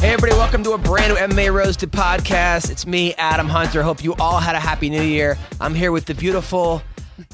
Hey, everybody, welcome to a brand new MMA Roasted podcast. It's me, Adam Hunter. Hope you all had a happy new year. I'm here with the beautiful,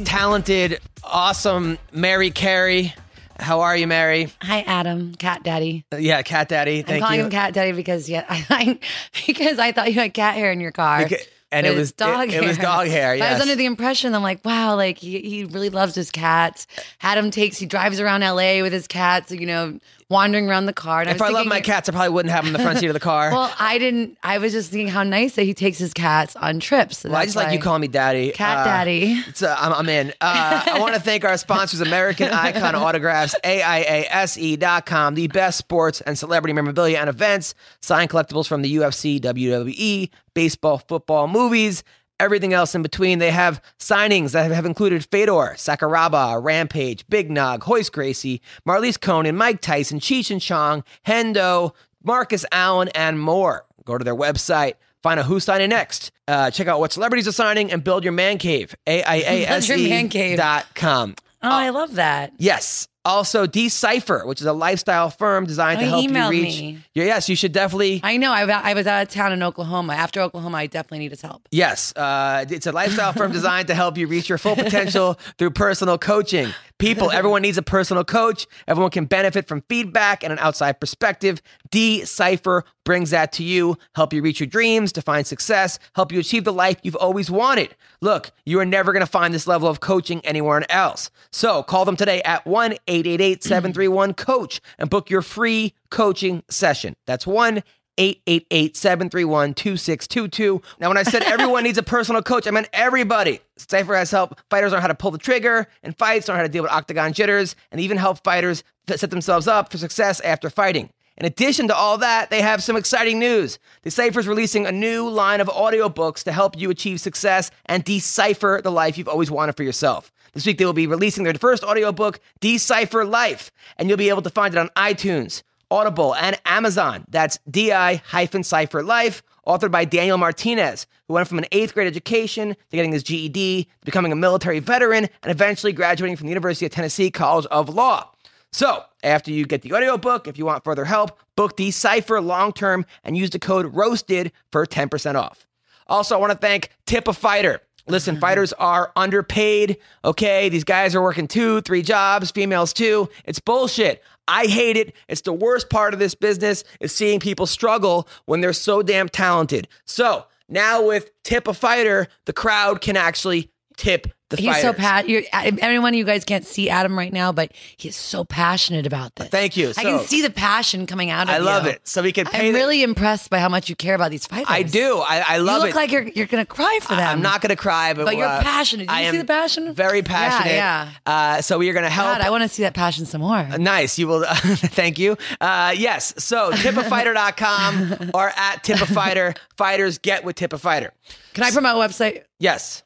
talented, awesome Mary Carey. How are you, Mary? Hi, Adam, Cat Daddy. Uh, Yeah, Cat Daddy. I'm Thank calling you. him Cat Daddy because yeah, I, because I thought you had cat hair in your car, Okay, and but it it's was- it- dog. it hair. was dog hair, But I yes. was under the impression I'm like, wow, like he, he really loves his cats. Had him takes he drives around L.A. with his cats, you know, wandering around the car. And If I, was love thinking- my cats, I probably wouldn't have them in the front seat of the car. well, I didn't. I was just thinking how nice that he takes his cats on trips. So Well, I that's just like why- you calling me daddy. Cat Uh, Daddy. So I'm, I'm in. Uh, I want to thank our sponsors, American Icon Autographs, AIASE.com, E the best sports and celebrity memorabilia and events, signed collectibles from the UFC, WWE, E, baseball, football, movies, everything else in between. They have signings that have included Fedor, Sakuraba, Rampage, Big Nog, Hoist Gracie, Marlies Conan, Mike Tyson, Cheech and Chong, Hendo, Marcus Allen, and more. Go to their website. Find out who's signing next. Uh, check out what celebrities are signing and build your man cave. man cave. AIASE.com. Oh, I love that. E Yes. Also, Decipher, which is a lifestyle firm designed Oh, to he help you emailed reach. me. Yeah, Yes, you should definitely. I know. I, I was out of town in Oklahoma. After Oklahoma, I definitely need his help. Yes, uh, it's a lifestyle firm designed to help you reach your full potential through personal coaching. People, everyone needs a personal coach. Everyone can benefit from feedback and an outside perspective. Decipher brings that to you, help you reach your dreams, define success, help you achieve the life you've always wanted. Look, you are never going to find this level of coaching anywhere else. So call them today at 1 888 731 Coach and book your free coaching session. That's 1 888-731-2622. Now, when I said everyone needs a personal coach, I meant everybody. Cypher has helped fighters learn how to pull the trigger and fights, learn how to deal with octagon jitters, and even help fighters to set themselves up for success after fighting. In addition to all that, they have some exciting news. Decipher is releasing a new line of audiobooks to help you achieve success and decipher the life you've always wanted for yourself. This week, they will be releasing their first audiobook, Decipher Life, and you'll be able to find it on iTunes. Audible, and Amazon. That's DI hyphen cipher life, authored by Daniel Martinez, who went from an eighth grade education to getting his GED, to becoming a military veteran, and eventually graduating from the University of Tennessee College of Law. So, after you get the audiobook, if you want further help, book Decipher long term and use the code ROASTED for 10% off. Also, I want to thank Tip a Fighter. Listen, fighters are underpaid. Okay, these guys are working two, three jobs, females too. It's bullshit. I hate it. It's the worst part of this business is seeing people struggle when they're so damn talented. So now with tip a fighter, the crowd can actually tip the He's fighters. so pat. You're, everyone, you guys can't see Adam right now, but he's so passionate about this. Thank you. I can So- see the passion coming out of I you. love it. So we can pay. I'm the- really impressed by how much you care about these fighters. I do. I, I love you look it. like you're you're gonna cry for them. I'm not going to cry, but, But you're uh, passionate. Do you I see am the passion? Very Yeah, passionate. yeah. Uh, so we are going to help. God, I want to see that passion some more. Nice. You will. thank you. Uh, yes. So tipafighter.com or at tipafighter. Fighters get with tipafighter. Can I promote a website? Yes.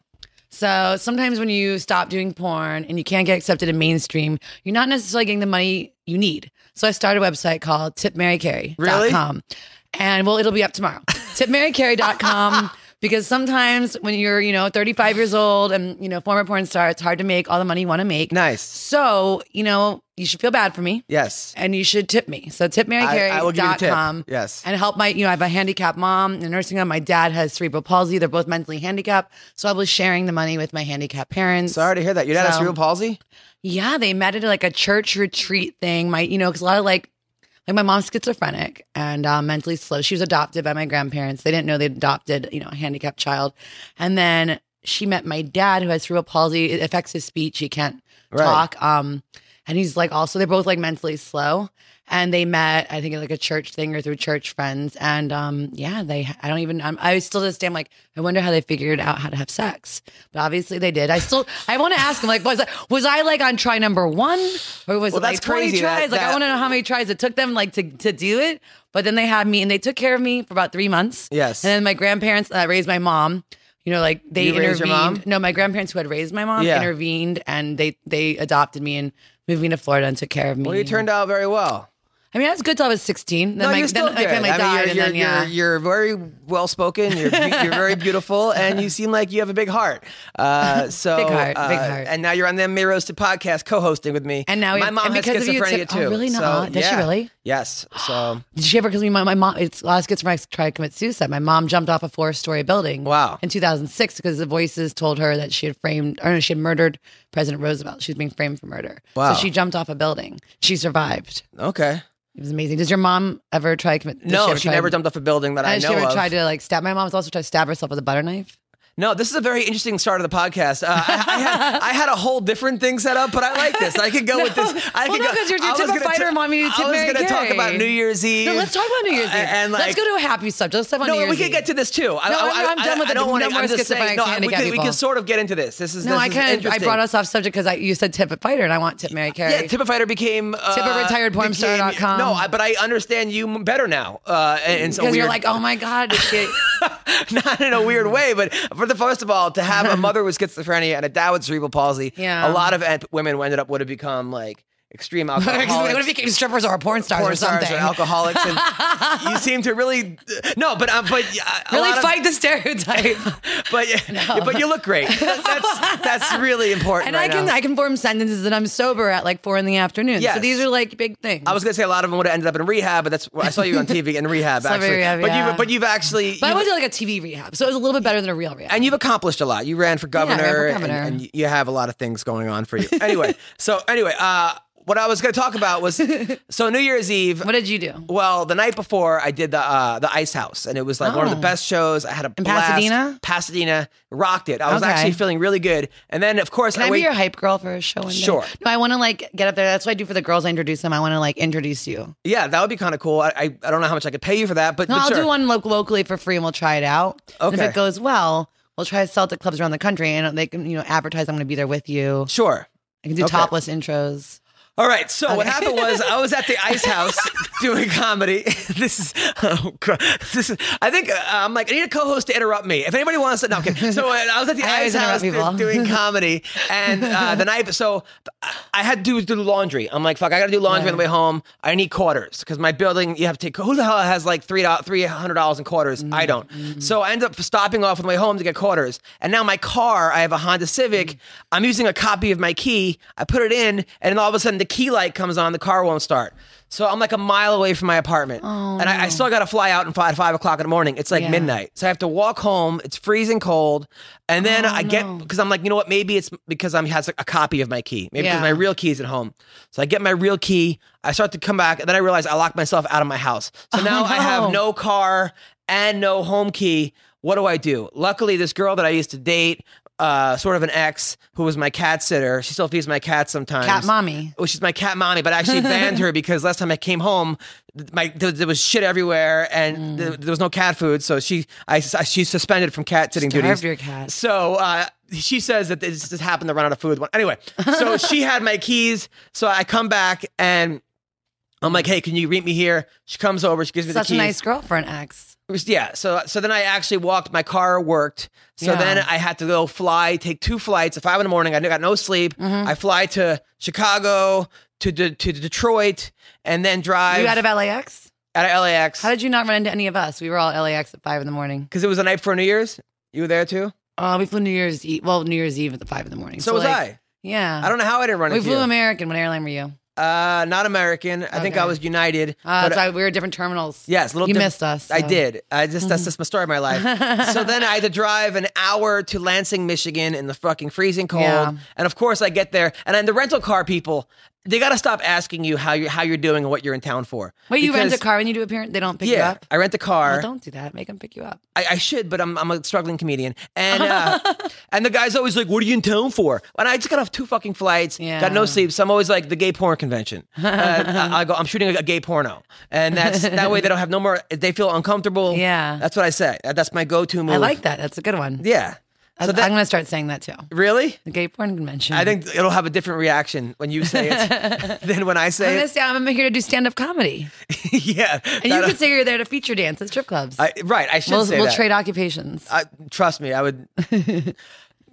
So sometimes when you stop doing porn and you can't get accepted in mainstream, you're not necessarily getting the money you need. So I started a website called tipmarycarry.com. And well, it'll be up tomorrow. tipmarycarry.com because sometimes when you're, you know, 35 years old and, you know, former porn star, it's hard to make all the money you want to make. Nice. So, you know, you should feel bad for me. Yes. And you should tip me. So I- I will give you the tip. tipmarycarry.com. Yes. And help my, you know, I have a handicapped mom in nursing home. My dad has cerebral palsy. They're both mentally handicapped. So I was sharing the money with my handicapped parents. Sorry to hear that. Your dad has So- cerebral palsy. Yeah, they met at like a church retreat thing. My, you know, because a lot of like, like my mom's schizophrenic and uh, mentally slow. She was adopted by my grandparents. They didn't know they'd adopted, you know, a handicapped child. And then she met my dad who has cerebral palsy. It affects his speech. He can't Right. talk. Um, and he's like also they're both like mentally slow. and they met. I think at like a church thing or through church friends, and um, yeah, they. I don't even. I'm, I still to this day, I'm like, I wonder how they figured out how to have sex, but obviously they did. I still, I want to ask them, like, was I, was I like on try number one, or was Well, it like that's 20 crazy that- tries? like, I that- want to know how many tries it took them, like, to to do it. But then they had me, and they took care of me for about three months. Yes. and then my grandparents that raised my mom. You know, like they You raised intervened. your mom? No, my grandparents who had raised my mom Yeah. intervened and they they adopted me and moved me to Florida and took care of me. Well, you turned out very well. I mean, I was good till I was sixteen. Then no, my, you're then still my good. family I mean, died, you're, and you're, then yeah. you're, you're very well spoken. You're, be- you're very beautiful, and you seem like you have a big heart. Uh, so Big heart, big uh, heart. And now you're on the May Roasted podcast, co-hosting with me. And now we my have- mom and has because of you, it's schizophrenia like, too. oh, really? So, Nuh-uh. Does she yeah. really? Yes. So Did she ever? Because my my mom, it's last schizophrenic tried to commit suicide. My mom jumped off a four story building. Wow. In 2006, because the voices told her that she had framed, or no, she had murdered President Roosevelt. She was being framed for murder. Wow. So she jumped off a building. She survived. okay. It was amazing. Does your mom ever try to commit? does No, ever she, try- never jumped off a building that I Has she know ever of. tried to like stab? My mom's also tried to stab herself with a butter knife. No, this is a very interesting start of the podcast. Uh, I, I, had, I had a whole different thing set up, but I like this. I could go with this. I Well, could no, go- 'cause you're- you I was took a gonna fighter ta- mom, you took I was Mary gonna talk Kay. about New Year's Eve. No, let's talk about New Year's Uh, Eve. and, like- let's go to a happy subject. Let's talk about No, New Year's we could Eve. get to this too. I, I, No, I'm- I'm I- done with I it. don't No wanna- more I'm just saying. schizophrenic No, we handicap could, we people. could sort of get into this. This is No, this I is kind of. I interesting. brought us off subject because I you said Tippet Fighter, and I want Tip Mary Carey. Yeah, Tippa Fighter became uh, Tippa retired pornstar dot com. became- No, I, but I understand you better now, uh, and, and so because you're weird- like, oh my god, did she- not in a Mm. weird way, but for the first of all, to have a mother with schizophrenia and a dad with cerebral palsy, Yeah. a lot of ent- women who ended up would have become like extreme alcoholics. what if you became strippers or porn stars porn or stars something? or alcoholics, and you seem to really no, but uh, but uh, a lot really of- fight the stereotype. but but you look great. That- That's that's really important. and right I can now. I can form sentences, and I'm sober at like four in the afternoon. Yes. So these are like big things. I was gonna say a lot of them would have ended up in rehab, but that's I saw you on TV in rehab Saw me in actually. rehab, but yeah. you've but you've actually but I you've- went to like a TV rehab, so it was a little bit better than a real rehab. and you've accomplished a lot. You ran for I ran governor, for and- governor. And, you- you have a lot of things going on for you. Anyway, so anyway, uh, what I was going to talk about was so New Year's Eve. what did you do? Well, the night before, I did the uh, the Ice House, and it was like one of the Oh. best shows. I had a in blast. Pasadena? Pasadena rocked it. I was Okay. actually feeling really good. And then, of course, Can I, I be wait- your hype girl for a show? One day? Sure. No, I want to like get up there. That's what I do for the girls. I introduce them. I want to like introduce you. yeah, that would be kind of cool. I, I I don't know how much I could pay you for that, but, No, but I'll sure. do one lo- locally for free, and we'll try it out. And Okay. if it goes well, we'll try to sell it to clubs around the country, and they can you know advertise. I'm going to be there with you. Sure. I can do Okay. topless intros. All right. So what happened was I was at the Ice House doing comedy. this is oh, cr- this is. I think uh, I'm like I need a co-host to interrupt me. If anybody wants to, no, I'm kidding. So uh, I was at the I Ice always House interrupt do- people. doing comedy, and uh, the night. So I- I had to do laundry. I'm like, fuck, I got to do laundry on the way home. I need quarters because my building you have to take. Who the hell has like three three hundred dollars in quarters? I don't. So I ended up stopping off on the way home to get quarters, and now my car. I have a Honda Civic. I'm using a copy of my key. I put it in, and then all of a sudden the key light comes on. The car won't start. So I'm like a mile away from my apartment, and I, I still got to fly out and fly at five o'clock in the morning. It's like Oh, Yeah. midnight, so I have to walk home. It's freezing cold, and Oh, then I get because I'm like, you know what? Maybe it's because I'm has a copy of my key. Maybe because Yeah. my real key is at home. So I get my real key. I start to come back, and then I realize I locked myself out of my house. So now I have Oh, no. no car and no home key. What do I do? Luckily, this girl that I used to date, uh, sort of an ex, who was my cat sitter. She still feeds my cat sometimes. Cat mommy. Well, Oh, she's my cat mommy, but I actually banned her because last time I came home, th- my there, there was shit everywhere Mm. and th- there was no cat food. So she, I, I- she's suspended from cat sitting duties. Starved your cat. So uh, she says that this just happened to run out of food. Anyway, so she had my keys. So I come back and I'm like, hey, can you meet me here? She comes over. She gives me Such the a keys. nice girl for an ex. It was- yeah. So so then I actually walked. My car worked. So Yeah. then I had to go fly, take two flights at five in the morning. I got no sleep. Mm-hmm. I fly to Chicago, to De- to Detroit, and then drive you out of LAX? out of LAX How did you not run into any of us? We were all at LAX at five in the morning. because it was the night before New Year's. You were there too. Uh, we flew New Year's Eve. Well, New Year's Eve at the five in the morning. So was like, I. Yeah. I don't know how I didn't run We into flew you. American. What airline were you? uh, not American. I think Okay. I was United. Uh, but- so I- we were at different terminals. Yes, a little. You diff- missed us, I so. Mm-hmm. did. I just that's just my story of my life. so then I had to drive an hour to Lansing, Michigan, in the fucking freezing cold. Yeah. And of course, I get there, and then the rental car people. they got to stop asking you how you how you're doing and what you're in town for. Wait, you rent a Because- car when you do a parent? They don't pick you Yeah, up. I rent a car. Well, don't do that. Make them pick you up. I, I should, but I'm I'm a struggling comedian, and uh, and the guy's always like, "What are you in town for?" And I just got off two fucking flights, got no Yeah. sleep, so I'm always like the gay porn convention. Uh, I, I go, I'm shooting a, gay porno, and that's that way they don't have no more. They feel uncomfortable. Yeah. that's what I say. That- That's my go-to move. I like that. That's a good one. Yeah. I- So that I'm going to start saying that too. really, The gay porn convention. I think it'll have a different reaction when you say it than when I I'm, say gonna it. say I'm here to do stand up comedy. yeah, And you that- could say you're there to feature dance at strip clubs. I, right. I should we'll say we'll that. trade occupations. I, trust me, I would.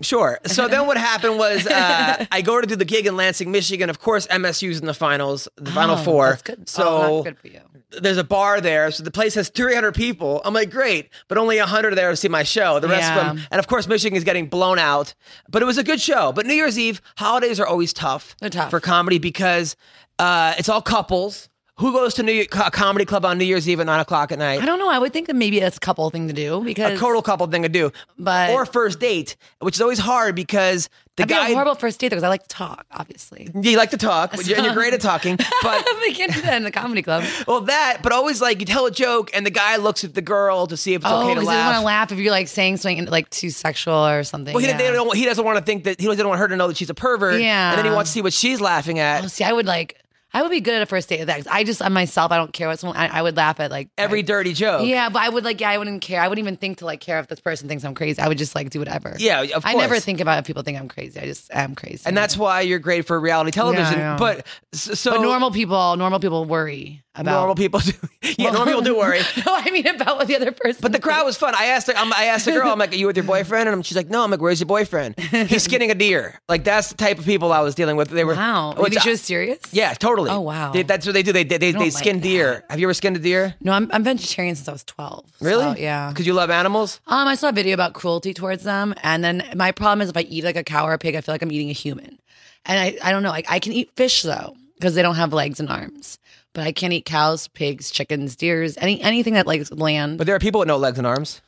sure. So then what happened was uh, I go to do the gig in Lansing, Michigan. Of course, MSU's in the finals, the final Oh, four. That's good. So oh, not good for you. there's a bar there. So the place has 300 people. I'm like, great, but only 100 are there to see my show. The rest Yeah. of them, and of course, Michigan is getting blown out. But it was a good show. But New Year's Eve holidays are always tough, They're tough. for comedy because uh, it's all couples. Who goes to New Year, a comedy club on New Year's Eve at nine o'clock at night? I don't know. I would think that maybe that's a couple thing to do because a total couple thing to do, But- or first date, which is always hard because the I'd be guy a horrible first date because I like to talk, obviously. Yeah, you like to talk, but you're, and you're great at talking, but. we can't do that in the comedy club. Well, that, but always like you tell a joke, and the guy looks at the girl to see if it's oh, okay to because they want laugh. to laugh if you're like saying something and, like too sexual or something. Well, he, yeah. they don't, he doesn't want to think that he doesn't want her to know that she's a pervert. Yeah. and then he wants to see what she's laughing at. Oh, see, I would like, I would be good at a first date with that. 'cause I just, on myself, I don't care what someone, I, I would laugh at like Every dirty joke. Yeah, but I would like, yeah, I wouldn't care. I wouldn't even think to like care if this person thinks I'm crazy. I would just like do whatever. Yeah, of I never course. think about if people think I'm crazy. I just am crazy. and that's why you're great for reality television. yeah. But s- so but normal people, normal people worry about. normal people do. yeah, normal people do worry. no, I mean about what the other person. But the crowd was fun. I asked her, I'm, I asked the girl, I'm like, "Are you with your boyfriend?" And I'm- she's like, "No." I'm like, "Where's your boyfriend?" He's skinning a deer. Like that's the type of people I was dealing with. They were Wow. which Wait, I- she was serious? yeah, totally. Oh, wow. Oh They- that's what they do. They they they, they like skin deer. Have you ever skinned a deer? No, I'm, I'm vegetarian since I was 12. so, Really? Oh, yeah. Because you love animals. Um, I saw a video about cruelty towards them, and then my problem is if I eat like a cow or a pig, I feel like I'm eating a human. And I, I don't know. Like I can eat fish though, because they don't have legs and arms. But I can't eat cows, pigs, chickens, deers, any anything that likes land. But there are people with no legs and arms.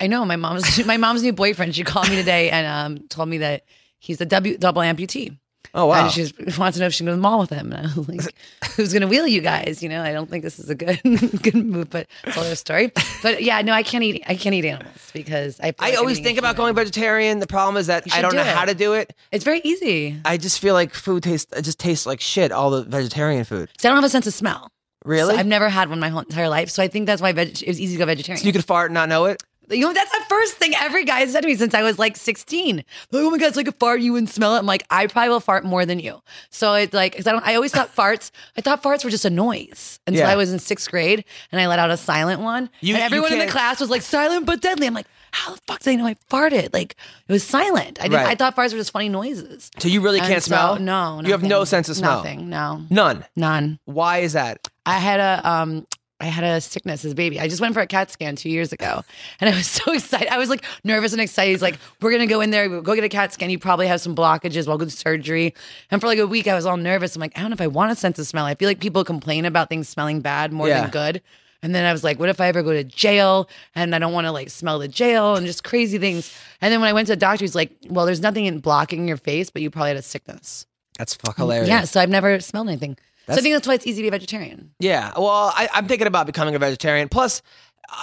I know my mom's my mom's new boyfriend. She called me today and um, told me that he's a w, double amputee. Oh wow. And she just wants to know if she can go to the mall with him. And I was like, who's going to wheel you guys? You know, I don't think this is a good good move, but it's all their story. But yeah, no, I can't eat. I can't eat animals because I. feel I like I'm always eating think a about human. going vegetarian. The problem is that I should don't do know it. how to do it. It's very easy. I just feel like food tastes. It just tastes like shit. All the vegetarian food. So I don't have a sense of smell. Really? So I've never had one my whole entire life, so I think that's why veg- it was easy to go vegetarian. so you could fart and not know it. You know, that's the first thing every guy has said to me since I was like 16. Like, oh my God, it's like a fart. You wouldn't smell it. I'm like, I probably will fart more than you. So it's like, because I don't, I always thought farts, I thought farts were just a noise until Yeah. I was in sixth grade and I let out a silent one. You- and you everyone in the can't- class was like, silent but deadly. I'm like, how the fuck did I know I farted? Like, it was silent. I, didn't, Right. I thought farts were just funny noises. So you really And can't so- smell. No, You have no nothing. sense of smell. Nothing, no. None. None. Why is that? I had a um I had a sickness as a baby. I just went for a CAT scan two years ago, and I was so excited. I was like nervous and excited. He's like, "We're gonna go in there, go get a CAT scan. You probably have some blockages. We'll go to surgery." And for like a week, I was all nervous. I'm like, "I don't know if I want a sense of smell." I feel like people complain about things smelling bad more Yeah. than good. And then I was like, "What if I ever go to jail and I don't want to like smell the jail and just crazy things?" And then when I went to the doctor, he's like, "Well, there's nothing in blocking your face, but you probably had a sickness." That's fuck Mm, hilarious. Yeah, so I've never smelled anything. so That's- I think that's why it's easy to be vegetarian. Yeah. Well, I, I'm thinking about becoming a vegetarian. Plus,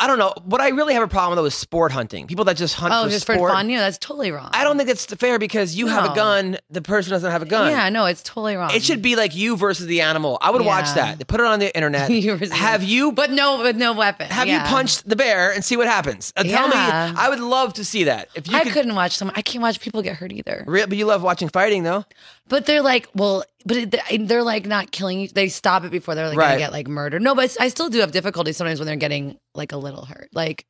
I don't know. What I really have a problem with is sport hunting. People that just hunt Oh, for just sport. for fun? Yeah, that's totally wrong. I don't think it's fair because you have a No. gun. The person doesn't have a gun. Yeah, no, it's totally wrong. It should be like you versus the animal. I would watch Yeah. that. They put it on the internet. You versus- have you but no, with no weapon. have yeah. you punched the bear and see what happens? Uh, Tell Yeah. me. I would love to see that. If you I could, could, not watch someone. I can't watch people get hurt either. Re- but you love watching fighting though. But they're like, well, but it, they're like not killing. Each, they stop it before they're like Right. gonna get like murdered. No, but I still do have difficulty sometimes when they're getting like a little hurt. Like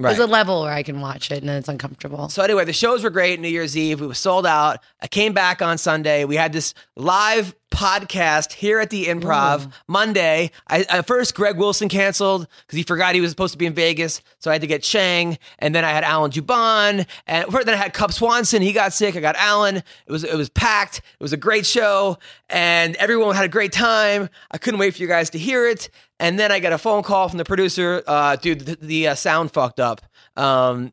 Right. there's a level where I can watch it and then it's uncomfortable. So anyway, the shows were great. New Year's Eve, we were sold out. I came back on Sunday. We had this live podcast here at the Improv Monday. I, at first, Greg Wilson canceled because he forgot he was supposed to be in Vegas, so I had to get Chang, and then I had Alan Juban, and then I had Cup Swanson. He got sick. I got Alan. It was it was packed. It was a great show, and everyone had a great time. I couldn't wait for you guys to hear it. And then I got a phone call from the producer. Uh, dude, the, the uh, sound fucked up. Um,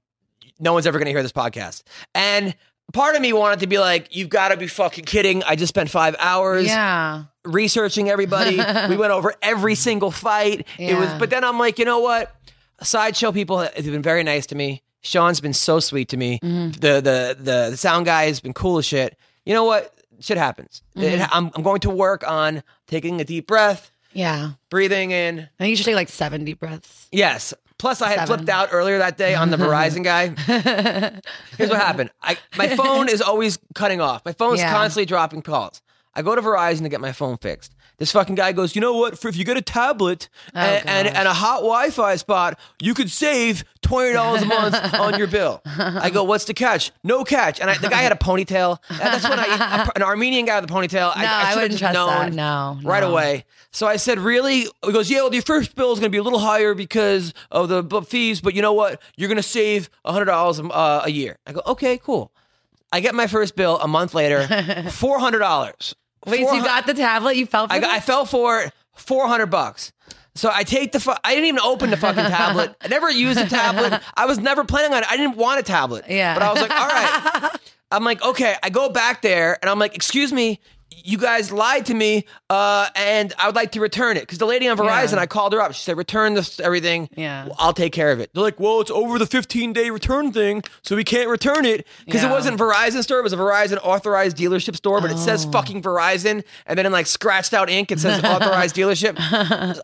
no one's ever going to hear this podcast. And part of me wanted to be like, you've got to be fucking kidding. I just spent five hours yeah. researching everybody. we went over every single fight. It was, Yeah. but then I'm like, you know what? Sideshow people have been very nice to me. Sean's been so sweet to me. Mm-hmm. The, the the the sound guy has been cool as shit. You know what? Shit happens. Mm-hmm. It- I'm, I'm going to work on taking a deep breath, Yeah. breathing in. I think you should take like seven deep breaths. Yes. Plus, I had Seven. flipped out earlier that day on the Verizon guy. Here's what happened: I, my phone is always cutting off. My phone's Yeah. constantly dropping calls. I go to Verizon to get my phone fixed. This fucking guy goes, you know what? For if you get a tablet and, and, Oh, gosh. and a hot Wi-Fi spot, you could save twenty dollars a month on your bill. I go, what's the catch? No catch. And I, the guy had a ponytail. That- That's when I an Armenian guy with a ponytail. No, I should've wouldn't just trust that. known No, right no. away away. So I said, really? He goes, yeah, well, your first bill is going to be a little higher because of the bu- fees, but you know what? You're going to save $100 a m- uh, a year. I go, okay, cool. I get my first bill a month later, $400. Wait, so you got the tablet? You fell for I, got, this? I fell for it, 400 bucks. So I take the, fu- I didn't even open the fucking tablet. I never used a tablet. I was never planning on it. I didn't want a tablet. Yeah. But I was like, all right. I'm like, okay. I go back there and I'm like, excuse me, you guys lied to me, uh, and I would like to return it because the lady on Verizon, Yeah. I called her up. She said, return this everything. Yeah. I'll take care of it. They're like, well, it's over the 15 day return thing, so we can't return it because it Yeah. wasn't Verizon store. It was a Verizon authorized dealership store, but it Oh. says fucking Verizon, and then in like scratched out ink, it says authorized dealership.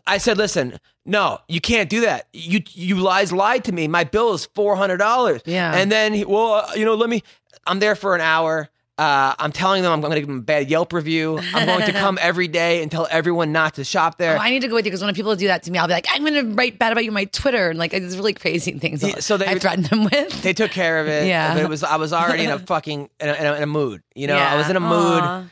I said, listen, no, you can't do that. You you lies lied to me. My bill is four hundred dollars. Yeah. and then he- well, uh, you know, let me. I'm there for an hour. Uh, I'm telling them I'm going to give them a bad Yelp review. I'm going to come every day and tell everyone not to shop there. Oh, I need to go with you because when people do that to me, I'll be like, I'm going to write bad about you on my Twitter and like these really crazy things. Yeah, so they- I threaten them with. they took care of it. Yeah. but it was I was already in a fucking in a, in a, in a mood. You know, I was in a mood. Aw.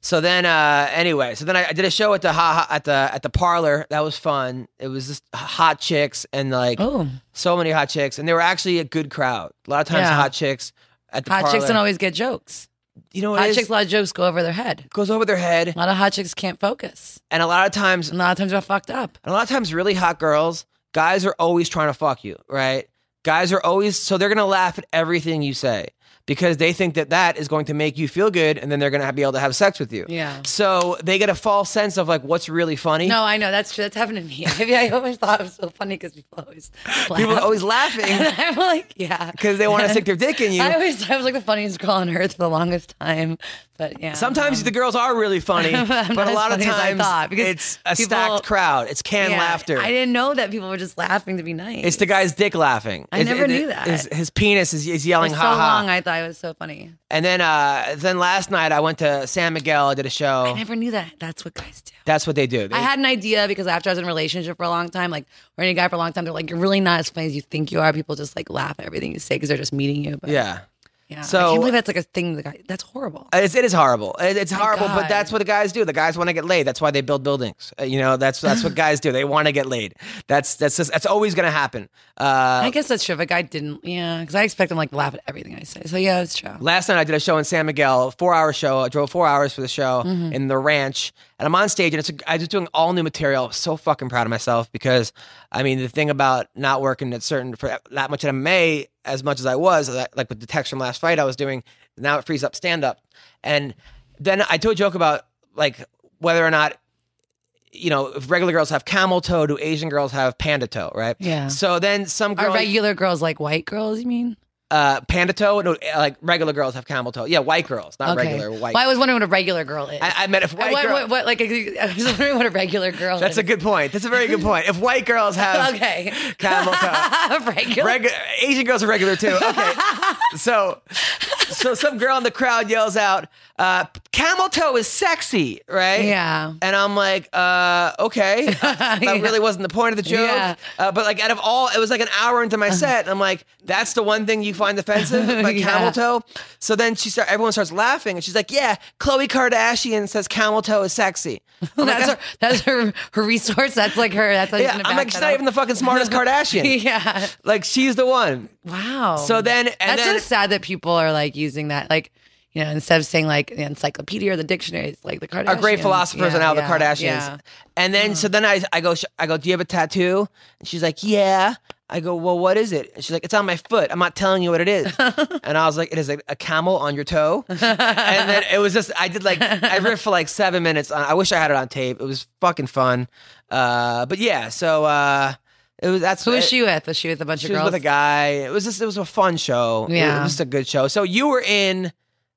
So then, uh, anyway, so then I, I did a show at the ha, ha, at the at the parlor. That was fun. It was just hot chicks and like Oh. so many hot chicks, and they were actually a good crowd. A lot of times, Yeah. hot chicks at the Hot parlor. chicks don't always get jokes. you know what Hot it is? chicks, a lot of jokes go over their head. goes over their head, A lot of hot chicks can't focus. and a lot of times, And a lot of times they're fucked up. and a lot of times, really hot girls, guys are always trying to fuck you, right? Guys are always so they're gonna laugh at everything you say because they think that that is going to make you feel good, and then they're gonna be able to have sex with you. Yeah. So they get a false sense of like what's really funny. No, I know. That's true. That's happened to me. I always thought it was so funny because people always laugh. People are always laughing And I'm like, yeah. because they want to stick their dick in you. I always, I was like the funniest girl on earth for the longest time. But yeah. Sometimes the girls are really funny, I'm but not a as lot of funny as I times thought, because it's a people- stacked crowd. It's canned Yeah, laughter. I didn't know that people were just laughing to be nice. It's the guy's dick laughing. I It's- never it- knew it- that. His, his penis is, is yelling For so ha ha. long, I thought it was so funny. and then uh, then last night I went to San Miguel. I did a show. I never knew that. That's what guys do. That's what they do. They- I had an idea because after I was in a relationship for a long time, like or any guy for a long time, they're like, you're really not as funny as you think you are. People just like laugh at everything you say because they're just meeting you. But yeah. yeah. So- I can't believe that's like a thing. The guy, that's horrible. It's, it is horrible. It- It's horrible, but Oh God. that's what the guys do. The guys want to get laid. That's why they build buildings. Uh, You know, that's that's what guys do. They want to get laid. That's that's just, that's always going to happen. Uh, I guess that's true. If a guy didn't, yeah, because I expect him like to laugh at everything I say. So yeah, it's true. Last night I did a show in San Miguel, a four hour show. I drove four hours for the show Mm-hmm. in the ranch, and I'm on stage, and it's a, I was doing all new material. So fucking proud of myself because, I mean, the thing about not working at certain for that much in May as much as I was, like like with the text from last fight I was doing, now it frees up stand up, and then I told a joke about like whether or not you know if regular girls have camel toe, do Asian girls have panda toe, right? Yeah. So then some Are girls regular girls like white girls? You mean? uh, panda toe. No, like regular girls have camel toe. Yeah, white girls, not regular white. Well, I was wondering what a regular girl is. I, I meant if white what, girls. what, what, like I was wondering what a regular girl. that's is. a good point. That's a very good point. If white girls have okay. camel toe, regular. regu- Asian girls are regular too. Okay, so so some girl in the crowd yells out, uh, "Camel toe is sexy," right? Yeah. And I'm like, uh, okay, that Yeah. really wasn't the point of the joke. Yeah. Uh-huh. Uh, but like, out of all, it was like an hour into my set, and I'm like, that's the one thing you find offensive, like Yeah. camel toe. So then she start, everyone starts laughing, and she's like, yeah, Khloe Kardashian says camel toe is sexy. I'm like, that's her. That's her. Her resource. That's like her. That's how she's yeah, gonna I'm like, back she's that not up. even the fucking smartest Kardashian. Yeah. Like, she's the one. Wow. So then, and Oh that's then, so sad that people are like using that. Like, You know, instead of saying like the encyclopedia or the dictionary, it's like the Kardashians. Are great philosophers Yeah, are now the yeah, Kardashians. yeah. Mm. And then so then I I go sh- I go, do you have a tattoo? And she's like, yeah. I go, well, what is it? And she's like, it's on my foot. I'm not telling you what it is. and I was like, it is a, a camel on your toe. and then it was just I did like I riffed for like seven minutes. On, I wish I had it on tape. It was fucking fun. Uh, but yeah, so uh, it was that's Who it, was she with? Was she with a bunch She of was girls? with a guy. It was just it was a fun show. It Yeah. was just a good show. So you were in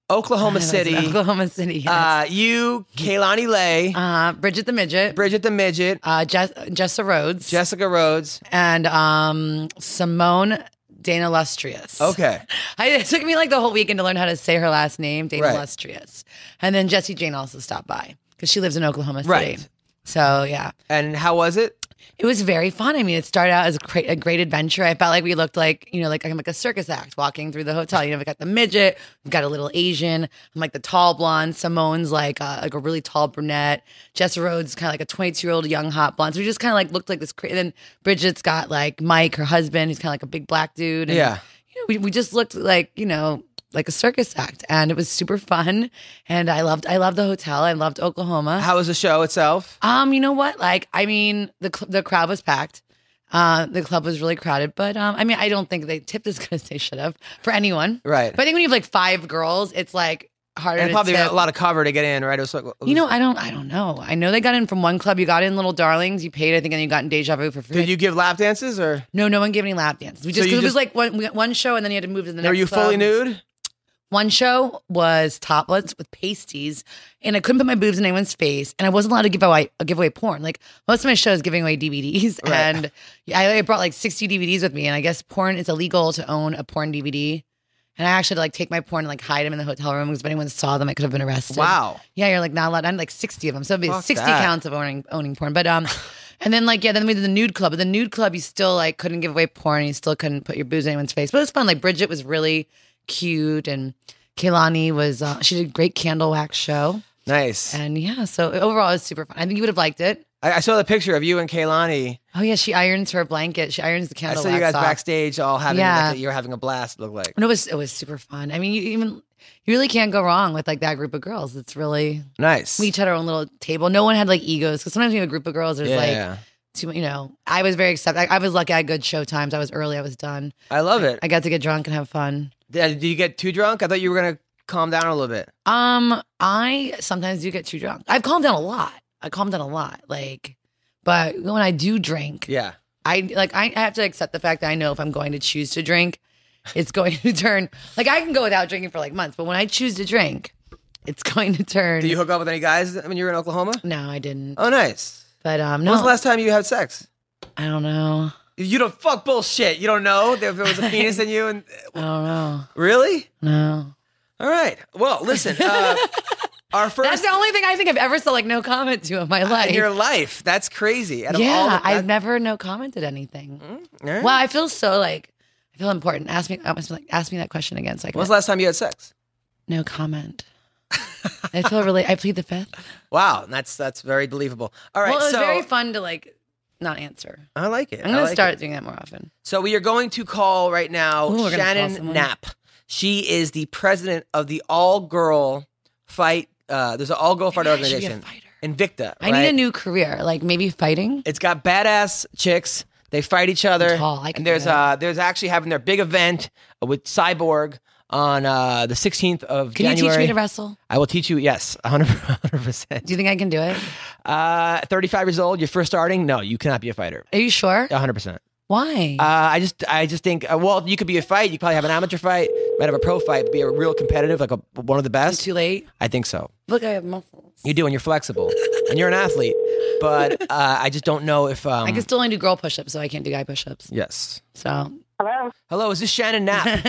Oklahoma I was in City. Oklahoma City. Yes. Uh, Uh, you, Kaylani Lay, Bridget the midget. Bridget the Midget, uh, Jess- Jessa Rhodes. Jessica Rhodes. and um, Simone Dana Lustrious. Okay. I, it took me like the whole weekend to learn how to say her last name, Dana Right. Lustrious. And then Jessie Jane also stopped by because she lives in Oklahoma City. Right. So yeah, And how was it? it was very fun. I mean, it started out as a great, a great adventure. I felt like we looked like you know, like I'm like a circus act walking through the hotel. You know, we got the midget, we've got a little Asian, I'm like the tall blonde. Simone's like a, like a really tall brunette. Jess Rhodes kind of like a 22 year old young hot blonde. So we just kind of like looked like this. Cra- and then Bridget's got like Mike, her husband, who's kind of like a big black dude. And, Yeah. you know, we, we just looked like you know like a circus act, and it was super fun. And I loved I loved the hotel. I loved Oklahoma. How was the show itself? Um, you know what? Like, I mean, the cl- the crowd was packed. Uh, the club was really crowded, but um, I mean, I don't think they tipped as good as they should have for anyone. Right. But I think when you have like five girls, it's like harder. and to probably tip. a lot of cover to get in, right? It was like, it was- You know, I don't. I don't know. I know they got in from one club. You got in Little Darlings. You paid, I think, and you got in Deja Vu for free. did you give lap dances or no, no one gave any lap dances. We So just you it was just- like one we got one show, and then you had to move to the next. were you fully club. nude? One show was topless with pasties, and I couldn't put my boobs in anyone's face, and I wasn't allowed to give away give away porn. Like most of my shows, giving away DVDs, Right. and I, I brought like sixty DVDs with me, and I guess porn is illegal to own a porn DVD. And I actually had to, like take my porn and like hide them in the hotel room because if anyone saw them, I could have been arrested. Wow. Yeah, you're like not allowed. I'm like 60 of them. So it'd be Fuck 60 that. counts of owning owning porn. But um and then like yeah, then we did the nude club. But the nude club you still like couldn't give away porn, you still couldn't put your booze in anyone's face. But it was fun. Like Bridget was really cute and Kaylani was uh, she did a great candle wax show. Nice. And yeah, so overall it was super fun. I think you would have liked it. I, I saw the picture of you and Kaylani. Oh yeah, she irons her blanket. She irons the I candle saw wax you guys off. backstage all having Yeah. like, a- you were having a blast. it Looked like And it was it was super fun. I mean, you even you really can't go wrong with like that group of girls. It's really nice. we each had our own little table. No one had like egos because sometimes we have a group of girls. There's like yeah, too you know i was very accept. I, I was lucky i had good show times i was early i was done I love it. i got to get drunk and have fun Did, did you get too drunk? I thought you were gonna calm down a little bit. um i sometimes do get too drunk i've calmed down a lot i calmed down a lot like but when i do drink Yeah, i like i I have to accept the fact that i know if i'm going to choose to drink it's going to turn like i can go without drinking for like months but when i choose to drink it's going to turn did you hook up with any guys when you were in Oklahoma? no i didn't Oh, nice. but um When no was the last time you had sex? i don't know You don't fuck bullshit. You don't know if there was a penis in you, and i don't know really, no all right. Well, listen, uh, our that's first the only thing i think i've ever said like no comment to in my life in your life. That's crazy. Out of yeah, all the- Mm. I've never no commented anything. all right. Wow, I feel so like I feel important. Ask me, ask me, ask me that question again. So I When can was the last time you had sex? no comment. I feel really. I plead the fifth. Wow, that's that's very believable. All right, well, it was so very fun to like not answer. I like it. I'm I gonna like start it. doing that more often. So we are going to call right now Ooh, we're gonna call Shannon someone. Knapp. She is the president of the All Girl Fight. Uh, there's an All Girl Fight Maybe I should be a organization, fighter. Invicta. I need a right? new career, like maybe fighting. It's got badass chicks. They fight each other. I'm tall. I can and there's do that. uh there's actually having their big event with Cyborg on uh the 16th of Can January. you teach me to wrestle? I will teach you. Yes, 100 percent. Do you think I can do it? Uh, 35 years old. You're first starting. No, you cannot be a fighter. Are you sure? 100. percent Why? uh, I just, I just think. Uh, well, you could be a fight. You probably have an amateur fight. Might have a pro fight. Be a real competitive, like a, one of the It's best. too late. I think so. Look, I have muscles. You do, and you're flexible, and you're an athlete. But uh, I just don't know if. Um, I can still only do girl push-ups, so I can't do guy push-ups. Yes. So Hello. Hello, is this Shannon Knapp?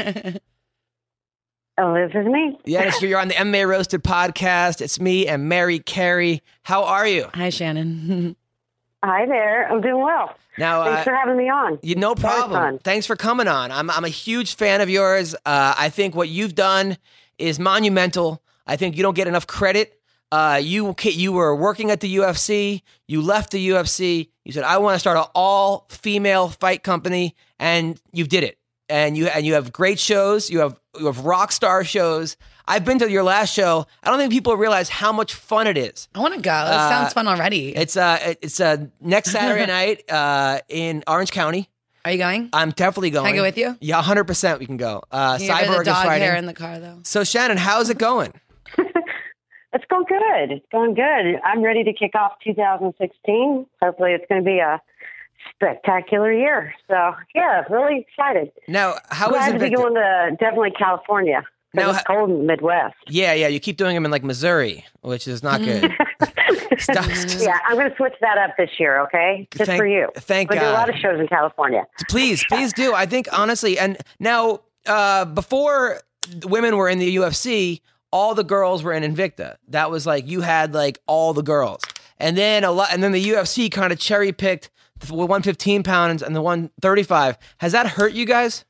Oh, this is me. Yeah, it's, you're on the MMA Roasted podcast. It's me and Mary Carey. How are you? hi, Shannon. Hi there. I'm doing well. Now, Thanks uh, for having me on. you, no problem. fun. Thanks for coming on. I'm, I'm a huge fan of yours. Uh, I think what you've done is monumental. I think you don't get enough credit. Uh, you ca- you were working at the UFC. You left the UFC. You said I want to start an all female fight company, and you did it. and you and you have great shows. You have you have rock star shows. I've been to your last show. I don't think people realize how much fun it is. I want to go. It Uh, sounds fun already. It's uh it- it's uh next Saturday night uh in Orange County. Are you going? I'm definitely going. Can I go with you? Yeah, hundred percent. We can go. Uh, You can go to Cyborg the dog is Friday. hair in the car though. so Shannon, how's it going? It's going good. It's going good. I'm ready to kick off 2016. Hopefully, it's going to be a spectacular year. So, yeah, really excited. Now, how is Glad it? to be Victor? going to definitely California. 'cause Now, it's ha- cold in the Midwest. Yeah, yeah. You keep doing them in like Missouri, which is not good. Stop. Yeah, I'm going to switch that up this year, okay? Just Thank- for you. thank we do a lot God. of shows in California. Please, please do. I think honestly, and now uh, before the women were in the UFC, all the girls were in Invicta. That was like you had like all the girls, and then a lot, and then the UFC kind of cherry picked the 115 pounds and the 135. Has that hurt you guys?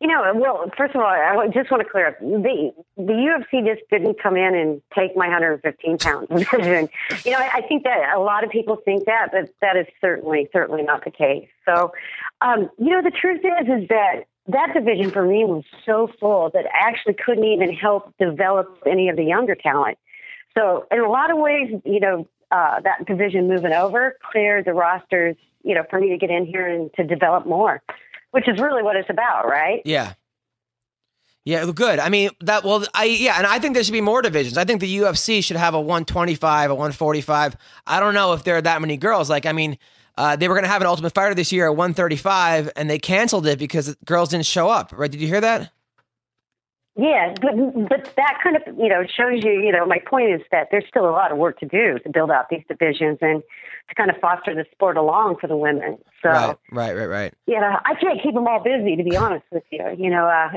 You know, well, first of all, I wa- just want to clear up the the UFC just didn't come in and take my 115 pound division. you know, I, I think that a lot of people think that, but that is certainly certainly not the case. So, um, you know, the truth is is that that division for me was so full that I actually couldn't even help develop any of the younger talent. So, in a lot of ways, you know, uh, that division moving over cleared the rosters. You know, for me to get in here and to develop more. Which is really what it's about, right? Yeah. Yeah, good. I mean, that well I yeah, and I think there should be more divisions. I think the UFC should have a 125, a 145. I don't know if there are that many girls. Like I mean, uh, they were going to have an Ultimate Fighter this year at 135 and they canceled it because girls didn't show up. Right? Did you hear that? Yeah, but but that kind of you know shows you you know my point is that there's still a lot of work to do to build out these divisions and to kind of foster the sport along for the women. So Right, right, right, right. you know I can't keep them all busy to be honest with you. You know uh,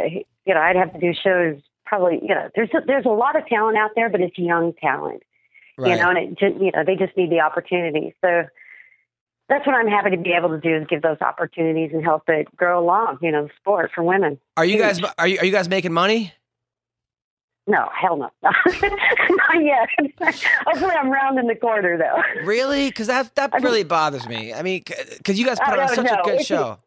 you know I'd have to do shows probably you know there's a, there's a lot of talent out there, but it's young talent. Right. You know, and it just you know they just need the opportunity. So that's what I'm happy to be able to do is give those opportunities and help it grow along. You know, the sport for women. are you guys are you, are you guys making money? No, hell no. Not yet. Hopefully, I'm rounding the corner, though. Really? Cuz that that I mean- really bothers me. I mean, c- cuz you guys I put on don't such know. a good It's- show.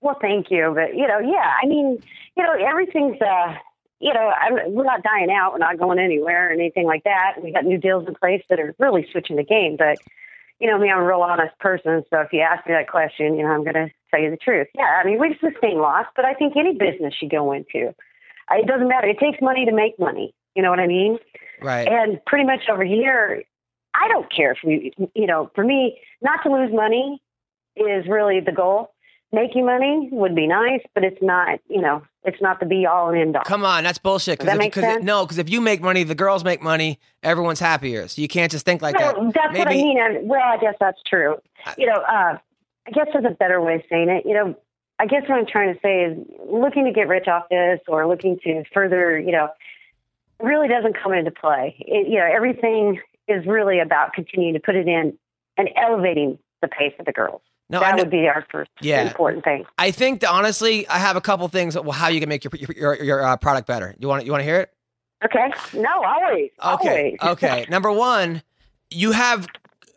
Well, thank you. But, you know, yeah, I mean, you know, everything's, uh, you know, I'm, we're not dying out. We're not going anywhere or anything like that. We got new deals in place that are really switching the game. But, you know, me, I'm a real honest person. So if you ask me that question, you know, I'm going to tell you the truth. Yeah, I mean, we've sustained loss, but I think any business you go into, Uh, it doesn't matter. It takes money to make money. You know what I mean? Right. And pretty much over here, I don't care if we, you know, for me, not to lose money is really the goal. Making money would be nice, but it's not, you know, it's not the be all and end all. Come on, that's bullshit. Does that if- make it- sense? no, because if you make money, the girls make money. Everyone's happier. So you can't just think like that. no, that's what I Maybe- mean. And, well, I guess that's true. You know, uh, I guess there's a better way of saying it. You know, I guess what I'm trying to say is looking to get rich off this or looking to further, you know, really doesn't come into play. It, you know, everything is really about continuing to put it in and elevating the pace of the girls. No, I, that know- would be our first Yeah. important thing. I think that honestly, I have a couple things. Well, how you can make your your your, your uh, product better? You want you want to hear it? Okay. No, always. Okay. Always. Okay. Number one, you have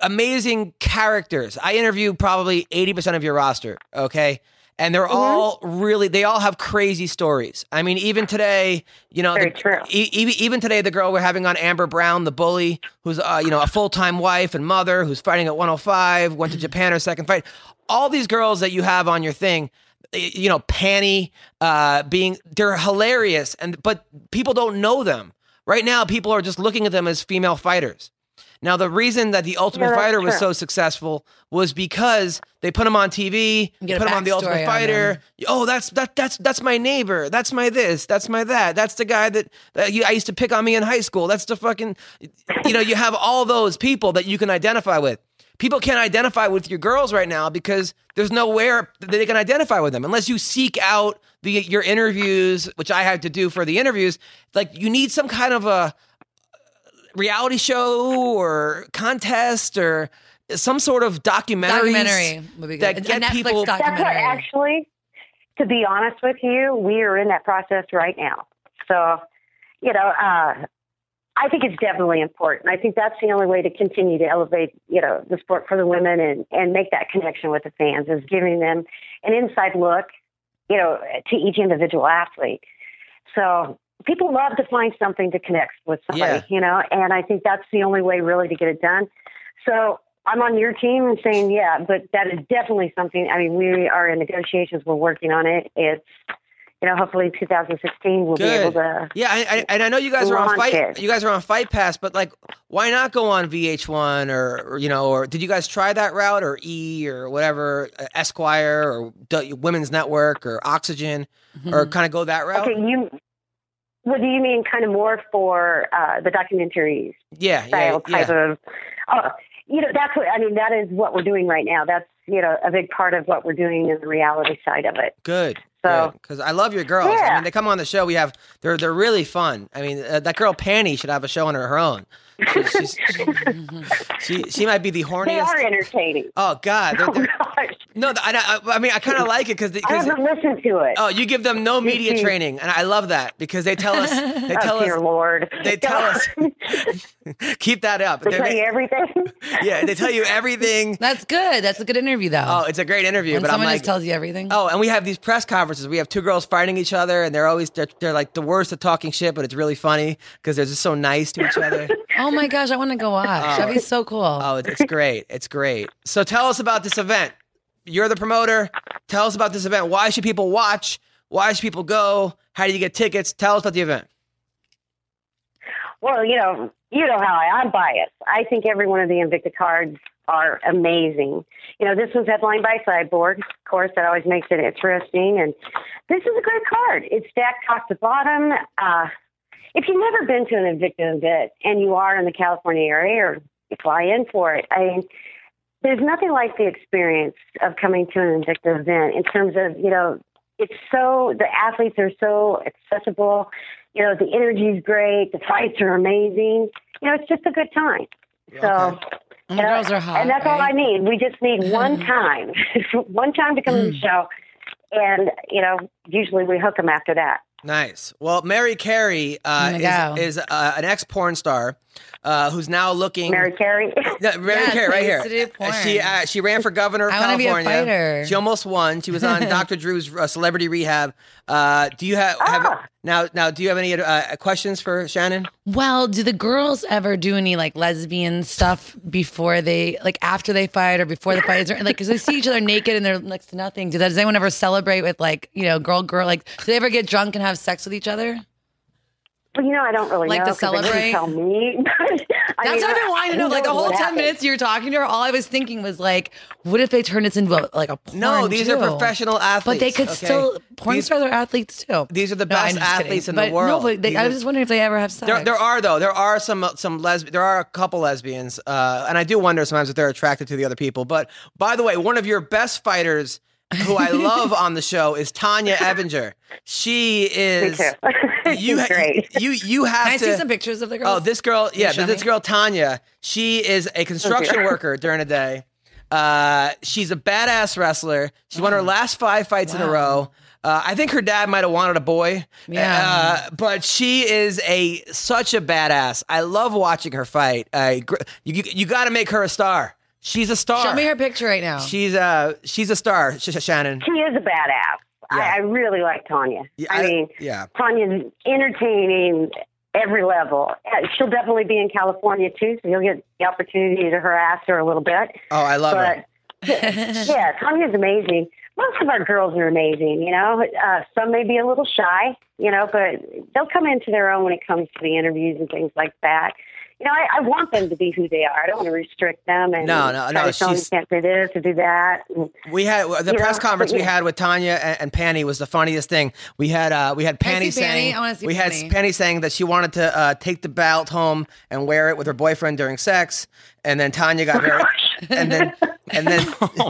amazing characters. I interview probably 80% of your roster. Okay. And they're Mm-hmm. all really, they all have crazy stories. I mean, even today, you know, Very the- true. e- e- even today, the girl we're having on Amber Brown, the bully, who's, uh, you know, a full time wife and mother who's fighting at 105, went to Japan her second fight. All these girls that you have on your thing, y- you know, Panny, uh, being, they're hilarious. And, but people don't know them. Right now, people are just looking at them as female fighters. Now, the reason that the Ultimate Yeah, that's Fighter was true. so successful was because they put him on TV, Get they a put him on the backstory Ultimate on Fighter. Oh, that's that that's that's my neighbor. That's my this. That's my that. That's the guy that, that you, I used to pick on me in high school. That's the fucking, you know, you have all those people that you can identify with. People can't identify with your girls right now because there's nowhere that they can identify with them unless you seek out the your interviews, which I had to do for the interviews. Like you need some kind of a reality show or contest or some sort of documentary. Documentary would be good. that It's get a Netflix people- That's That's what documentary. actually, to be honest with you, we are in that process right now. So, you know, uh, I think it's definitely important. I think that's the only way to continue to elevate, you know, the sport for the women and, and make that connection with the fans is giving them an inside look, you know, to each individual athlete. So people love to find something to connect with somebody, Yeah. you know, and I think that's the only way really to get it done. So I'm on your team and saying, yeah, but that is definitely something. I mean, we are in negotiations. We're working on it. It's, you know, hopefully in 2016 we'll be Good. able to Yeah, I, I, and I know you guys are on Launch fight. it. You guys are on Fight Pass, but like, why not go on VH1 or, or you know, or did you guys try that route or E or whatever uh, Esquire or D- Women's Network or Oxygen Mm-hmm. or kind of go that route? Okay, you. What do you mean? Kind of more for uh, the documentary Yeah, yeah, style type yeah. of. Oh, you know, that's what I mean. That is what we're doing right now. That's you know a big part of what we're doing in the reality side of it. Good. So- because I love your girls. I Yeah. mean, they come on the show. We have they're they're really fun. I mean, uh, that girl Panny should have a show on her, her own. She, she's, she she might be the horniest. They are entertaining. Oh God, they're, Oh they're, gosh, no, I, I, I mean, I kind of like it because I haven't listened to it. Oh, you give them no media Mhm. training, and I love that because they tell us they Oh, tell dear us Lord. they tell us keep that up. they They- tell you everything. yeah, they tell you everything. That's good. That's a good interview, though. Oh, it's a great interview, when but I'm someone like, just tells you everything. oh, and we have these press conferences. We have two girls fighting each other, and they're always they're, they're like the worst at talking shit, but it's really funny because they're just so nice to each other. Oh my gosh, I want to go watch. That'd be so cool. Oh, it's, it's great. It's great. So tell us about this event. You're the promoter. Tell us about this event. Why should people watch? Why should people go? How do you get tickets? Tell us about the event. Well, you know, you know how I, I'm biased. I think every one of the Invicta cards are amazing. You know, this was headlined by Cyborg, of course. That always makes it interesting. And this is a great card. It's stacked top to bottom. Uh, if you've never been to an Invicta event and you are in the California area, or you fly in for it, I mean, there's nothing like the experience of coming to an Invicta event in terms of, you know, it's so the athletes are so accessible. You know, the energy's great, the fights are amazing. You know, it's just a good time. So Okay. and the and Oh, girls I- are hot. And that's all I right? need. We just need one time, one time to come Hmm. to the show. And, you know, usually we hook them after that. Nice. Well, Mary Carey Oh my uh, God. is, is uh, an ex porn star uh, who's now Mm. looking. Mary Carey. No, Mary Yes, Carey, right I here. used to do Uh, She porn. uh, she ran for governor of I wanna be a California. fighter. She almost won. She was on Dr. Drew's uh, Celebrity Rehab. Uh, do you have, have Ah. now? Now, do you have any uh, questions for Shannon? Well, do the girls ever do any like lesbian stuff before they like after they fight or before the fight? Is there, like because they see each other naked and they're next to nothing? Do that? Does anyone ever celebrate with like you know girl girl? Like do they ever get drunk and have sex with each other? Well, you know, I don't really Like know to 'cause they didn't celebrate? Tell me. That's what I've been wanting to know. Like the whole ten minutes you were talking to her, all I was thinking was like, what if they turn this into a, like a porn? No, these are too? professional athletes. But they could okay? still porn These- stars are athletes too. These are the No, I'm best just kidding. athletes in But the world. No, but they, These I are- was just wondering if they ever have sex. There, there are though. There are some some lesb. There are a couple lesbians, uh, and I do wonder sometimes if they're attracted to the other people. But by the way, one of your best fighters, who I love on the show, is Tanya Evinger. She is. You ha- great. you you have Can I to. see some pictures of the girls? Oh, this girl, yeah, show but this me? girl Tanya, she is a construction dear. worker during the day. Uh, she's a badass wrestler. She's won her Mm. last five fights in a row. Uh, I think her dad might have wanted a boy. Yeah. Uh, but she is a such a badass. I love watching her fight. I gr- you you, you got to make her a star. She's a star. Show me her picture right now. She's a she's a star. Sh- Sh- Shannon. She is a badass. Yeah. I, I really like Tanya. Yeah, I, I- mean, yeah. Tanya's entertaining every level. Uh, She'll definitely be in California too, so you'll get the opportunity to harass her a little bit. Oh, I love her. But yeah, Tanya's amazing. Most of our girls are amazing, you know. Uh, some may be a little shy, you know, but they'll come into their own when it comes to the interviews and things like that. You know, I, I want them to be who they are. I don't want to restrict them and No, no, try no, to tell them you she's- can't do this or do that. And, We had uh, the You press know, conference but we yeah. had with Tanya and, and Panny was the funniest thing. We had uh, we had I Panny see Panny? saying I wanna see we Panny. had Panny saying that she wanted to uh, take the belt home and wear it with her boyfriend during sex, and then Tanya got very and then and then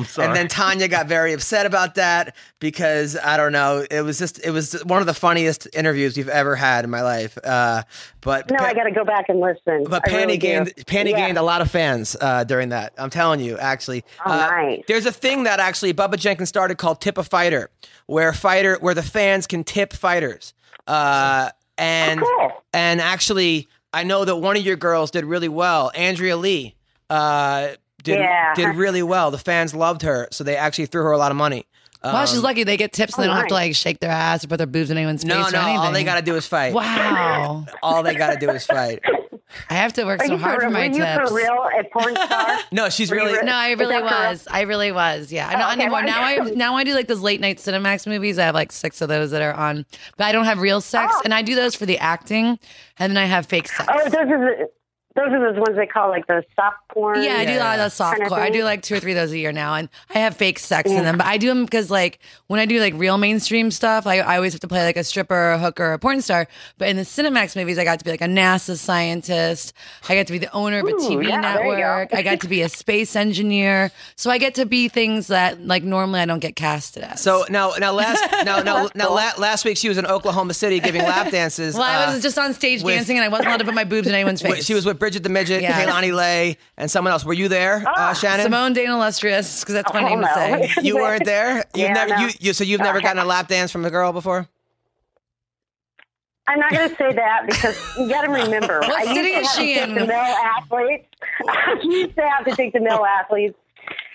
sorry. and then Tanya got very upset about that because I don't know it was just it was one of the funniest interviews we've ever had in my life. Uh, but no, Pa- I got to go back and listen. but I Panny really do. gained Panny Yeah. gained a lot of fans uh, during that. I'm telling you, actually. Oh, Uh, nice. There's a thing that actually Bubba Jenkins started called Tip a Fighter, where fighter where the fans can tip fighters, uh, and Oh, cool. and actually. I know that one of your girls did really well. Andrea Lee uh, did Yeah. did really well. The fans loved her, so they actually threw her a lot of money. Well, she's Um, lucky they get tips and they Oh, don't have to nice. like shake their ass or put their boobs in anyone's face no, or no. anything. All they got to do is fight. wow, All they got to do is fight. I have to work Are so you hard for, for my were you tips. for real a porn star? No, she's Were you really. really- No, I Is really that correct? was. I really was. Yeah, not Oh, okay. anymore. Well, Now I yeah. now I do like those late night Cinemax movies. I have like six of those that are on, but I don't have real sex, Oh. and I do those for the acting, and then I have fake sex. Oh, those are the those are those ones they call like the soft porn. Yeah, I do a lot of those Kind of softcore. I do thing. like two or three of those a year now, and I have fake sex in them. But I do them because, like, when I do like real mainstream stuff, I, I always have to play like a stripper, a hooker, a porn star. But in the Cinemax movies, I got to be like a NASA scientist. I got to be the owner of a Ooh, TV yeah, there you go. network. I got to be a space engineer. So I get to be things that like normally I don't get casted as. So now, now last, now, now, now, la- last week she was in Oklahoma City giving lap dances. well, I uh, was just on stage with- dancing, and I wasn't allowed to put my boobs in anyone's Wait, face. she was with Bridget the Midget, Yeah. Ah, Kehlani Lay, and someone else. Were you there, uh, Shannon? Simone Dana Illustrious, because that's my Oh, name to no. say. You weren't there. You've Yeah, never, no. you, you, so you've never gotten a lap dance from a girl before. I'm not going to say that because you got to remember. What I used city to is have she to take in? The male athletes. I used to have to take the male athletes.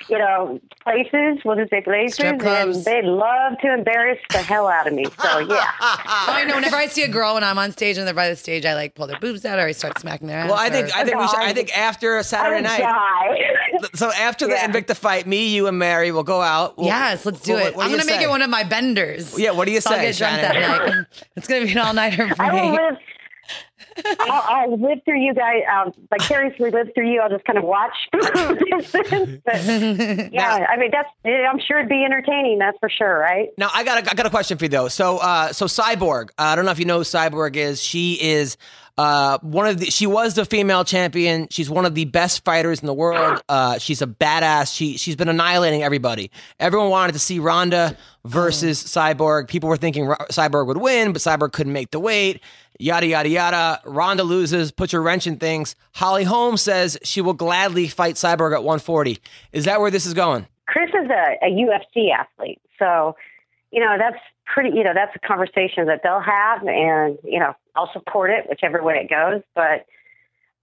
You know, places. We'll just say places, Strip clubs. and they love to embarrass the hell out of me. So yeah, Oh, I know. Whenever I see a girl when I'm on stage and they're by the stage, I like pull their boobs out or I start smacking their ass. Well, I or- think I think we should, I think after I Saturday would night. die. So after the Yeah. Invicta fight, me, you, and Mary will go out. We'll- yes, let's do what- it. what do I'm you gonna make say? it one of my benders. Yeah, what do you So I'll say, get drunk Shannon? that night. It's gonna be an all nighter for I me. will live. I'll, I'll live through you guys. I'll vicariously live through you. I'll just kind of watch. But, yeah, I mean that's. I'm sure it'd be entertaining. That's for sure, right? Now I got a, I got a question for you though. So uh, so Cyborg, uh, I don't know if you know who Cyborg is. She is uh, one of the she was the female champion. She's one of the best fighters in the world. Uh, she's a badass. She she's been annihilating everybody. Everyone wanted to see Ronda versus Cyborg. People were thinking Ro- Cyborg would win, but Cyborg couldn't make the weight. Yada yada yada. Ronda loses. Puts a wrench in things. Holly Holm says she will gladly fight Cyborg at 140. Is that where this is going? Chris is a, a UFC athlete, so you know that's pretty. You know that's a conversation that they'll have, and you know I'll support it whichever way it goes. But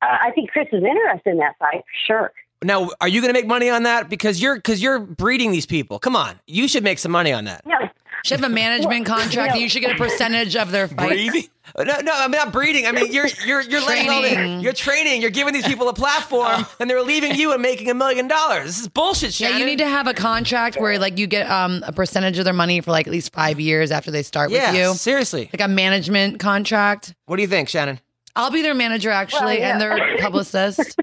uh, I think Chris is interested in that fight for sure. Now, are you going to make money on that? Because you're because you're breeding these people. Come on, you should make some money on that. No, Should have a management contract. and you should get a percentage of their fights. No, no, I'm not breeding. I mean, you're you're you're letting all the, Training. Oh. you're training. You're giving these people a platform, and they're leaving you and making a million dollars. This is bullshit, Yeah, Shannon. you need to have a contract where like you get um, a percentage of their money for like at least five years after they start Yeah, with you, seriously. like a management contract. What do you think, Shannon? I'll be their manager actually Well, yeah. and their publicist.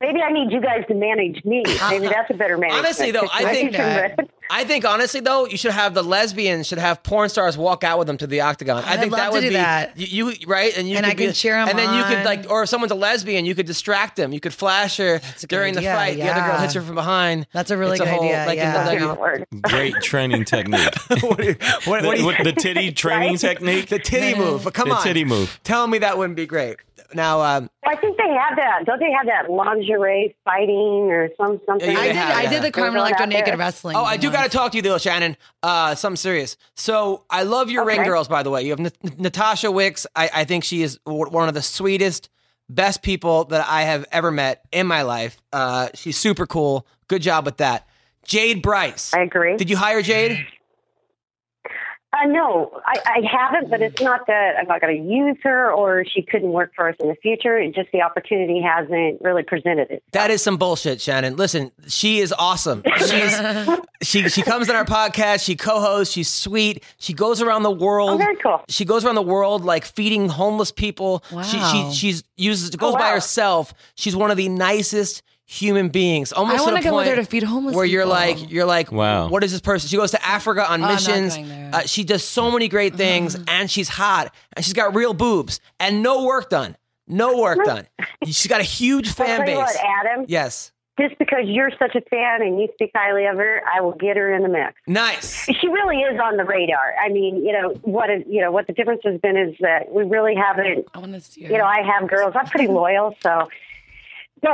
maybe I need you guys to manage me. Maybe that's a better management. Honestly, though, I think situation, but- I think honestly though, you should have the lesbians should have porn stars walk out with them to the octagon. I I'd think love that to would do be that. You, you- right, and you And could I can be- cheer 'em and then you could on. like, or if someone's a lesbian, you could distract them. You could flash her a good during the idea, fight. The other girl yeah. hits her from behind. That's a really It's good whole, idea, Like in yeah. the, like, Good you- Lord. Great training technique. what, do you- what, what do the, you- what- the titty training Right? technique. the titty move? Come The on, titty move. Tell me that wouldn't be great. Now, um, I think they have that. Don't they have that lingerie fighting or some something? Yeah, I they did. have I that. did the Carmen There's one Electro out there. naked wrestling. oh, I do once. got to talk to you though, Shannon. Uh, something serious. So I love your ring Okay. girls, by the way. You have N- Natasha Wicks. I, I think she is w- one of the sweetest, best people that I have ever met in my life. Uh, she's super cool. Good job with that. Jade Bryce. I agree. Did you hire Jade? Uh, no, I, I haven't, but it's not that I'm not going to use her or she couldn't work for us in the future. It just the opportunity hasn't really presented it. That is some bullshit, Shannon. Listen, she is awesome. She's she she comes on our podcast. She co-hosts. She's sweet. She goes around the world. Oh, very cool. She goes around the world like feeding homeless people. She, she Wow. Oh, she's uses goes by wow. herself. She's one of the nicest human beings. Almost I wanna want to the go with point her to feed homeless Where you're people. Oh, like you're like wow. Wow. What is this person? She goes to Africa on not missions. going there. Mm-hmm. Uh, she does so many great things, and she's hot, and she's got real boobs, and no work done. No work done. She's got a huge I'll fan tell you base. what, Adam, Yes. just because you're such a fan and you speak highly of her, I will get her in the mix. Nice. She really is on the radar. I mean, you know what? Is, you know what the difference has been is that we really haven't I want to see her. you know, I have girls. I'm pretty loyal, so. But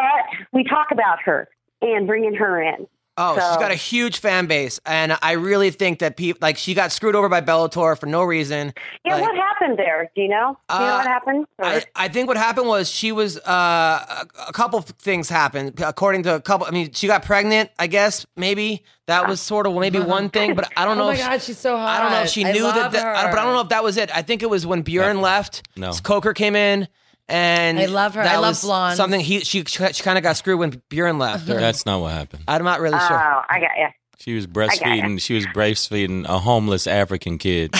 we talk about her and bringing her in. Oh, she's So- got a huge fan base, and I really think that people like she got screwed over by Bellator for no reason. Yeah, Like, what happened there? Do you know? Do you know Uh, what happened? Or- I, I think what happened was she was uh, a, a couple of things happened according to a couple. I mean, she got pregnant. I guess maybe that was sort of maybe one thing, but I don't Oh know. my if she- God, she's so hot. I don't know if she I knew that, love that I- but I don't her. know if that was it. I think it was when Bjorn left. No. Coker came in, and I love her. I that love was blondes. Uh-huh. Something he she she kind of got screwed when Bjorn left. or- That's not what happened. I'm not really oh, sure. I got yeah. She was breastfeeding. She was breastfeeding a homeless African kid,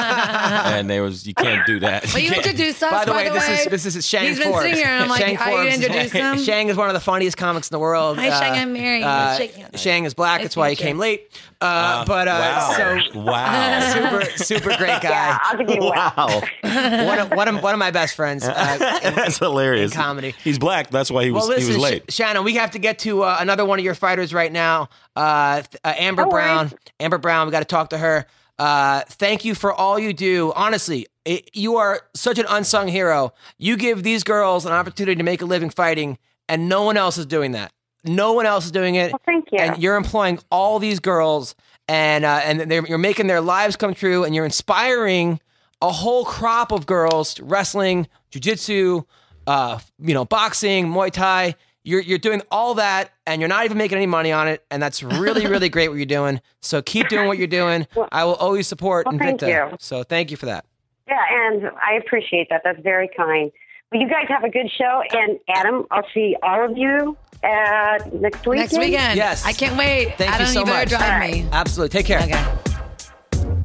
and there was you can't do that. But you can't. introduced us. By the way, this is this is Shang He's been Forbes. sitting here, and I'm like, Shang are you Forbes gonna introduce him? is, Shang is one of the funniest comics in the world. Uh, Hi, Shang, I'm Mary. Let's shake hands. Shang is black. Nice That's why he to meet you. came late. Uh, but uh, Um, wow, so wow, super super great Yeah, guy. I'll give you wow. wow, one, of, one of one of my best friends. Uh, in- that's hilarious. in comedy. He's black. That's why he was well, listen, he was late. Sh- Shannon, we have to get to uh, another one of your fighters right now. Uh, th- uh, Amber No worries. Brown. Amber Brown. We got to talk to her. Uh, thank you for all you do. Honestly, it, you are such an unsung hero. You give these girls an opportunity to make a living fighting, and no one else is doing that. No one else is doing it. Well, thank you. And you're employing all these girls, and uh, and they're, you're making their lives come true, and you're inspiring a whole crop of girls to wrestling, jujitsu, uh, you know, boxing, Muay Thai. You're you're doing all that, and you're not even making any money on it, and that's really really great what you're doing. So keep doing what you're doing. I will always support Well, thank Invicta. you. So thank you for that. Yeah, and I appreciate that. That's very kind. Well, you guys have a good show, and Adam, I'll see all of you uh, next weekend. Next weekend. Yes. I can't wait. Thank Adam, you so better much. drive All me. Absolutely. Take care. Okay.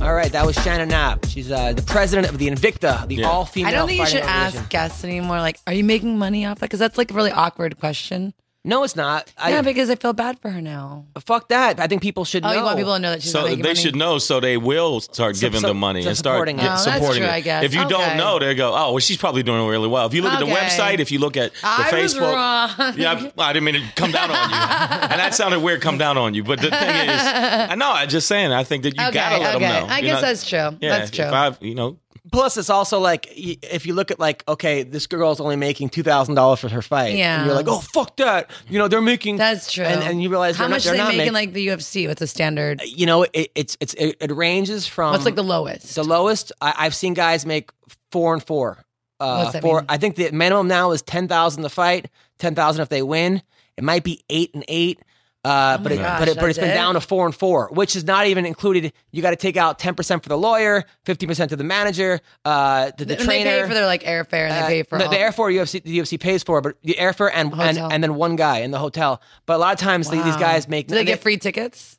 All right, that was Shannon Knapp. She's uh, the president of the Invicta, the Yeah. all female. I don't think you should ask guests anymore. Like, are you making money off it? Because that's like a really awkward question. No, it's not. I, yeah, because I feel bad for her now. Fuck that. I think people should Oh, know. you want people to know that she's So not they making money? should know, so they will start Sup- giving sup- them money so and start supporting supporting, it. Oh, it. that's supporting true, it. I guess. If you Okay. don't know, they go, "Oh, well, she's probably doing really well." If you look at the Okay. website, if you look at the I was Facebook, wrong. yeah, I, I didn't mean to come down on you, and that sounded weird, come down on you. But the thing is, I know. I'm just saying. I think that you Okay, gotta let okay. them know. I You're guess not- that's true. Yeah, That's true. If I, you know, Plus, it's also like y- if you look at like, okay, this girl's only making two thousand dollars for her fight. Yeah. and you're like, oh fuck that. You know they're making That's true. and, and you realize how they're much not, are they're they not Um, making? like the UFC, what's the standard? you know, it, it's it's it, it ranges from What's like the lowest? the lowest. I, I've seen guys make four and four. Uh, What's that four. mean? I think the minimum now is ten thousand to fight, ten thousand if they win. It might be eight and eight. Uh, but it, Oh gosh, but it, but that's it's been it? down to four and four, which is not even included. You got to take out ten percent for the lawyer, fifteen percent to the manager, uh, to the and trainer. they pay for their like airfare and they Uh, pay for the, all. the airfare UFC the UFC pays for, but the airfare and and, Hotel. and then one guy in the hotel. But a lot of times the- these Wow. guys make Do they and get free tickets?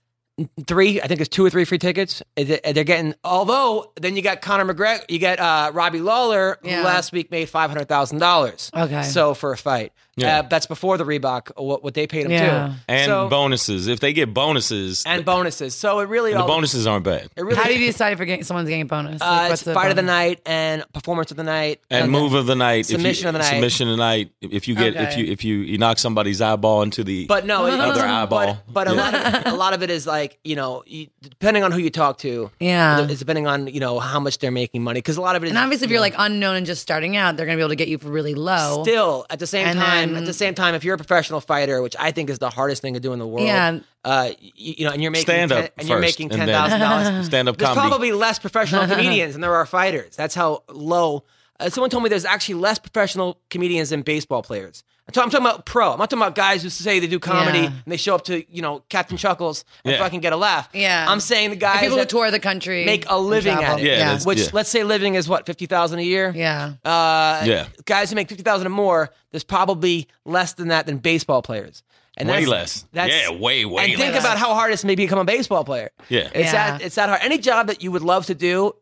three. I think it's two or three free tickets. Is it- They're getting. Although then you got Conor McGregor, you get uh, Robbie Lawler, Yeah. who last week made five hundred thousand dollars. Okay. so for a fight, Yeah. uh, that's before the Reebok what, what they paid him Yeah. too, and So- bonuses. If they get bonuses, and bonuses. So it really the all, bonuses aren't bad. It really How do you decide if you're getting, someone's getting a bonus? uh, Like, it's what's fight the of the bonus? night and performance of the night and move of the night, if you- Submission of the night. submission of the night. If you get, if Okay. you, if you, you knock somebody's eyeball into the, But no, it- um, Other but- eyeball. But, a Yeah. lot of a lot of it is like you know, you, depending on who you talk to. Yeah. it's depending on you know how much they're making money because a lot of it is And obviously, if you're like unknown and just starting out, they're gonna be able to get you for really low. still at the same And time. then- at the same time, if you're a professional fighter, which I think is the hardest thing to do in the world, Yeah. uh, you, you know, and you're making stand ten, up and you're first, making ten and thousand dollars. Stand up There's comedy. probably less professional comedians than there are fighters. That's how low. Uh, someone told me there's actually less professional comedians than baseball players. I'm talking, I'm talking about pro. I'm not talking about guys who say they do comedy Yeah. and they show up to you know Captain Chuckles and Yeah. fucking get a laugh. Yeah. I'm saying the And guys people who that tour the country make a living travel. at it. Yeah, yeah. that's- Which yeah. let's say living is what fifty thousand a year. Yeah. Uh, Yeah. Guys who make 50,000 and more, there's probably less than that than baseball players. And Way that's- less. That's, Yeah, way, way And think less. about how hard it is to maybe become a baseball player. Yeah. It's, Yeah. That, it's that hard. Any job that you would love to do,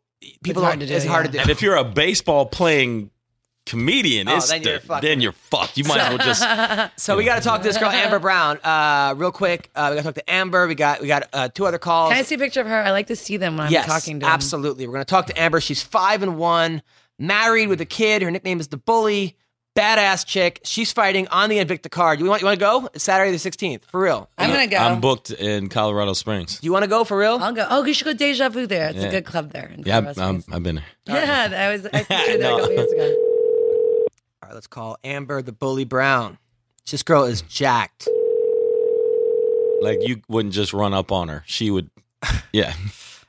people hard don't- to do, it's hard to do. And if you're a baseball playing comedian, Oh, it's then you're the- fucked. then you're fucked. You might as well just So we got to talk to this girl, Amber Brown, uh, real quick. Uh, we got to talk to Amber. We got we got uh, two other calls. Can I see a picture of her? I like to see them when yes, I'm talking to them. absolutely. We're going to talk to Amber. She's five and one, married with a kid. Her nickname is the Bully. Badass chick. She's fighting on the Invicta card. You want you want to go? It's Saturday the sixteenth, for real. I'm gonna go. I'm booked in Colorado Springs. Do you want to go for real? I'll go. Oh, you should go Deja Vu there. It's a Yeah. good club there. in Yeah, Colorado I'm, I'm, Springs. I've been there. yeah. That was. I featured there a couple years ago. All right, let's call Amber the Bully Brown. This girl is jacked. Like you wouldn't just run up on her. She would. Yeah.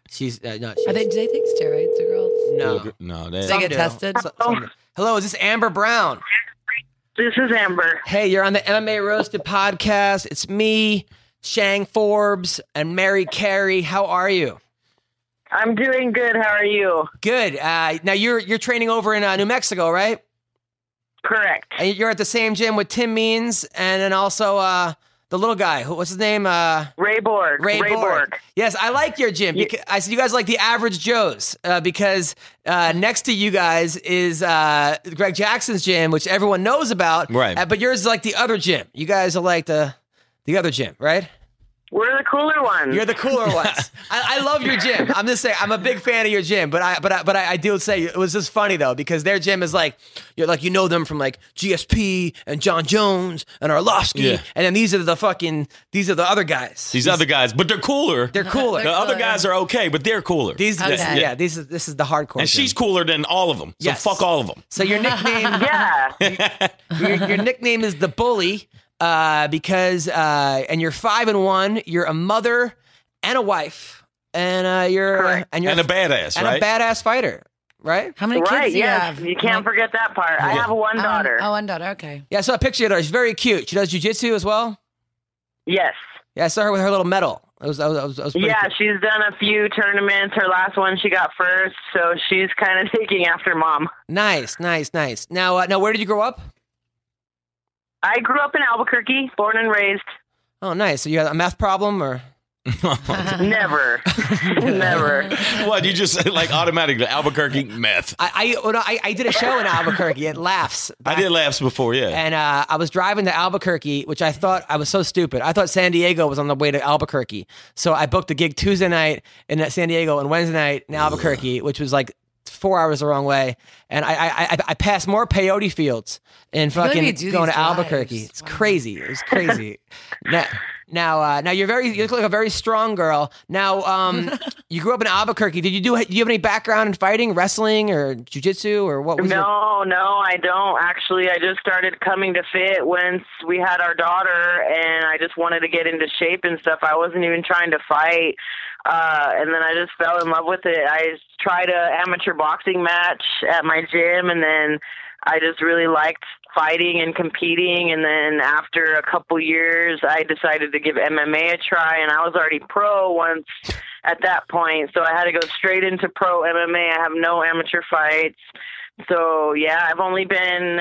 She's uh, no. Are she's- they? Do they take steroids, the girls? no? No. They That, Some get do. tested? So- some do. Hello, is this Amber Brown? This is Amber. Hey, you're on the MMA Roasted podcast. It's me, Shang Forbes, and Mary Carey. How are you? I'm doing good. How are you? Good. Uh, now you're you're training over in uh, New Mexico, right? Correct. And you're at the same gym with Tim Means, and then also uh, the little guy. Who, what's his name? Uh, Ray Borg. Ray, Borg. Yes, I like your gym. Because, I said you guys like the average Joes uh, because uh, next to you guys is uh, Greg Jackson's gym, which everyone knows about. Right. Uh, but yours is like the other gym. You guys are like the the other gym, right? We're the cooler ones. You're the cooler ones. I, I love your gym. I'm just saying, I'm a big fan of your gym. But I, but I, but I, I do say it was just funny though because their gym is like you're like you know them from like GSP and John Jones and Arlovsky, Yeah. and then these are the fucking these are the other guys. these other guys, but they're cooler. they're cooler. the other guys are okay, but they're cooler. These, this, Okay. yeah, this is this is the hardcore. and gym. she's cooler than all of them. So Yes. fuck all of them. so your nickname, yeah. your, your nickname is the bully, uh, because uh, and you're five and one. You're a mother and a wife, and uh, you're uh, Correct. and you're And a badass, and right? a badass fighter, right? How many right. kids do you Yes. have? You can't Like, forget that part. I Yeah. have one um, daughter. Oh, one daughter. Okay. Yeah, I saw a picture of her. She's very cute. She does jujitsu as well. Yes. Yeah, I saw her with her little medal. It was, I was, I was, I was pretty Yeah, cool. she's done a few tournaments. Her last one she got first, so she's kind of taking after mom. nice, nice, nice. Now, uh, now, where did you grow up? I grew up in Albuquerque, born and raised. Oh, nice. So you had a math problem, or Uh-huh. Never. Never. what you just like automatically Albuquerque meth. I, I, oh, no, I, I did a show in Albuquerque at Laughs. I did laughs before, yeah. and uh, I was driving to Albuquerque, which I thought I was so stupid. I thought San Diego was on the way to Albuquerque, so I booked a gig Tuesday night in San Diego and Wednesday night in Albuquerque, which was like four hours the wrong way. And I I, I, I passed more peyote fields in believe fucking you do going these to Albuquerque. drives. It's crazy. It was crazy. now, now, uh, now you're very you look like a very strong girl. Now, um, you grew up in Albuquerque. Did you do? Do you have any background in fighting, wrestling, or jujitsu, or what? Was your- No, no, I don't. Actually, I just started coming to fit once we had our daughter, and I just wanted to get into shape and stuff. I wasn't even trying to fight, uh, and then I just fell in love with it. I tried a amateur boxing match at my gym, and then I just really liked fighting and competing. And then after a couple years, I decided to give MMA a try, and I was already pro once at that point, so I had to go straight into pro MMA. I have no amateur fights. So yeah, I've only been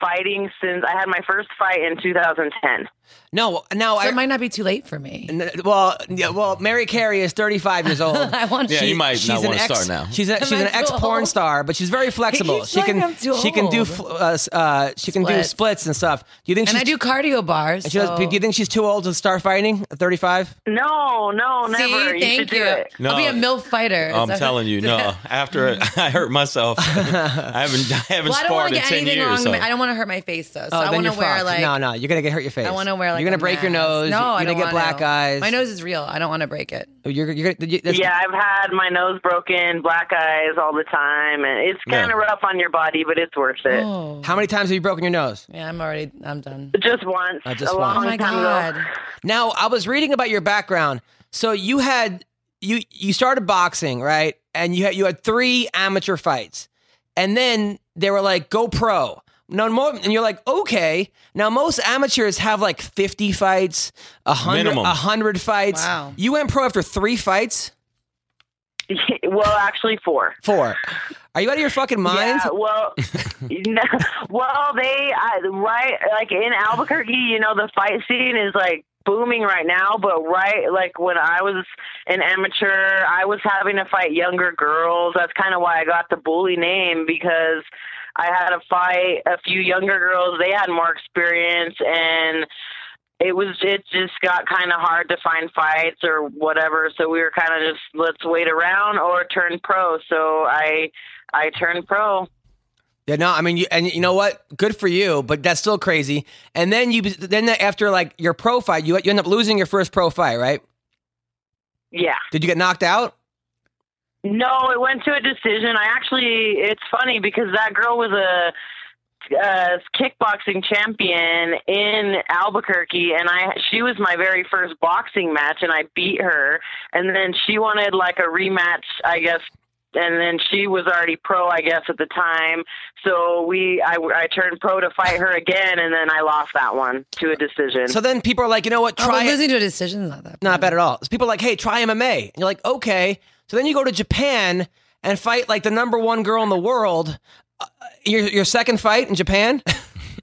fighting since I had my first fight in 2010. no, no. So I, it might not be too late for me. N- Well, yeah, well, Mary Carey is 35 years old. I want Yeah, to. you might she's not an want to ex- start now. She's, a, she's an I too ex porn old? star, but she's very flexible. keeps she can saying I'm too she can do old. fl- uh, s- uh, she can do Splits. splits and stuff. Do you think And she's, I do cardio bars. she does- so- do you think she's too old to start fighting at 35? No, no, See, never. you should thank do you. it. No. I'll be a milf fighter. I'm So- telling you, no. After I hurt myself, I haven't I haven't Well, I don't sparred want to in get ten anything wrong. years. So. I don't want to hurt my face though. So Oh, I then want to you're wear fucked. like no, no, you're gonna get hurt your face. I want to wear like you're gonna a break your mask. nose. No, you're I gonna don't get wanna. black eyes. My nose is real. I don't want to break it. You're, you're gonna. you- that's- Yeah, I've had my nose broken, black eyes all the time, and it's Yeah. kind of rough on your body, but it's worth it. Oh, How many times have you broken your nose? yeah. I'm already. I'm done. Just once, Uh, just a once. long Oh my time god. ago. Now, I was reading about your background. So you had you you started boxing, right? And you had you had three amateur fights, and then they were like, "Go pro." No more, and you're like, okay. Now most amateurs have like 50 fights, a hundred, Minimum. a hundred fights. Wow. You went pro after three fights, well, actually, four. four. Are you out of your fucking mind? Yeah, well, no, well, they uh, right like in Albuquerque, you know, the fight scene is like booming right now. But right, like when I was an amateur, I was having to fight younger girls. That's kind of why I got the bully name because I had to fight a few younger girls. They had more experience and. It was it just got kind of hard to find fights or whatever, so we were kind of just let's wait around or turn pro. So I I turned pro. Yeah, no, I mean, you, and you know what? Good for you, but that's still crazy. And then you, then after like your pro fight, you you end up losing your first pro fight, right? Yeah. Did you get knocked out? No, it went to a decision. I actually, it's funny because that girl was a uh, kickboxing champion in Albuquerque, and I she was my very first boxing match, and I beat her. And then she wanted like a rematch, I guess. And then she was already pro, I guess, at the time. So we, I, I turned pro to fight her again, and then I lost that one to a decision. So then people are like, you know what? Oh, but Try it. losing to a decision is not that. Not bad at all. So people are like, hey, try MMA. And you're like, okay. So then you go to Japan and fight like the number one girl in the world. Uh, your your second fight in Japan?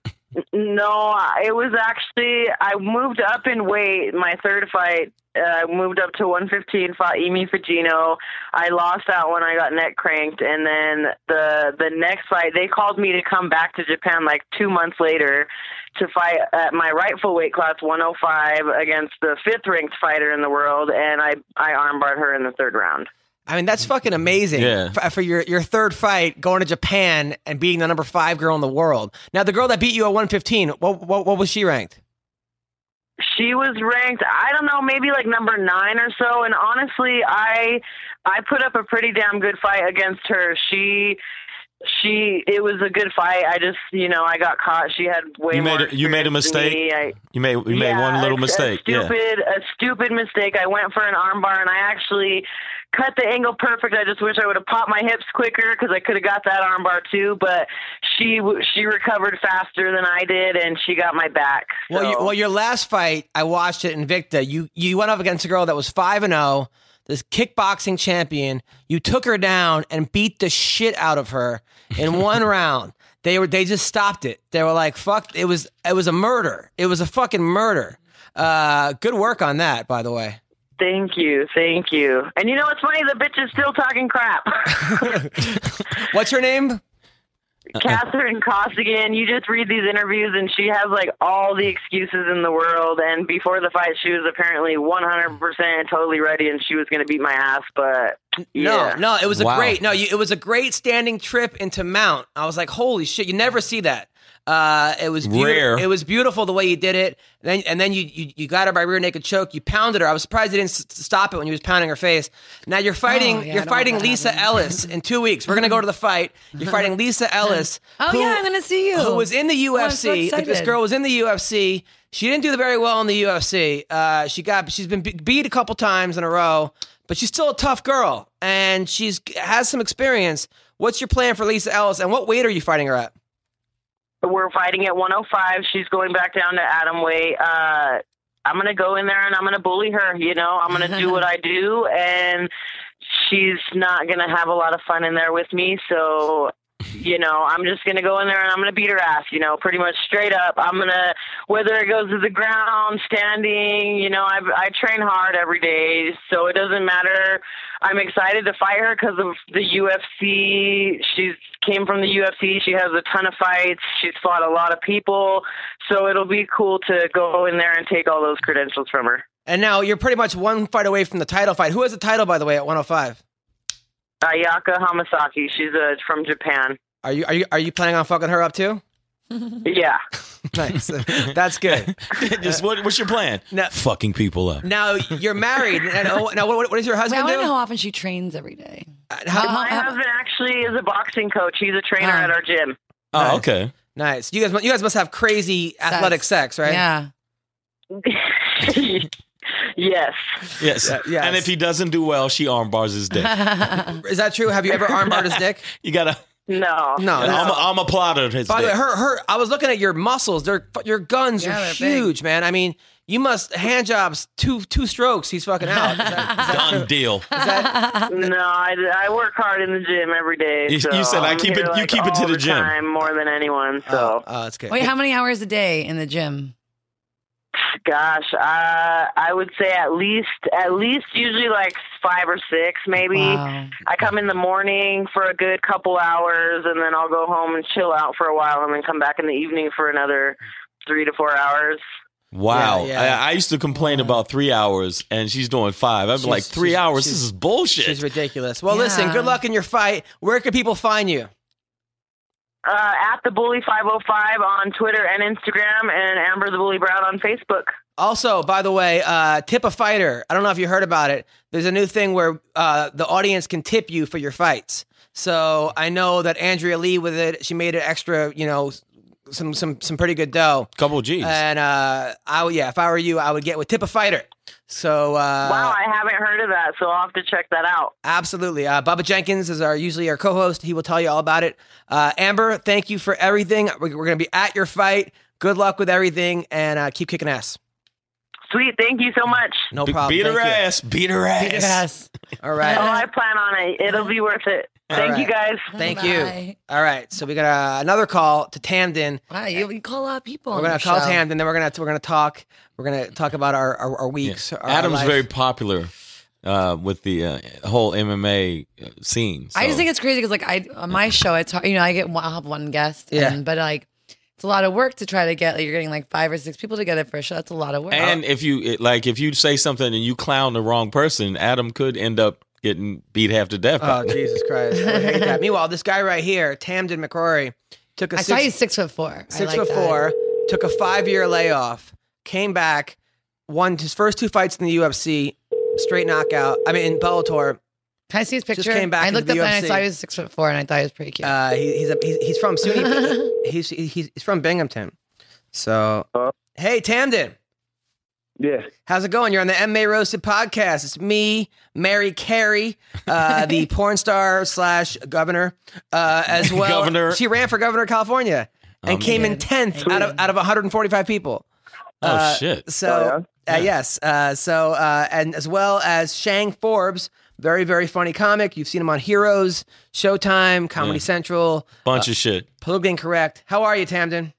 No, it was actually I moved up in weight. My third fight, uh, moved up to 115. Fought Emi Fujino. I lost that one. I got neck cranked, and then the the next fight, they called me to come back to Japan like two months later to fight at my rightful weight class 105 against the fifth ranked fighter in the world, and I I armbarred her in the third round. I mean, that's fucking amazing Yeah. F- uh, for your, your third fight going to Japan and beating the number five girl in the world. Now, the girl that beat you at 115, what, what, what was she ranked? she was ranked i don't know maybe like number nine or so and honestly i i put up a pretty damn good fight against her she she it was a good fight i just you know i got caught she had way You more made a- you made a experience mistake? than me. I, You made you made yeah, one little a- a mistake. Yeah. stupid, a stupid mistake. I went for an armbar and I actually cut the angle perfect. I just wish I would have popped my hips quicker because I could have got that armbar too. But she w- she recovered faster than I did and she got my back. Well, you, So- well, your last fight, I watched it, Invicta. You you went up against a girl that was five and zero, this kickboxing champion. You took her down and beat the shit out of her in one round. They were they just stopped it. They were like, "Fuck!" It was it was a murder. It was a fucking murder. Uh, good work on that, by the way. Thank you, thank you. And you know what's funny? The bitch is still talking crap. What's her name? Catherine Costigan, you just read these interviews and she has like all the excuses in the world. And before the fight, she was apparently 100% totally ready and she was going to beat my ass. But No, yeah. no, it was a Wow. great no, you, it was a great standing trip into Mount. I was like, holy shit, you never see that. Uh, it was beautiful. Rare. It was beautiful the way you did it. And then and then you, you you got her by rear naked choke. You pounded her. I was surprised you didn't s- stop it when you was pounding her face. Now you're fighting. Oh, yeah, I you're don't want fighting that Lisa happening. Ellis in two weeks. We're gonna go to the fight. You're fighting Lisa Ellis. Oh who- yeah, I'm gonna see you. who was in the Oh, I'm so UFC. Like, this excited. girl was in the UFC. She didn't do very well in the UFC. Uh, she got she's been be- beat a couple times in a row, but she's still a tough girl and she's has some experience. What's your plan for Lisa Ellis and what weight are you fighting her at? we're fighting at 105. She's going back down to atom weight. Uh, I'm gonna go in there and I'm gonna bully her. You know, I'm gonna do what I do, and she's not gonna have a lot of fun in there with me. So, you know, I'm just gonna go in there and I'm gonna beat her ass. You know, pretty much straight up. I'm gonna whether it goes to the ground, standing. You know, I I train hard every day, so it doesn't matter. I'm excited to fight her because of the UFC. She's came from the UFC. She has a ton of fights. She's fought a lot of people. So it'll be cool to go in there and take all those credentials from her. And now you're pretty much one fight away from the title fight. Who has the title by the way at 105? Ayaka Hamasaki. She's uh, from Japan. Are you are you are you planning on fucking her up too? Yeah. Nice. That's good. Just what, what's your plan? No. Fucking people up. Now you're married. And, oh, now what, what does your Wait, I husband want to do? know how often she trains every day. How- Uh, My uh, husband actually is a boxing coach. He's a trainer Ah. at our gym. Oh, okay. nice. You guys mu- you guys must have crazy athletic sex, right? Yeah. yes. yes. Yes. And if he doesn't do well, she armbars his dick. Is that true? Have you ever armbarred his dick? You gotta. No. No, no. I'm, a, I'm a plotter. His By the way, dick. her her I was looking at your muscles. They're your guns Yeah, are they're huge, man. I mean, you must hand jobs two two strokes. He's fucking out. Is that- is that Done deal. true? Is that- Uh, No, I, I work hard in the gym every day. You- so you said, "I I'm keep here, it- you like, keep it to all the gym." Uh, time more than anyone. So oh, oh, that's good. Wait, how many hours a day in the gym? Gosh, uh, I would say at least, at least usually like five or six, maybe. Wow. I come in the morning for a good couple hours, and then I'll go home and chill out for a while, and then come back in the evening for another three to four hours. Wow. Yeah, yeah. I, I used to complain about three hours, and she's doing five. I'm She's- like, three she's- hours? she's- This is bullshit. She's ridiculous. Well, listen. Yeah. Good luck in your fight. Where can people find you? Uh, at the Bully Five Hundred Five on Twitter and Instagram, and Amber the Bully Brown on Facebook. Also, by the way, uh, tip a fighter. I don't know if you heard about it. There's a new thing where uh, the audience can tip you for your fights. So I know that Andrea Lee with it. She made it extra, you know, some some some pretty good dough. Couple G's. And uh, I would, yeah, if I were you, I would get with Tip a Fighter. So uh, wow, I haven't heard of that, so I'll have to check that out. Absolutely. Uh, Bubba Jenkins is our usually our co-host. He will tell you all about it. Uh, Amber, thank you for everything. We're, we're going to be at your fight. Good luck with everything, and uh, keep kicking ass. Sweet, thank you so much. No Be- problem. beat her Thank you. ass. Beat her ass. Yes. All right. Oh, I plan on it. It'll be worth it. Thank you right. guys. Thank you. Bye. All right. So we got uh, another call to Tamden. Wow, you, you call a lot of people. We're on gonna your call show. Tamden. Then we're gonna we're gonna talk. We're gonna talk about our our, our weeks. our- our Adam's life. very popular uh, with the uh, whole MMA uh, scene. I just so- think it's crazy because, like, I on my show, it's hard, you know, I get one- I'll have one guest, Yeah. and, but like, it's a lot of work to try to get. Like, you're getting like five or six people together for a show. That's a lot of work. And if you it, like, if you say something and you clown the wrong person, Adam could end up getting beat half to death. Oh Jesus Christ! I would hate that. Meanwhile, this guy right here, Tamden McCrory, took a I six, saw you six foot four. I six like foot that. four, took a five year layoff, came back, won his first two fights in the UFC, straight knockout. I mean, in Bellator. Can I see his picture? came back I into looked the up and UFC. I saw he was six foot four, and I thought he was pretty cute. Uh, he, he's, a, he's he's from SUNY. he's, he's he's from Binghamton. So hey, Tamden. Yeah. How's it going? You're on the MMA Roasted podcast. It's me, Mary Carey, uh, the porn star slash governor, uh, as well. Governor. She ran for governor of California and Oh, came in man. tenth out of out of 145 people. oh uh, shit! So Oh, yeah? uh, yes, uh, so uh, and as well as Shang Forbes, very very funny comic. You've seen him on Heroes, Showtime, Comedy Yeah. Central, Bunch of shit. Politically Incorrect. How are you, Tamden?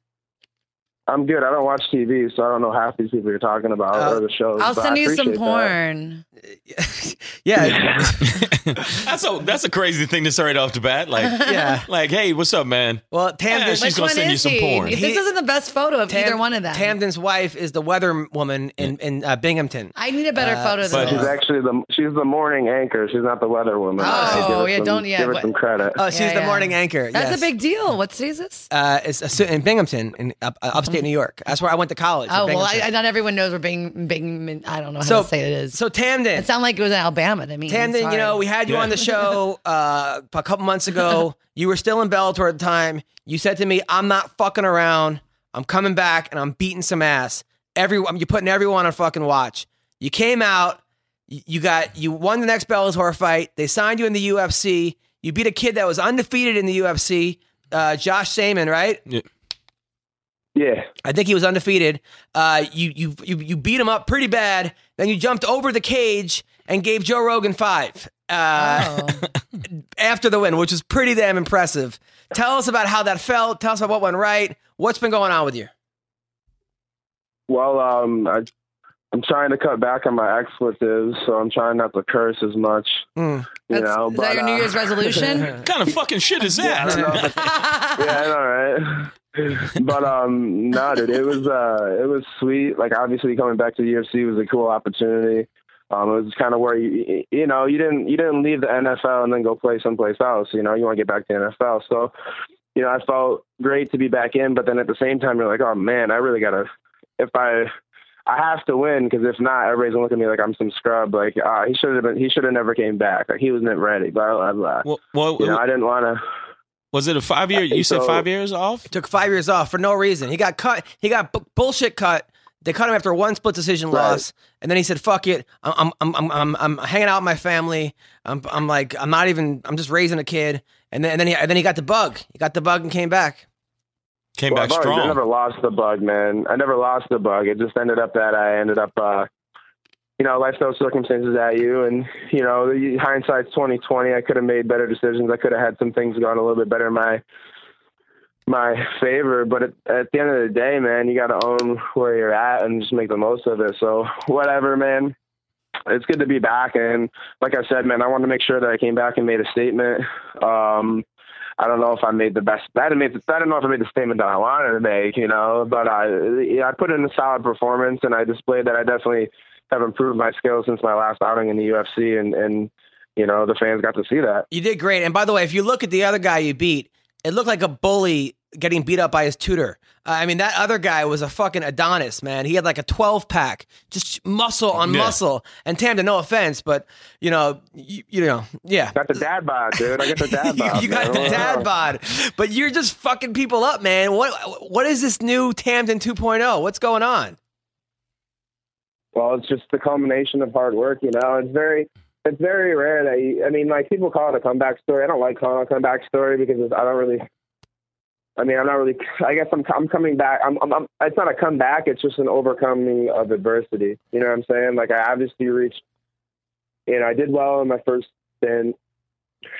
I'm good. I don't watch TV, so I don't know half these people you're talking about Uh, or the shows. Oh, I'll but send I you some appreciate that. porn. yeah, that's a that's a crazy thing to start off the bat. Like, yeah. Like, like, hey, what's up, man? well, Yeah, Tamden, she's gonna one send you is some he? porn. This He- isn't the best photo of Tam- either one of them. Tamden's wife is the weather woman in, in uh, Binghamton. I need a better Uh, photo but- than She's Yeah. this. actually the she's the morning anchor. She's not the weather woman. Oh, I give her yeah, some- don't- yeah, give her but- some credit. Oh, she's Yeah, the yeah. morning anchor. That's yes. a big deal. What city is this? Uh, it's a su- in Binghamton, in up, uh, upstate New York. That's where I went to college. in Mm-hmm. Oh well, I, Binghamton. I- not everyone knows where Bing, Bing. I don't know how So- to say it is. so Tamden, it sounded like it was in Alabama to me. Tamden, Sorry. you know, we had you Yeah. on the show uh, a couple months ago. you were still in Bellator at the time. You said to me, "I'm not fucking around. I'm coming back and I'm beating some ass. Everyone, you're putting everyone on fucking watch." You came out. You you got you won the next Bellator fight. They signed you in the UFC. You beat a kid that was undefeated in the UFC, uh, Josh Saman, right? yeah, I think he was undefeated. Uh, you, you you you beat him up pretty bad. Then you jumped over the cage and gave Joe Rogan five uh, Oh. after the win, which is pretty damn impressive. Tell us about how that felt. Tell us about what went right. What's been going on with you? Well, um, I, I'm trying to cut back on my expletives, so I'm trying not to curse as much. Mm. You That's- know, is but, that your New uh, Year's resolution? What kind of fucking shit is I don't that? know. yeah, I know, right? but um, no, dude, it was uh, it was sweet. Like obviously coming back to the UFC was a cool opportunity. Um, it was kind of where you you know you didn't you didn't leave the NFL and then go play someplace else. You know, you want to get back to the NFL. So, you know, I felt great to be back in, but then at the same time, you're like, oh man, I really gotta if I. I have to win because if not, everybody's gonna look at me like I'm some scrub. Like uh, he should have been, he should have never came back. Like he wasn't ready. Blah blah blah. Well, well, you know, I didn't want to. was it a five year? You said So- five years off. Took five years off for no reason. He got cut. He got bu- bullshit cut. They cut him after one split decision Right. loss, and then he said, "Fuck it, I'm I'm I'm I'm, I'm hanging out with my family. I'm I'm like I'm not even. I'm just raising a kid." And then and then he, and then he got the bug. He got the bug and came back. Came Well, back I've always- I strong. never lost the bug, man. I never lost the bug. It just ended up that I ended up, uh, you know, life throws circumstances at you, and you know, the- hindsight's twenty twenty. I could have made better decisions. I could have had some things gone a little bit better in my my favor. But at, at the end of the day, man, you got to own where you're at and just make the most of it. So whatever, man. It's good to be back, and like I said, man, I wanted to make sure that I came back and made a statement. Um, I don't know if I made the best. I didn't, make the, I don't know if I made the statement that I wanted to make, you know. But I, yeah, I put in a solid performance, and I displayed that I definitely have improved my skills since my last outing in the UFC, and and you know the fans got to see that. You did great. And by the way, if you look at the other guy you beat, it looked like a bully getting beat up by his tutor. Uh, I mean, that other guy was a fucking Adonis, man. He had like a 12 pack, just muscle on Yeah. muscle. And Tamden, no offense, but you know, you, you know, yeah. Got the dad bod, dude. I got the dad You- bod. you got man. the dad bod, but you're just fucking people up, man. What what is this new Tamden 2.0? oh? What's going on? Well, it's just the culmination of hard work, you know. It's very, it's very rare that you, I mean, like people call it a comeback story. I don't like calling it a comeback story because it's, I don't really. I mean, I'm not really. I guess I'm. I'm coming back. I'm, I'm, I'm. It's not a comeback. It's just an overcoming of adversity. You know what I'm saying? Like I obviously reached. You know, I did well in my first stint.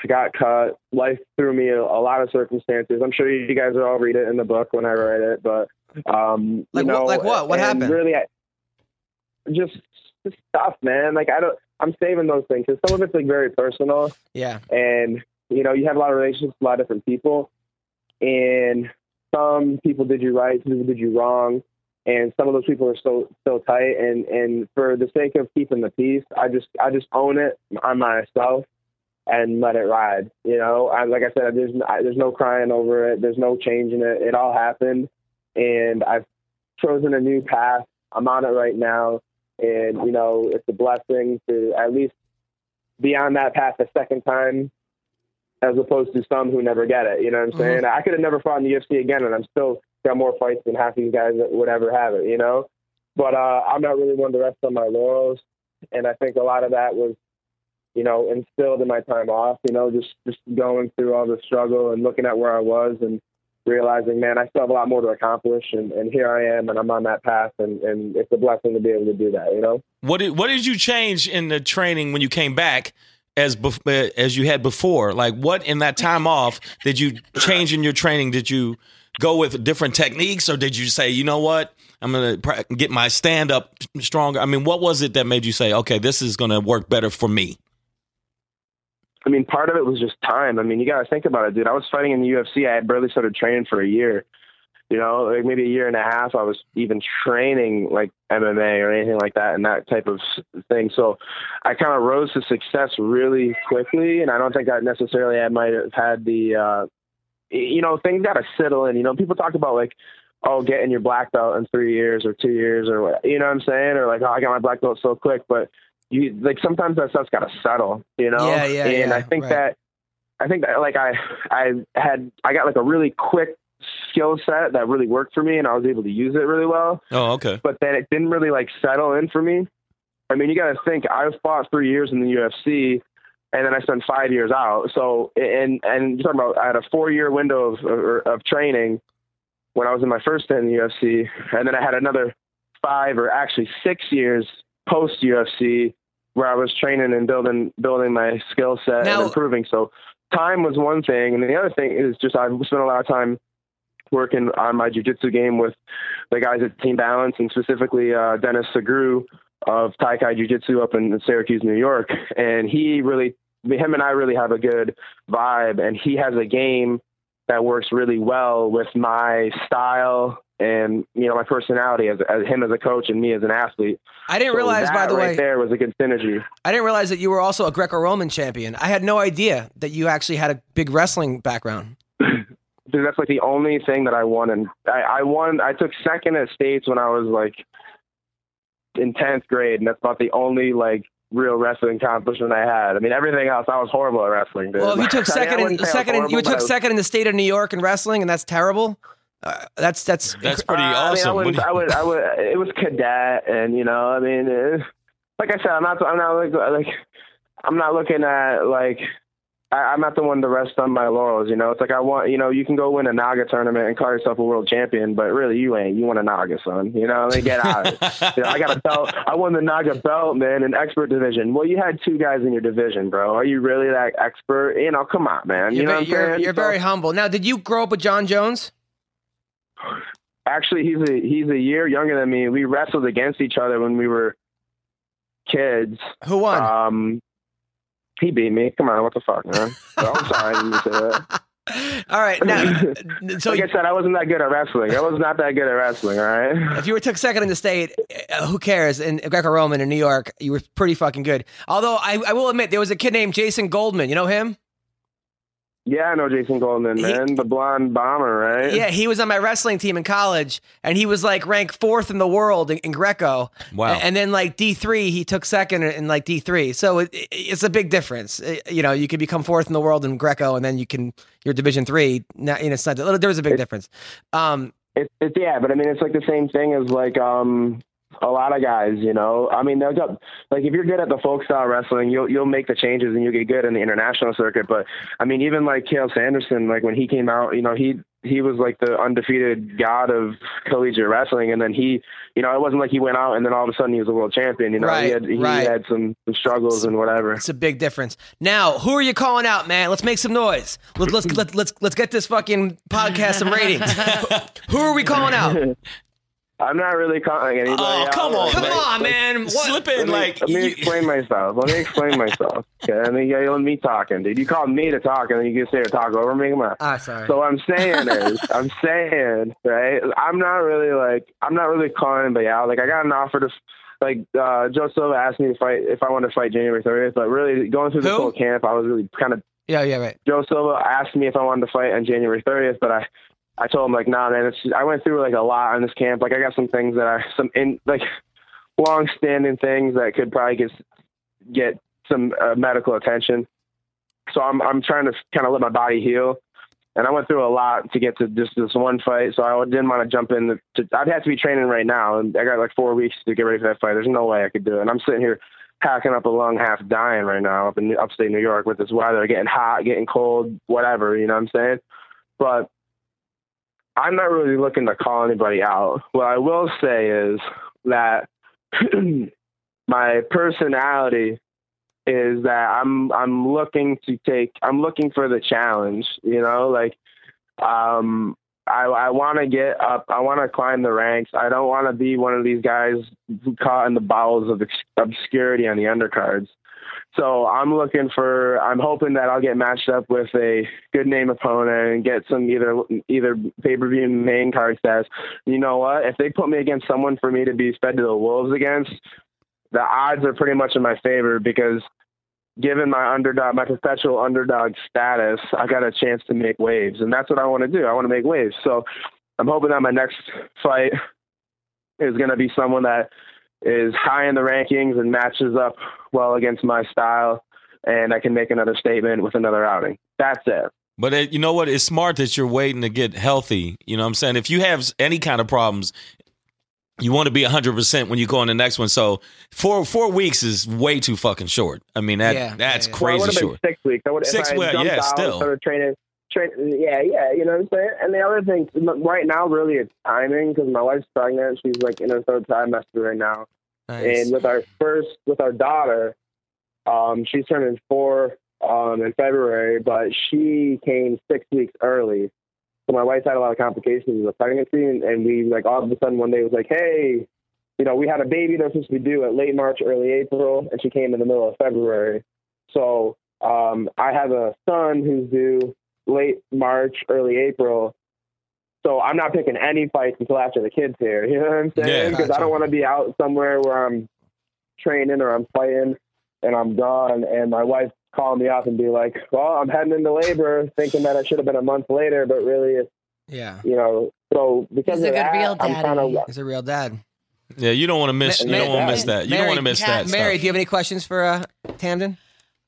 Got cut. Life threw me a, a lot of circumstances. I'm sure you guys will all read it in the book when I write it. But um, Like you what- know, like what? What and happened? Really, I, just, just stuff, man. Like I don't. I'm saving those things 'cause some of it's like very personal Yeah, and you know you have a lot of relationships with a lot of different people and some people did you right some people did you wrong and some of those people are still still tight and and for the sake of keeping the peace i just i just own it on myself and let it ride you know I, like i said there's n- I, there's no crying over it there's no changing it it all happened and i've chosen a new path i'm on it right now and you know it's a blessing to at least be on that path a second time as opposed to some who never get it. You know what I'm saying? I could have never fought in the UFC again and I'm still got more fights than half of you guys that would ever have it, you know? But uh, I'm not really one to rest on my laurels. And I think a lot of that was, you know, instilled in my time off, you know, just, just going through all the struggle and looking at where I was and realizing, man, I still have a lot more to accomplish. And, and here I am and I'm on that path. And, and it's a blessing to be able to do that, you know? What did what did you change in the training when you came back as bef- uh, as you had before? Like what in that time off did you change in your training? Did you go with different techniques or did you say, "You know what? I'm going to pra- get my stand up stronger." I mean, what was it that made you say, "Okay, this is going to work better for me?" I mean, part of it was just time. I mean, you got to think about it, dude. I was fighting in the UFC. I had barely started training for a year. You know, like maybe a year and a half. I was even training like MMA or anything like that and that type of s- thing. So I kind of rose to success really quickly, and I don't think I necessarily I might have had the, uh, y- you know, things got to settle in. You know, people talk about like. Oh, getting your black belt in three years or two years or what, you know what I'm saying? Or like, oh, I got my black belt so quick, but you like sometimes that stuff's got to settle, you know? Yeah, yeah, And yeah, I think right. that, I think that like I, I had, I got like a really quick skill set that really worked for me and I was able to use it really well Oh, okay. but then it didn't really like settle in for me. I mean, you got to think I fought three years in the UFC, and then I spent five years out. So, and and you're talking about I had a four year window of, of of training when I was in my first stint in the UFC, and then I had another five or actually six years post UFC where I was training and building building my skill set Now- and improving. So, time was one thing, and the other thing is just I spent a lot of time working on my jiu-jitsu game with the guys at Team Balance and specifically uh, Dennis Segru of Taikai Jiu-Jitsu up in Syracuse, New York. And he really, him and I really have a good vibe. And he has a game that works really well with my style and you know my personality as, as him as a coach and me as an athlete. I didn't So realize. that By the right way, there was a good synergy. I didn't realize that you were also a Greco-Roman champion. I had no idea that you actually had a big wrestling background. dude, that's like the only thing that I won. And I, I won, I took second at states when I was like in 10th grade. And that's about the only like real wrestling accomplishment I had. I mean, everything else, I was horrible at wrestling. Dude. Well, if you took I mean, I second, in, wouldn't say I was second, in, horrible, you but I took was- second in the state of New York in wrestling, and that's terrible. Uh, that's that's That's pretty Uh, awesome. I, What mean, do you- I, would, I would, I would, it was cadet. And, you know, I mean, eh, like I said, I'm not, I'm not like, like I'm not looking at like, I, I'm not the one to rest on my laurels, you know. It's like I want, you know, you can go win a Naga tournament and call yourself a world champion, but really you ain't. You want a Naga, son. You know, like, get out. of it. You know, I got a belt. I won the Naga belt, man, in expert division. Well, you had two guys in your division, bro. Are you really that expert? You know, come on, man. You you're, ve- know, what I'm you're, saying? you're So- very humble. Now, did you grow up with John Jones? actually he's a he's a year younger than me. We wrestled against each other when we were kids. Who won? Um, he beat me. Come on, what the fuck, man? I'm sorry I didn't say that. All right, now, so like I said, I wasn't that good at wrestling. I was not that good at wrestling. All right. if you were took second in the state, uh, who cares? In Greco-Roman in New York, you were pretty fucking good. Although I, I will admit, there was a kid named Jason Goldman. You know him? Yeah, I know Jason Goldman, He- man, the blonde bomber, right? Yeah, he was on my wrestling team in college, and he was like ranked fourth in the world in, in Greco. Wow. And, then like D three, he took second in like D three. So it, it- it's a big difference. It- you know, you can become fourth in the world in Greco, and then you can your Division three. Not, you know, it's not there was a big difference. Um, It's it's yeah, but I mean, it's like the same thing as like um a lot of guys, you know. I mean, they'll go, like if you're good at the folk style wrestling, you'll you'll make the changes and you'll get good in the international circuit. But I mean, even like Kale Sanderson, like when he came out, you know, he he was like the undefeated god of collegiate wrestling, and then he, you know, it wasn't like he went out and then all of a sudden he was a world champion. You know, Right, he had he right. had some, some struggles and whatever. it's a big difference. Now, who are you calling out, man? Let's make some noise. Let, let's let, let's let's get this fucking podcast some ratings. who are we calling out? I'm not really calling anybody. Oh, out. come on, Come man. on, man. What? Slip in, Let me, like let me you- explain myself. Let me explain myself. Okay, let me let me talking, dude. You called me to talk, and then you just say to talk over me. Come on. Ah, sorry. So what I'm saying is, I'm saying, right? I'm not really like, I'm not really calling anybody out. Like, I got an offer to, like, uh, Joe Silva asked me to fight if I want to fight January 30th, but really going through Who? this whole camp, I was really kind of yeah, yeah, right. Joe Silva asked me if I wanted to fight on January 30th, but I, I told him like, nah, man. It's I went through like a lot on this camp. Like I got some things that are some in like long-standing things that could probably get get some uh, medical attention. So I'm I'm trying to kind of let my body heal, and I went through a lot to get to just this one fight. So I didn't want to jump in. To, I'd have to be training right now, and I got like four weeks to get ready for that fight. There's no way I could do it. And I'm sitting here packing up a lung, half dying right now up in upstate New York with this weather, getting hot, getting cold, whatever. You know what I'm saying? But I'm not really looking to call anybody out. What I will say is that my personality is that I'm I'm looking to take I'm looking for the challenge. You know, like um. I, I want to get up. I want to climb the ranks. I don't want to be one of these guys caught in the bowels of ex- obscurity on the undercards. So I'm looking for. I'm hoping that I'll get matched up with a good name opponent and get some either either pay per view main card status. You know what? If they put me against someone for me to be fed to the wolves against, the odds are pretty much in my favor because given my underdog, my perpetual underdog status, I got a chance to make waves, and that's what I want to do. I want to make waves. So I'm hoping that my next fight is going to be someone that is high in the rankings and matches up well against my style, and I can make another statement with another outing. That's it. But it, you know what? It's smart that you're waiting to get healthy. You know what I'm saying? If you have s- any kind of problems, you want to be 100% when you go on the next one. So four four weeks is way too fucking short. I mean, that Yeah, that's yeah, yeah. crazy well, it would have short. Been six weeks. I would, Six if I had well, jumped yeah, out and still. Started training. Train, yeah, yeah, you know what I'm saying. And the other thing, look, right now, really, it's timing because my wife's pregnant. She's like in her third trimester right now. Nice. And with our first, with our daughter, um, she's turning four um, in February, but she came six weeks early. So my wife had a lot of complications with the pregnancy, and, and we like all of a sudden one day was like, "Hey, you know, we had a baby that was supposed to be due at late March, early April, and she came in the middle of February." So um, I have a son who's due late March, early April. So I'm not picking any fights until after the kids here. You know what I'm Yeah, saying? Because I gotcha. don't want to be out somewhere where I'm training or I'm fighting and I'm gone, and my wife calling me up and be like, "Well, I'm heading into labor, thinking that I should have been a month later, but really, it's yeah, you know." So because He's a of good that, real I'm daddy. kind of he's a real dad. Yeah, you don't want to miss. Ma- You don't ma- want to miss that. You don't Mary- want to miss that. stuff. Mary, do you have any questions for uh, Tamden?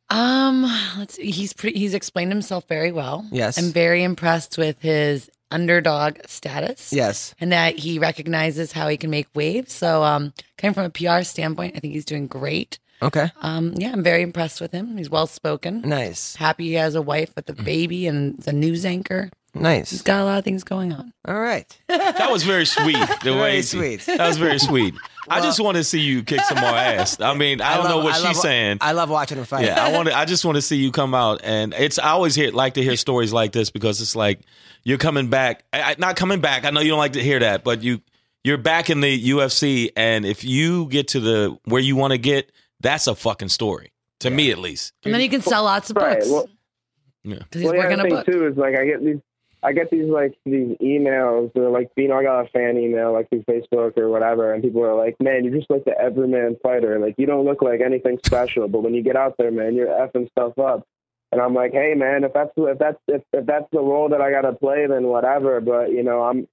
Um, let's see. He's pretty. He's explained himself very well. Yes. I'm very impressed with his underdog status. Yes. and that he recognizes how he can make waves. So, um, coming from a PR standpoint, I think he's doing great. Okay. Um, yeah, I'm very impressed with him. He's well Mm. spoken. Nice. Happy he has a wife with a baby and the news anchor. He's Nice. got a lot of things going on. All right. That was very sweet. The Very way he- sweet. That was very sweet. I just want to see you kick some more ass. I mean, I, don't love- know what I she's love- saying. I love watching him fight. yeah, I want to. I just want to see you come out, and it's. I always hear like to hear stories like this because it's like you're coming back. I, I, not coming back. I know you don't like to hear that, but you you're back in the UFC, and if you get to the where you want to get, that's a fucking story to me at least. And then he can sell lots of Right, books. well- Yeah. 'Cause he's well, working the a other book. thing too is like I get these, I get these like these emails. They're like, you know, I got a fan email like through Facebook or whatever, and people are like, man, you're just like the everyman fighter. Like you don't look like anything special, but when you get out there, man, you're effing stuff up. And I'm like, hey man, if that's if that's if, if that's the role that I got to play, then whatever. But you know, I'm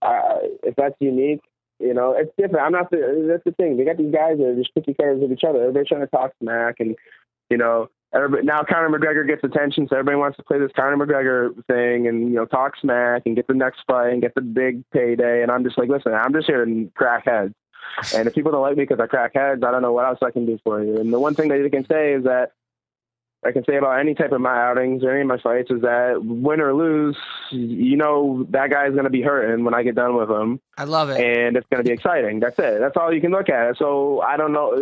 I, if that's unique, you know, it's different. I'm not. The, that's the thing. They got these guys that are just cookie cutters with each other. Everybody's trying to talk smack, and you know, everybody, now Conor McGregor gets attention, so everybody wants to play this Conor McGregor thing, and you know, talk smack and get the next fight and get the big payday. And I'm just like, listen, I'm just here to crack heads. And if people don't like me because I crack heads, I don't know what else I can do for you. And the one thing that they can say is that I can say about any type of my outings or any of my fights is that win or lose, you know that guy's going to be hurting when I get done with him, I love it. and it's going to be exciting. That's it. That's all you can look at. So I don't know.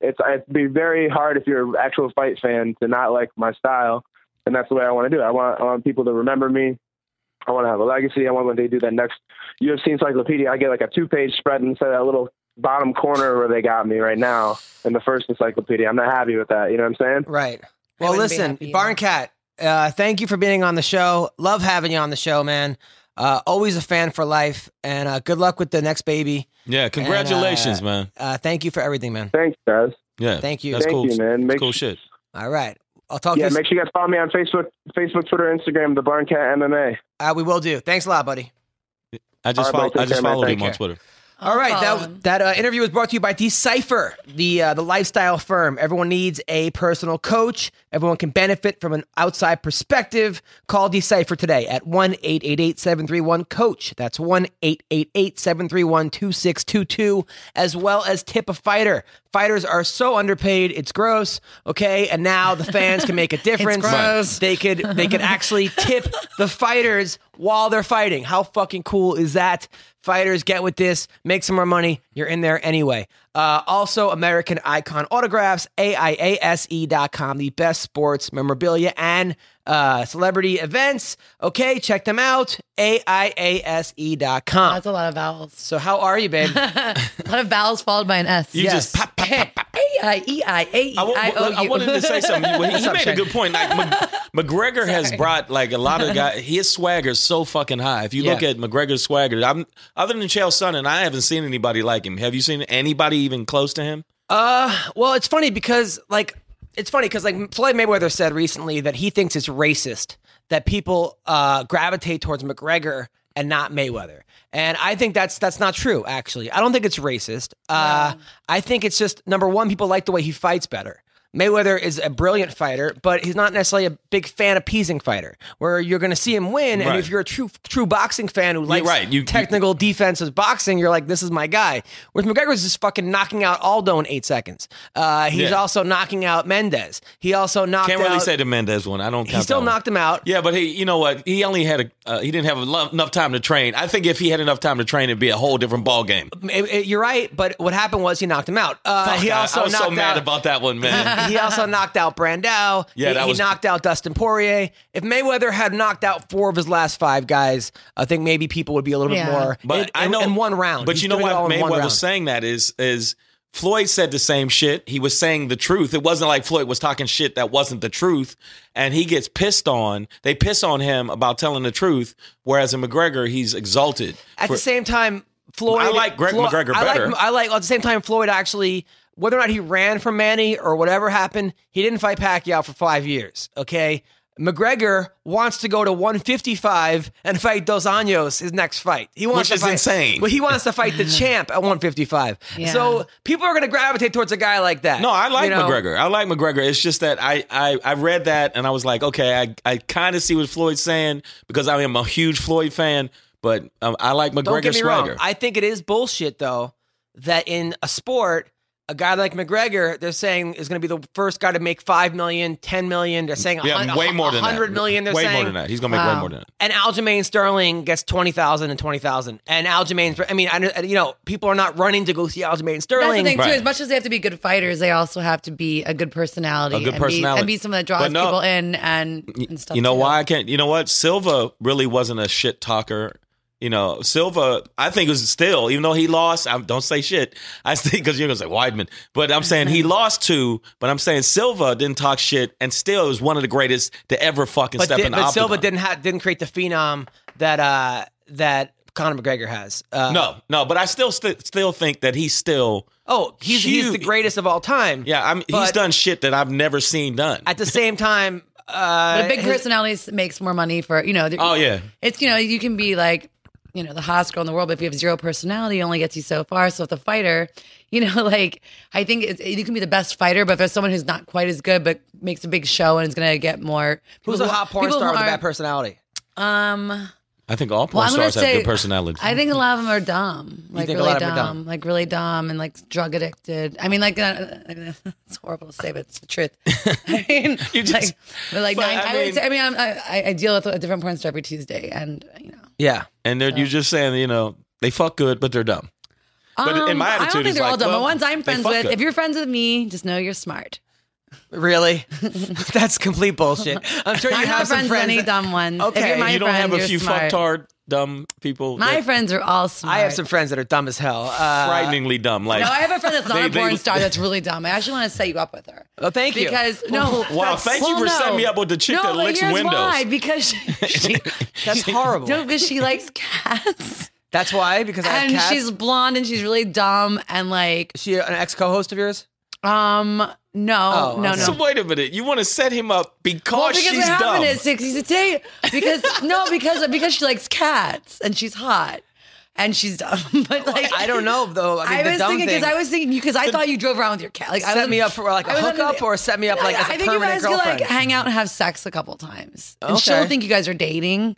It's it'd be very hard if you're an actual fight fan to not like my style, and that's the way I want to do it. I want I want people to remember me. I want to have a legacy. I want when they do that next UFC encyclopedia, I get like a two page spread instead of that little bottom corner where they got me right now in the first encyclopedia. I'm not happy with that. You know what I'm saying? Right. Well, wouldn't be listen, happy Barn Cat, uh, thank you for being on the show. Love having you on the show, man. Uh, always a fan for life, and uh, good luck with the next baby. Yeah, congratulations, man. Uh, thank you for everything, man. Thanks, guys. Yeah, Thank you. That's Thank cool. you, man. That's Make- cool shit. All right, I'll talk Yeah, to you. make sure you guys follow me on Facebook, Facebook, Twitter, Instagram, The Barn Cat MMA. uh, we will do. Thanks a lot, buddy. I just follow, All right, bro, I take just care, man. followed Take him on care. Twitter. All right, follow that him. that uh, interview was brought to you by Decipher, the uh, the lifestyle firm. Everyone needs a personal coach. Everyone can benefit from an outside perspective. Call Decipher today at 1-888-731-COACH. That's 1-888-731-2622 as well as tip a fighter. Fighters are so underpaid, it's gross, okay? And now the fans can make a difference. gross. They could they could actually tip the fighters while they're fighting. How fucking cool is that? Fighters get with this, make some more money. You're in there anyway. Uh, also, American Icon Autographs, AIASE.com, E the best sports memorabilia and uh, celebrity events. Okay, check them out, AIASE.com. That's a lot of vowels. E So, how are you, babe? A lot of vowels followed by an S. You Yes. just pop, pop, pop, pop. A-I-E-I-A-E-I-O-U. I, wa- look, I wanted to say something. He he up, made a Shane? good point. Like Mc- McGregor has brought like a lot of guys. His swagger is so fucking high. If you look Yeah. at McGregor's swagger, I'm other than Chael Sonnen, I haven't seen anybody like him. Have you seen anybody even close to him? Uh, well, it's funny because like it's funny because like Floyd Mayweather said recently that he thinks it's racist that people uh, gravitate towards McGregor and not Mayweather, and I think that's that's not true. Actually, I don't think it's racist. Uh, I think it's just number one, people like the way he fights better. Mayweather is a brilliant fighter, but he's not necessarily a big fan appeasing fighter. Where you're going to see him win, and Right. if you're a true true boxing fan who likes right. You- you- technical defensive boxing, you're like, this is my guy. Whereas McGregor's just fucking knocking out Aldo in eight seconds. Uh, he's Yeah. also knocking out Mendez. He also knocked Can't really out. say the Mendez one. I don't. he count still that one. knocked him out. Yeah, but he, you know what? He only had a, uh, he didn't have a lo- enough time to train. I think if he had enough time to train, it'd be a whole different ball game. It- it- you're right, but what happened was he knocked him out. Uh, he also I was knocked so mad out. about that one, man. he also knocked out Brandow. Yeah, he, that he was- knocked out Dustin Poirier. If Mayweather had knocked out four of his last five guys, I think maybe people would be a little Yeah. bit more. But in, I in- know in one round. But He's you know doing why it all in one Mayweather round. was saying that is is Floyd said the same shit. He was saying the truth. It wasn't like Floyd was talking shit that wasn't the truth. And he gets pissed on. They piss on him about telling the truth. Whereas in McGregor, he's exalted. At for- the same time, Floyd. I like Greg Floyd- McGregor I better. Like, I like. At the same time, Floyd actually, whether or not he ran from Manny or whatever happened, he didn't fight Pacquiao for five years. Okay. McGregor wants to go to 155 and fight Dos Anjos his next fight. He wants Which to is fight, insane. But he wants to fight the champ at 155. Yeah. So people are going to gravitate towards a guy like that. No, I like you know? McGregor. I like McGregor. It's just that I I, I read that and I was like, okay, I, I kind of see what Floyd's saying because I am a huge Floyd fan, but um, I like McGregor Don't get me swagger. wrong. I think it is bullshit though that in a sport, a guy like McGregor, they're saying is going to be the first guy to make five million, 10 million. They're saying a yeah, hun- way more than that. hundred million, They're way saying more than that. He's gonna make way Wow. more than that. and Aljamain Sterling gets 20,000 and 20,000. And Aljamain, I mean, I, know- you know, people are not running to go see Aljamain Sterling. That's the thing too. Right. As much as they have to be good fighters, they also have to be a good personality, A good and, Be, personality. and be someone that draws But no- people in and, and stuff. You know too. why I can't? You know what? Silva really wasn't a shit talker. You know, Silva, I think was still, even though he lost, I don't say shit. I think because you're gonna say Weidman, but I'm saying Mm-hmm. he lost two. But I'm saying Silva didn't talk shit, and still is one of the greatest to ever fucking but step di- in the but octagon. Silva didn't ha- didn't create the phenom that uh, that Conor McGregor has. Uh, No, no, but I still st- still think that he's still. Oh, he's, he's the Huge. greatest of all time. Yeah, I'm, he's But- done shit that I've never seen done. At the same time, Uh, But a big his- personality s- makes more money for you know. the- Oh yeah, it's you know you can be like you know the hottest girl in the world, but if you have zero personality, it only gets you so far. So with the fighter, you know, like I think it's, you can be the best fighter, but if there's someone who's not quite as good but makes a big show and is gonna get more. Who's people a who- hot porn people who star with a aren't- bad personality? Um, I think all porn Well, I'm gonna stars have say- good personality. I think a lot of them are dumb, like think a really lot of 'em dumb, are dumb? like really dumb and like drug addicted. I mean, like uh, I mean, it's horrible to say, but it's the truth. I mean, You just- like, but like but nine, I I, mean- would say, I mean, I'm, I, I deal with a different porn star every Tuesday, and you know, Yeah. and they're, you're just saying, you know, they fuck good, but they're dumb. But in my Um, I don't attitude, think it's they're all like, dumb. well, but ones I'm they friends fuck with, up. if you're friends with me, just know you're smart. Really? That's complete bullshit. I'm sure you I'm have not some friends with friends. any that- dumb ones. if Okay, you're my you don't friend, have a you're few smart. fucktard dumb people. My that- friends are all smart. I have some friends that are dumb as hell. Uh, frighteningly dumb. Like No, I have a friend that's not They- a porn they- star that's really dumb. I actually want to set you up with her. Well, thank you. because no. Wow, thank you well, for setting no. me up with the chick no, that but licks here's windows. Why? Because she, she- That's horrible. no, because she likes cats, That's why because I have and cats. she's blonde and she's really dumb and like Is she an ex co-host of yours? um no Oh, no okay. no. So wait a minute. You want to set him up because, well, because she's what happened dumb. is sixties a day because no because because she likes cats and she's hot and she's dumb but like I don't know though. I, mean, I the was dumb thinking thing, because I was thinking because I thought you drove around with your cat like I set was- me up for like a I was under hookup the- or set me up like as a I think you permanent guys girlfriend. could like hang out and have sex a couple times, and Okay. she'll think you guys are dating,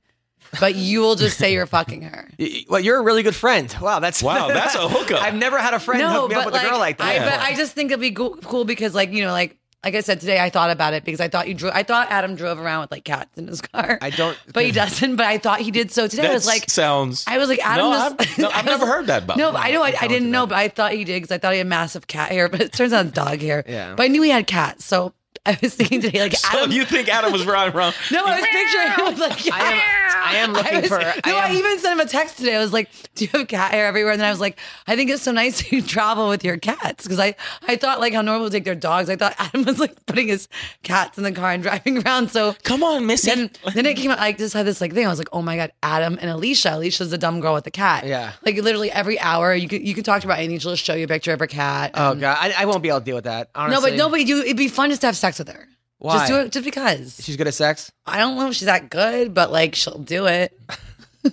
but you will just say you're fucking her. Y- well, you're a really good friend. Wow, that's Wow, that's a hookup. I've never had a friend hook me up with a girl like that. I, but before. I just think it'd be go- cool because, like, you know, like like I said today, I thought about it because I thought you drove. I thought Adam drove around with like cats in his car. I don't- but he doesn't. But I thought he did so today. that I was like, sounds. I was like, Adam. No, does- I've, no, I I've was- never heard that. About No, but I know I, I didn't do know, but I thought he did because I thought he had massive cat hair, but it turns out it's dog hair. Yeah. But I knew he had cats, so I was thinking today, like So Adam. you think Adam was right around? No, I was picturing him with like. I am, I am looking I was- for. I no, I, am- even sent him a text today. I was like, "Do you have cat hair everywhere?" And then I was like, "I think it's so nice you travel with your cats." Because I, I thought like how normal to take their dogs. I thought Adam was like putting his cats in the car and driving around. So Come on, Missy. then, then it came out. I just had this like thing. I was like, "Oh my god, Adam and Alicia. Alicia's the dumb girl with the cat." Yeah. Like literally every hour, you could you could talk about anything. She'll just show you a picture of her cat. oh god, I, I won't be able to deal with that. no, Honestly, but no, but you. It'd be fun just to have sex with her. Why? Just do it, just because. She's good at sex. I don't know if she's that good, but like she'll do it.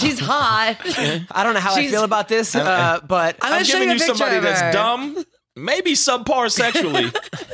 she's hot. I don't know how I She's- feel about this, uh, but I'm I'm gonna show giving you a you picture somebody of her. that's dumb, maybe subpar sexually,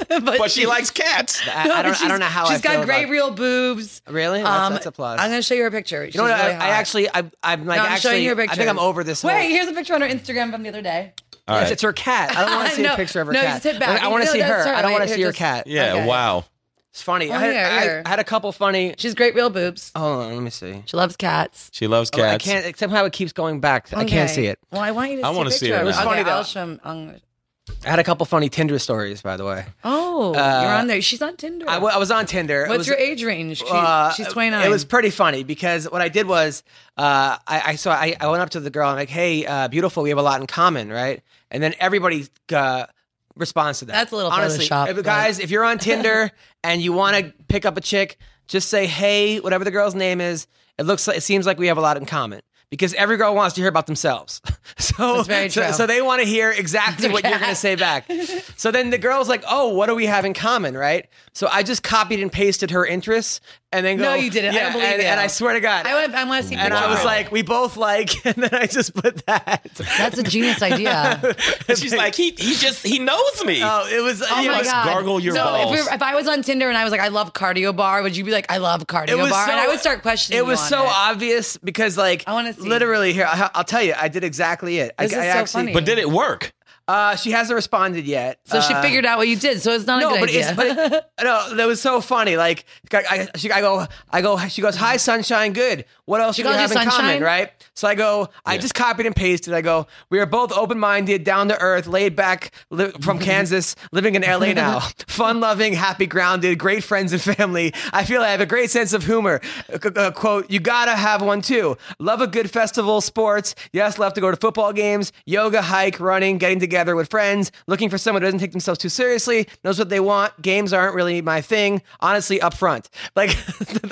but she likes cats. I, I don't. I don't know how I She's feel got great about- real boobs. Really? That's, Um, that's applause. I'm gonna show you her picture. She's you know what? really I, hot. I actually, I, I'm like No, I'm showing actually. you her I picture. think I'm over this. Wait, whole- here's a picture on her Instagram from the other day. All Yes, right. it's her cat. I don't want to see a No, picture of her no, cat. just hit back. I want to No, see her. that's her. I don't want Right, to see here, her just- cat. yeah. okay. Wow. It's funny. I, Oh, had, here, I- here. I had a couple funny. She's great real boobs. Hold on, let me see. She loves cats. She loves Oh, I cats. can't. Somehow it keeps going back. I can't Okay. see it. Well, I want you to. I see wanna a see picture. it It was now. funny, Okay, though. I'll show 'em. I'm- I had a couple funny Tinder stories, by the way. Oh, Uh, you're on there. She's on Tinder. I, w- I was on Tinder. It What's was- your age range? She, uh, she's 29. It was pretty funny because what I did was uh, I, I so I, I went up to the girl and like, hey, uh, beautiful, we have a lot in common, right? And then everybody uh, responds to that. That's a little honestly, Photoshop, if- but- guys. If you're on Tinder and you want to pick up a chick, just say hey, whatever the girl's name is. It looks like it seems like we have a lot in common. Because every girl wants to hear about themselves, so That's very so, true. so they want to hear exactly what you're going to say back. So then the girl's like, "Oh, what do we have in common?" Right? So I just copied and pasted her interests, and then go, No, you didn't. I Yeah, don't believe and, you. and I swear to God, I want. I want to see. and I pictures. was like, "We both like," and then I just put that. That's a genius idea. And she's like, he he just he knows me. Oh, it was. Oh it my was- god! gargle your so balls. If, we were- if I was on Tinder and I was like, I love cardio bar, would you be like, I love cardio It was bar? so- and I would start questioning. It was you on so it. obvious because, like, I wanna see. literally here. I, I'll tell you, I did exactly it. I, This is I so actually, funny. but did it work? uh, she hasn't responded yet. So she Uh, figured out what you did. So it's not no, a good but idea. it's but it, no, that was so funny. Like I, I, she, I go, I go. She goes, "Hi, sunshine. Good. What else She do we calls have you in common?" sunshine? Right. So I go. I just copied and pasted. I go. We are both open-minded, down to earth, laid back, li- from Kansas, living in LA now. Fun-loving, happy, grounded, great friends and family. I feel I have a great sense of humor. Uh, qu- uh, quote: You gotta have one too. Love a good festival, sports. Yes, love to go to football games, yoga, hike, running, getting together together with friends, looking for someone who doesn't take themselves too seriously, knows what they want. Games aren't really my thing. Honestly, up front. Like,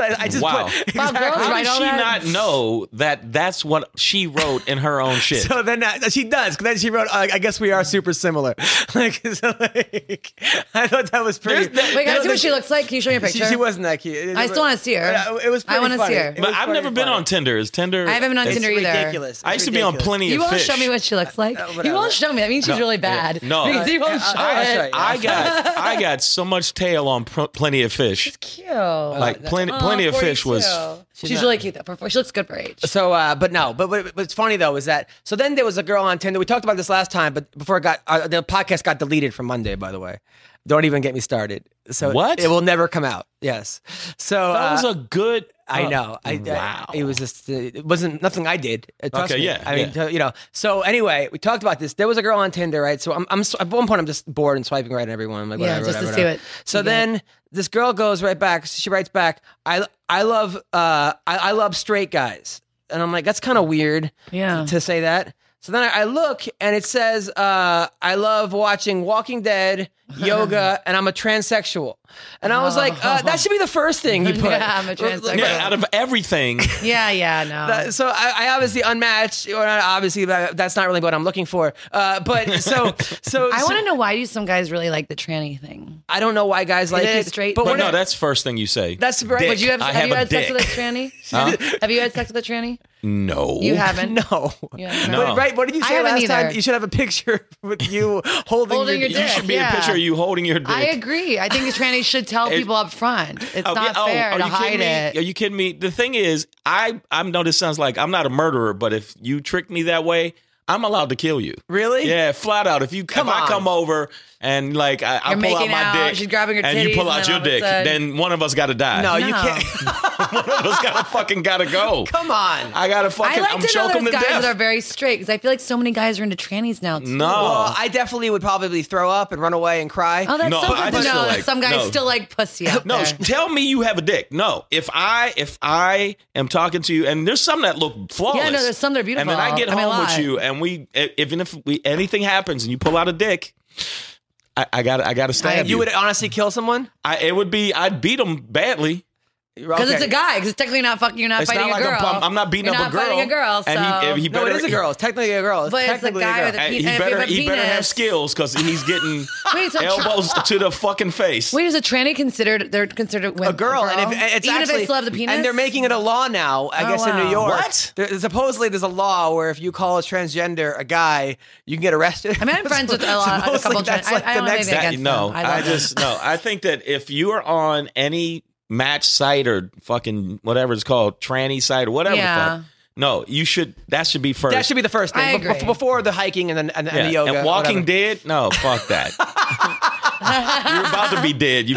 I just Wow. put. Wow, girls How write did all she that? not know that that's what she wrote in her own shit? So then uh, she does. 'cause Then she wrote, uh, "I guess we are super similar." Like, so, like I thought that was pretty. There's that- Wait, can I don't I see what think- she looks like? Can you show me a She, picture? she wasn't that cute. It- I still wanna see her. Yeah, It was. I Pretty wanna see funny. her. It but was I've pretty never been funny. on Tinder. Is Tinder? I haven't been on It's Tinder either. ridiculous. It's I used to be on ridiculous. plenty You of won't fish. show me what she looks like. you Uh, whatever. won't show me. That means she's really bad. No. because you won't Yeah, show I'll show it. you. I got I got so much tail on pr- plenty of fish. Cute. Like Like plenty plenty of fish was She's, not- really cute though. For- She looks good for her age. So, uh, but no, but what- what's funny though is that so then there was a girl on Tinder. We talked about this last time, but before it got uh, the podcast got deleted from Monday. By the way, don't even get me started. So What? It will never come out. Yes. So uh, that was a good. I uh, know. I, I- wow. it was just uh, it wasn't nothing I did. Uh, Trust Okay, me. yeah, I mean, yeah. t- you know. So anyway, we talked about this. There was a girl on Tinder, right? So I'm, I'm s- at one point I'm just bored and swiping right at everyone. I'm like, Yeah, whatever, just to whatever, see whatever. what So you get. then this girl goes right back. She writes back. I I love uh I, I love straight guys, and I'm like, that's kind of weird Yeah. to say that. So then I I look and it says, uh, I love watching Walking Dead, yoga, and I'm a transsexual. And I was like, uh, that should be the first thing you put. Oh. uh, Yeah, I'm a transsexual. Yeah, out of everything, Yeah, yeah, no. That- so I, I obviously unmatched, or not obviously, that, that's not really what I'm looking for. Uh, but so, so, I so want to know why do some guys really like the tranny thing? I don't know why guys like they it. straight- but but we're no, not- that's first thing you say. that's right. Dick. Would you have, I have, you a had sex dick. with a tranny? Huh? Have you had sex with a tranny? no, You haven't. No. Yeah, No. But, right? What did you I say haven't last time? either. You should have a picture with you holding, Holding your, your You dick. should be Yeah. a picture of you holding your dick. I agree. I think the tranny should tell It- people up front. It's Oh, not yeah. Oh, fair are to you kidding hide me? it. Are you kidding me? The thing is, I I know this sounds like I'm not a murderer, but if you trick me that way, I'm allowed to kill you. Really? Yeah, flat out. If you come, if on. I come over and like I, I You're pull out making my out, dick, she's grabbing her and you titties, pull and out then your all of a dick, sudden- then one of us got to die. No, you No. can't. one of us got to fucking got to go. Come on. I got to fucking. I like am to know choking those to guys death. that are very straight because I feel like so many guys are into trannies now. Too. no, Well, I definitely would probably throw up and run away and cry. Oh, that's No, so good I to just know. feel that like- Some guys no. still like pussy out No, there. sh- tell me you have a dick. No, if I if I am talking to you, and there's some that look flawless. Yeah, no, there's some that are beautiful. And then I get I mean, a home with lot. you, and we i- even if we anything happens and you pull out a dick, I, I got I got to stab you. you would uh, honestly kill someone? I, it would be I'd beat them badly. Because Okay. it's a guy. Because technically not fucking. You're not It's fighting not like a girl. I'm, I'm, I'm not beating You're up not a girl. fighting a girl, and he, so- if he No, better, it is a girl. It's technically a girl. It's But it's a technically guy girl. with a- And He, if you better have a he better have penis- skills because he's getting Wait, so tra- elbows to the fucking face. Wait, is a tranny considered? They're considered women, a girl, and if, and it's even actually, if they still have the penis, and they're making it a law now. I Oh, guess in New wow. York, What? There, supposedly there's a law where if you call a transgender a guy, you can get arrested. I mean, I'm friends with a lot- a Supposedly couple that's trans- like I- I the don't next. think That- against no, them. I love I, just no. I think that if you are on any match site or fucking whatever it's called, tranny site or whatever, Yeah. the fuck, no, you should. That should be first. That should be the first thing I bef- agree. before the hiking and the, and, the- and Yeah, the yoga. and Walking whatever. Dead. No, fuck that. you're about to be dead. You,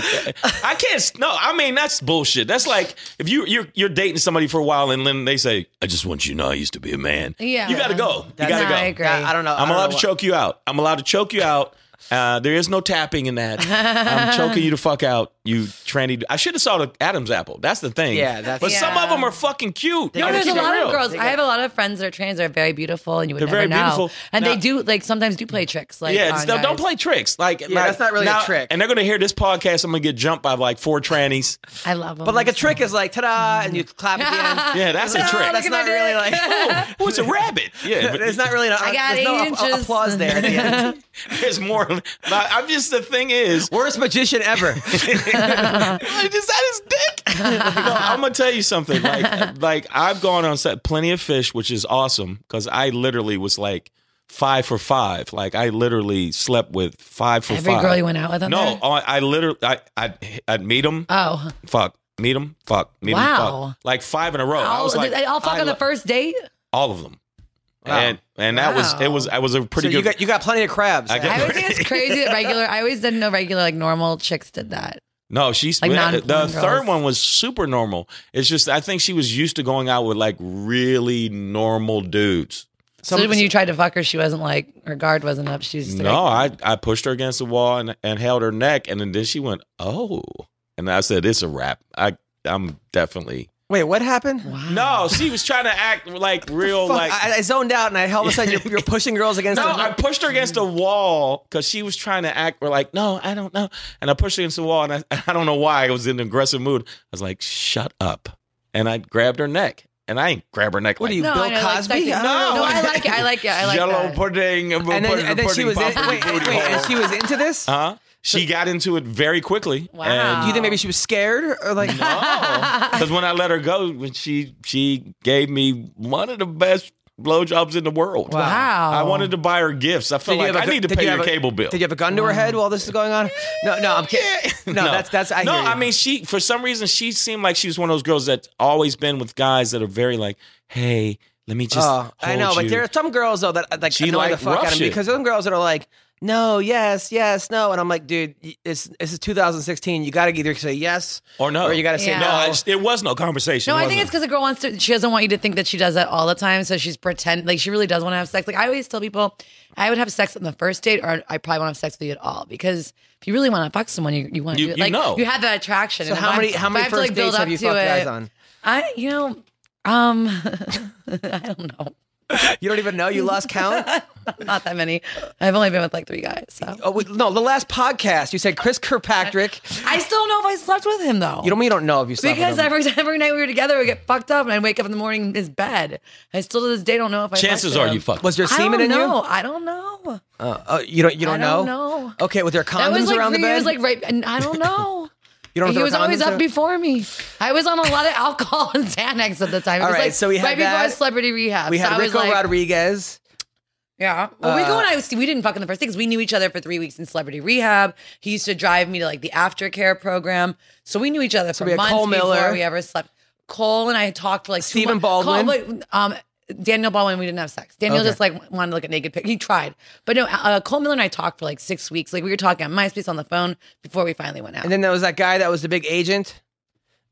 I can't. s- No, I mean that's bullshit. That's like if you you're you're dating somebody for a while and then they say, "I just want you to know I used to be a man." Yeah. you got to go. You That's- got to No, go. I agree. Yeah, I don't know. I I'm don't allowed know to what- choke you out. I'm allowed to choke you out. Uh, there is no tapping in that. I'm choking you the fuck out, you tranny. I should have saw the Adam's apple. That's the thing. Yeah, that's- but some Yeah. of them are fucking cute. No, Y'all there's a keep it lot real. of girls. I have a lot of friends that are trans that are very beautiful, and you would They're never very know. beautiful. And they Now- do like sometimes do play tricks. Like yeah, on it's- don't- don't guys. play tricks. Like, yeah, that's not really a trick. And they're gonna hear this podcast. I'm gonna get jumped by like four trannies. I love them. But like a trick is like ta-da, and you clap at the end. Yeah, that's a Oh, trick. That's Mm-hmm. look not at my really dick. like. Oh, it's a rabbit. Yeah, but There's not really. An, I got there's no eight a- a- inches. applause there. At the end. there's more. But I'm just the thing is, Worst magician ever. I just had his dick. no, I'm gonna tell you something. Like, like I've gone on set plenty of fish, which is awesome because I literally was like five for five. Like I literally slept with five for every five. girl you went out with. On no, there? I, I literally, I, I, I'd meet him. Oh, fuck. Meet him. Fuck. Meet him. Wow. Oh, Fuck. Like five in a row. I I'll, was like, I'll fuck I on the lo- first date. All of them. Wow. And and that was it was I was a so pretty you good. got you got plenty of crabs. I got- Adam. I always think it's crazy that regular. I always didn't know regular like normal chicks did that. No, she's Like yeah, the non-porn third girls. one was super normal. It's just I think she was used to going out with like really normal dudes. So, when you tried to fuck her, she wasn't like her guard wasn't up. She was just No, like, I, I pushed her against the wall and, and held her neck, and then, then she went, "Oh," and I said, "It's a wrap. I I'm definitely Wait, what happened? No, she was trying to act like real, Fuck, like I, I zoned out and I all of a sudden you're, you're pushing girls against No, the- I pushed her against the wall because she was trying to act. We're like, no, I don't know. And I pushed her against the wall, and I, I don't know why I was in an aggressive mood. I was like, shut up. And I grabbed her neck, and I ain't grab her neck. What like, are you, No, I Bill know, like, Cosby? like- I don't No, know. No, I like it. I like it. I like yellow that. pudding? and then, and then she was in, wait, wait, wait, and she was into this. Huh? Uh-huh. She got into it very quickly. Wow. Do And you think maybe she was scared or like? because when I let her go, when she she gave me one of the best blowjobs in the world. Wow. I wanted to buy her gifts. I felt Did you have like a I gu- need to did pay you your have a- cable bill. Uh-huh. Did you have a gun to her head while this is going on? No, no, I'm kidding. No, that's that's I no. hear you. I mean, she for some reason she seemed like she was one of those girls that always been with guys that are very like, hey, let me just. Oh, I hold know, but you." there are some girls though that uh, like She annoy like the fuck rough out of me shit. because some girls that are like, no, yes, yes, no, and I'm like, dude, y- it's this is 2016. You got to either say yes or no, or you got to say Yeah. no. I no. just- it was no conversation. No, I was think it? it's because the girl wants to. She doesn't want you to think that she does that all the time. So she's pretend like she really does want to have sex. Like I always tell people, I would have sex on the first date, or I probably won't have sex with you at all because if you really want to fuck someone, you, you want to You- do it. you Like know. you have that attraction. So And how if I- many how if I many have to, first like, build dates have up you to fucked it- guys on? I you know, um, I don't know, You don't even know. You lost count. not that many. I've only been with like three guys. So oh, wait, no, the last podcast you said Chris Kirkpatrick. I still don't know if I slept with him though. You don't you don't know if you slept with because him. every every night we were together, we get fucked up, and I would wake up in the morning in his bed. I still to this day don't know if I. chances fucked are him. you fucked. was there I semen don't in you? know. I don't know. Uh, oh, you don't you don't, I don't know. Okay, with your condoms That was like around the three bed. years, like right. And I don't know. you don't know if he there was were always condoms up there? before me. I was on a lot of alcohol and Xanax at the time. It All was right, like so we had right before that. celebrity rehab. We So had I was Rico like, Rodriguez. Yeah. Well, Uh, Rico and I was, we didn't fuck on the first day because we knew each other for three weeks in celebrity rehab. He used to drive me to like the aftercare program, so we knew each other for we had months Cole before Miller. we ever slept. Cole and I had talked for like two Stephen months. Baldwin. Cole, but, um, Daniel Baldwin, we didn't have sex. Daniel Okay. just like wanted to look at naked pic. He tried, but no. Uh, Cole Miller and I talked for like six weeks. Like we were talking on MySpace on the phone before we finally went out. And then there was that guy that was the big agent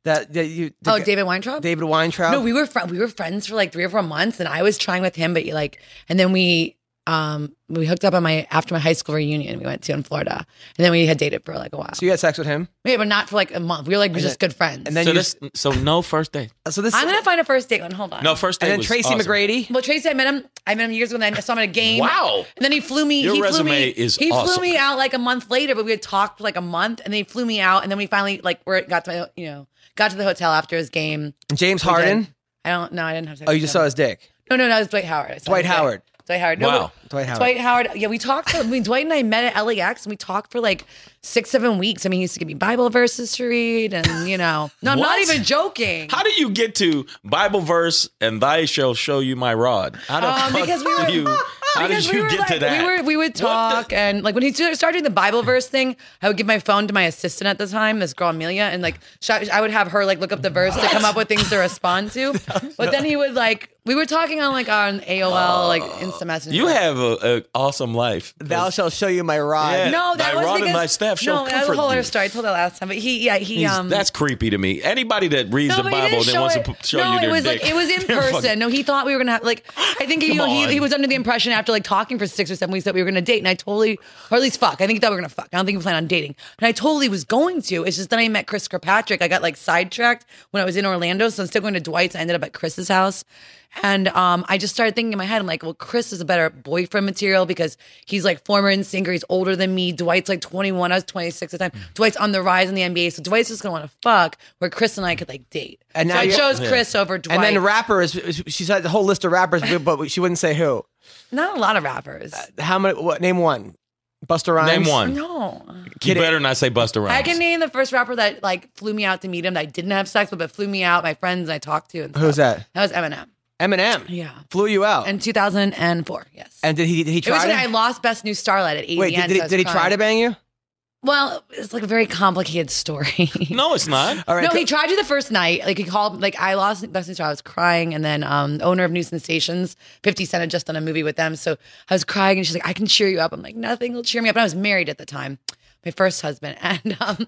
that, that you. the oh, guy- David Weintraub. David Weintraub. No, we were fri we were friends for like three or four months, and I was trying with him, but you like, and then we um we hooked up on my after my high school reunion we went to in Florida, and then we had dated for like a while. so you had sex with him, yeah, but not for like a month. We were like just good friends. and then so you. this, so no first date. so this. I'm gonna find a first date one. Hold on. No first date. and then was Tracy awesome. McGrady. Well, Tracy, I met him. I met him years ago. And then I saw him at a game. Wow. And then he flew me. Your he flew resume me, is He awesome. flew me out like a month later, but we had talked for like a month, and then he flew me out, and then we finally like we got to my, you know got to the hotel after his game. And James Harden. I don't. No, I didn't have. Sex Oh, you with just him. saw his dick. No, no, no. It was Dwight Howard. I saw Dwight his dick. Howard. Dwight Howard. No, Wow. but- Dwight Howard. Dwight Howard. Yeah, we talked. For, I mean, Dwight and I met at LAX, and we talked for like six, seven weeks. I mean, he used to give me Bible verses to read, and you know, no, I'm not What? even joking. How do you get to Bible verse and thy shall show you my rod? How the Um, fuck because we do were- you? How Because did you were get like, to that? We were we would What talk and like when he started doing the Bible verse thing, I would give my phone to my assistant at the time, this girl Amelia, and like sh- I would have her like look up the verse to come up with things to respond to. But then he would like we were talking on like on AOL like Instant Messenger. the- you have a, a awesome life. Thou shall show you my rod. Yeah. no, Thy that was rod and because thy staff shall no, that's a comfort whole you. other story. I told that last time, but he yeah he He's- um that's creepy to me. Anybody that reads the but he Bible didn't that show wants it. to p- show no, you it their was dick. like it was in they're fucking- person. No, he thought we were gonna have like I think he, Come he on. he was under the impression after like talking for six or seven weeks that we were gonna date, and I totally or at least fuck. I think he thought we were gonna fuck. I don't think we planned on dating, and I totally was going to. It's just then I met Chris Kirkpatrick. I got like sidetracked when I was in Orlando, so instead of going to Dwight's, I ended up at Chris's house. And um, I just started thinking in my head, I'm like, well, Chris is a better boyfriend material because he's like former in singer, he's older than me. Dwight's like 21, I was 26 at the Mm. time. Dwight's on the rise in the NBA, so Dwight's just gonna want to fuck, where Chris and I could like date. And And now so I you're- chose Chris over Dwight. And then rappers. She said the whole list of rappers, but she wouldn't say who. not a lot of rappers. How many? What name one? Buster Rhymes. Name one. no, You Kid- better not say Buster Rhymes. I can name the first rapper that like flew me out to meet him. That I didn't have sex with, but flew me out. My friends I talked to. And Who's stuff. that? That was Eminem. Eminem. Yeah, Flew you out. in 2004. Yes. and did he? Did he it was try? when to- I lost Best New Starlight at AVN. Wait, did, so did, I he- was did he try crying. to bang you? Well, it's like a very complicated story. no, it's not. All right. no, go- he tried to the first night. Like he called, like I lost Best in Show. I was crying, and then um, the owner of New Sensations, Fifty Cent, had just done a movie with them, so I was crying, and she's like, "I can cheer you up." I'm like, "Nothing will cheer me up." And I was married at the time, my first husband, and um,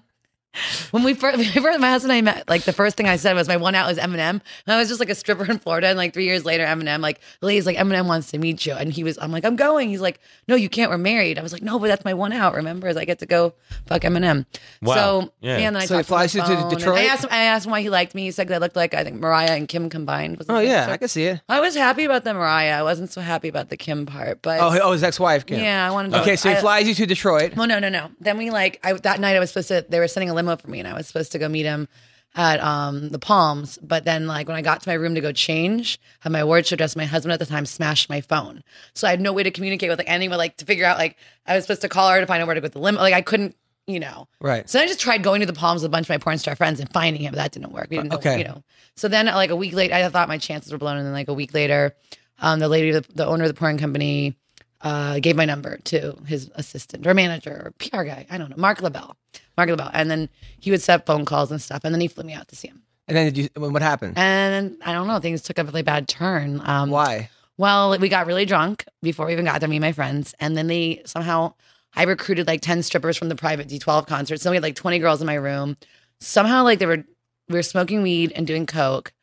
When we first, when we first- my husband and I met, like the first thing I said was my one out was Eminem. And I was just like a stripper in Florida. And like three years later, Eminem, like, Lee's like, Eminem wants to meet you. And he was, I'm like, I'm going. He's like, no, you can't. We're married. I was like, no, but that's my one out. Remember, is I get to go fuck Eminem. Wow. So, Yeah. yeah. And then I So he talked on flies the you to phone, and Detroit? I asked, him, I asked him why he liked me. He said 'cause I looked like, I think Mariah and Kim combined. Was Oh yeah, I can see it. I was happy about the Mariah. I wasn't so happy about the Kim part, but Oh, oh, his ex-wife. Kim. yeah, I wanted to. Okay, so he I- uh, flies you to Detroit. well, no, no, no. Then we like I that night I was supposed to they were sending a limo for me and I was supposed to go meet him at um the Palms, but then like when I got to my room to go change, had my award show dress, my husband at the time smashed my phone. So I had no way to communicate with like anyone like to figure out like I was supposed to call her to find out where to go with the limo. Like I couldn't, you know. Right. So then I just tried going to the Palms with a bunch of my porn star friends and finding him, but that didn't work. We didn't know, Okay. you know. So then like a week later I thought my chances were blown and then like a week later um, the lady, the, the owner of the porn company, uh, gave my number to his assistant or manager or PR guy. I don't know, Mark LaBelle. Mark LaBelle. And then he would set up phone calls and stuff. And then he flew me out to see him. And then did you? What happened? And I don't know, things took a really bad turn. Um, Why? Well, we got really drunk before we even got there, me and my friends. And then they somehow, I recruited like 10 strippers from the private D12 concert. So we had like 20 girls in my room. Somehow, like, they were, we were smoking weed and doing Coke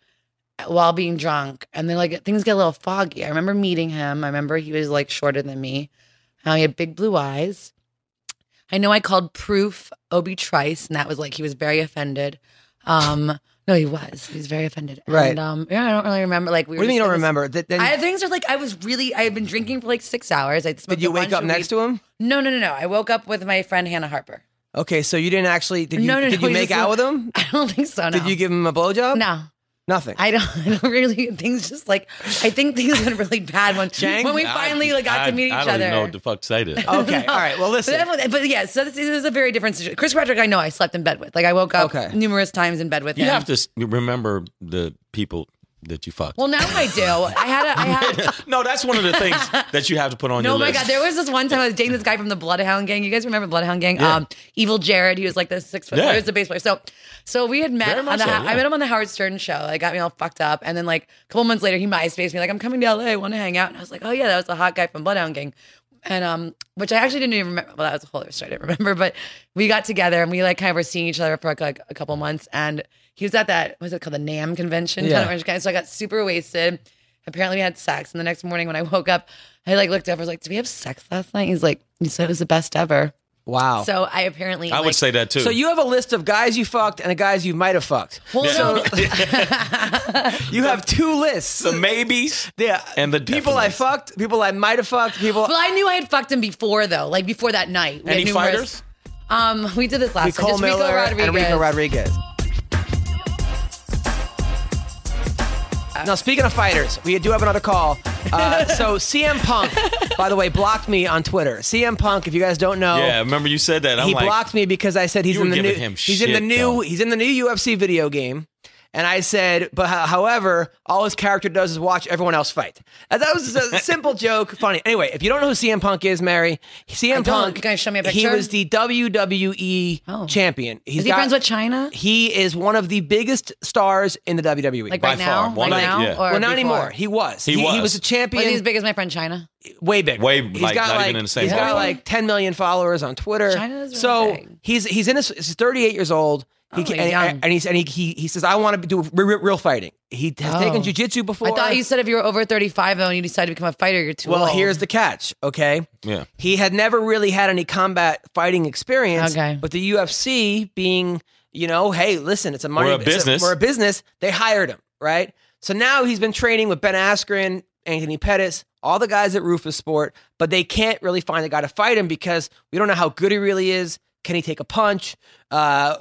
while being drunk. And then, like, things get a little foggy. I remember meeting him. I remember he was like shorter than me. How he had big blue eyes. I know I called proof Obi Trice, and that was like, he was very offended. Um, no, he was. He was very offended. Right. And, um, yeah, I don't really remember. Like, we What do you were mean you just don't in this- remember? Th- then- I things are like I was really I had been drinking for like six hours. I did you wake up next to him? No, no, no, no. I woke up with my friend Hannah Harper. Okay, so you didn't actually. Did you? No, no, did no, you we make just- out with him? I don't think so. No. Did you give him a blowjob? No, Nothing. I don't. I don't really. Things just like I think things went really bad when Chang? when we finally like got I- to meet each I don't other. Oh, even know what the fuck to say to that. okay. All right. Well, But, listen. that was- but yeah, so this, this is a very different situation. Chris Patrick, I know I slept in bed with. Like I woke up Okay. numerous times in bed with You him. have to s- remember the people that you fucked. Well, now I do. I had a. I had, no, that's one of the things that you have to put on No, your my list. God. There was this one time I was dating this guy from the Bloodhound Gang. You guys remember Bloodhound Gang? Yeah. Um, Evil Jared. He was like this six foot. Yeah. He was a bass player. So, so we had met. Very On the, much so, yeah. I met him on the Howard Stern show. I got me all fucked up, and then like a couple months later, he MySpace me like, "I'm coming to LA. Want to hang out?" And I was like, "Oh yeah, that was the hot guy from Bloodhound Gang." And um, which I actually didn't even remember. Well, that was a whole other story. I didn't remember, but we got together and we like kind of were seeing each other for like, like, a couple months. And he was at that what was it called the Nam convention? Yeah. down in Orange County. So I got super wasted. Apparently we had sex, and the next morning when I woke up, I like looked up. I was like, "Did we have sex last night?" He's like, "You said it was the best ever." wow. So, So I apparently Oh. I would like- say that too. you have a list of guys you fucked and the guys you might have fucked. Well, no, You have two lists. the maybes. Yeah. And the people I definite. fucked, people I might have fucked, people. well, I knew I had fucked him before though, like before that night. We had Any numerous- fighters? Um, we did this last Nicole night. Just Miller Rodriguez. and Rico Rodriguez. Now, speaking of fighters, we do have another call. Uh, so, CM Punk, by the way, blocked me on Twitter. CM Punk, if you guys don't Oh. know, Yeah, remember you said that. I'm he like, blocked me because I said he's You were in the new giving him he's in the shit, new though. he's in the new UFC video game. And I said, but ho- however, all his character does is watch everyone else fight. And that was a simple joke, funny. Anyway, if you don't know who CM Punk is, Mary, CM don't. Punk, You guys show me a He picture? was the WWE Oh. champion. He's Is he got- friends with China? He is one of the biggest stars in the WWE. Like By right far, now? one right of- now? yeah. well, Or not before? anymore. He was. He was. He was a Was champion. he as big as my friend China? way big. Way- he's like, got not like even in the same he's got ballpark. like 10 million followers on Twitter. China's really so big. he's he's in his he's 38 years old. He Oh, can, he's and, young. and he's and he, he he says I want to do re- re- real fighting. He has Oh. taken jujitsu before. I thought you said if you were over 35 though and you decided to become a fighter, you're too Well, old. here's the catch. Okay, Yeah. he had never really had any combat fighting experience. Okay. but the UFC being you know, hey, listen, it's a money We're a it's business. we're a business. They hired him, right? So now he's been training with Ben Askren, Anthony Pettis, all the guys at Rufus Sport, but they can't really find a guy to fight him because we don't know how good he really is. Can he take a punch? Uh,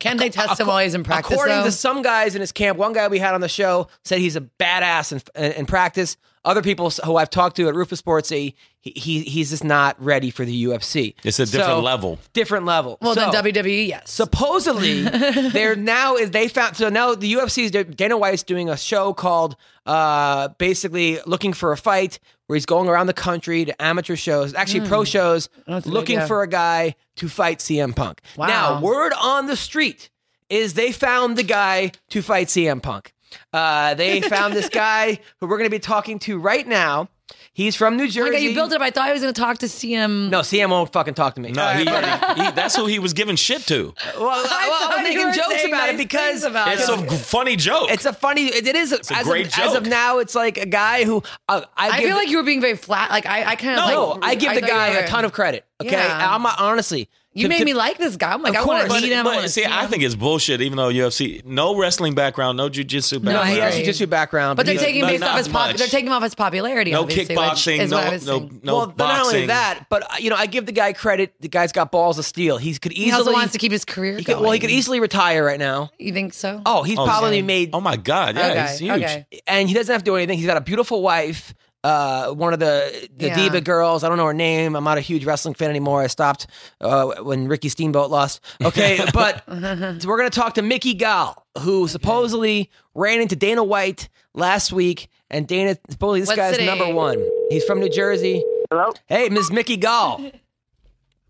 Can they test him while he's in practice? According though? to some guys in his camp, one guy we had on the show said he's a badass in, in, in practice. Other people who I've talked to at Rufus Sports say he, he he's just not ready for the UFC. It's a different So, level. Different level. well, So- then WWE, yes. supposedly there now is they found so now the UFC's Dana White's doing a show called uh basically looking for a fight where he's going around the country to amateur shows actually pro shows Hmm. Oh, That's a good looking idea. for a guy to fight CM Punk. Wow. Now word on the street is they found the guy to fight CM Punk. Uh, they found this guy who we're going to be talking to right now. He's from New Oh Jersey. my God, you built it up. I thought I was going to talk to CM. No, CM won't fucking talk to me. No, he, he, that's who he was giving shit to. well, well, I was thought you making were jokes saying about it nice because things about It's a g- funny joke. It's a funny. It, it is. It's a as great of, As of joke. now, it's like a guy who uh, I, I give, feel like you were being very flat. Like I, I kind of no. like, I give the thought you guy were- a ton of credit. Okay, Yeah. I'm uh, honestly. You to- made to- me like this guy. I'm like, Of I want to course. meet him. I but wanna see, I him. think it's bullshit. Even though UFC, no wrestling background, no jujitsu background, No, I he has agree. jujitsu background, But they're he's- taking but him based not off his pop- much. they're taking him off his popularity. no obviously, which kickboxing, is what I was no no saying. no well, boxing. not only that, but uh, you know, I give the guy credit. The guy's got balls of steel. He could easily He also wants to keep his career. he could- well, he could going. easily retire right now. You think so? Oh, he's Oh, probably sorry. made, Oh my god, yeah, okay. it's huge. Okay. and he doesn't have to do anything. He's got a beautiful wife, uh, one of the the Yeah. diva girls. I don't know her name. I'm not a huge wrestling fan anymore. I stopped uh, when Ricky Steamboat lost. Okay, but so we're gonna talk to Mickey Gall, who supposedly ran into Dana White last week, and Dana supposedly this What guy's city? number one. He's from New Jersey. Hello? Hey, Miss Mickey Gall.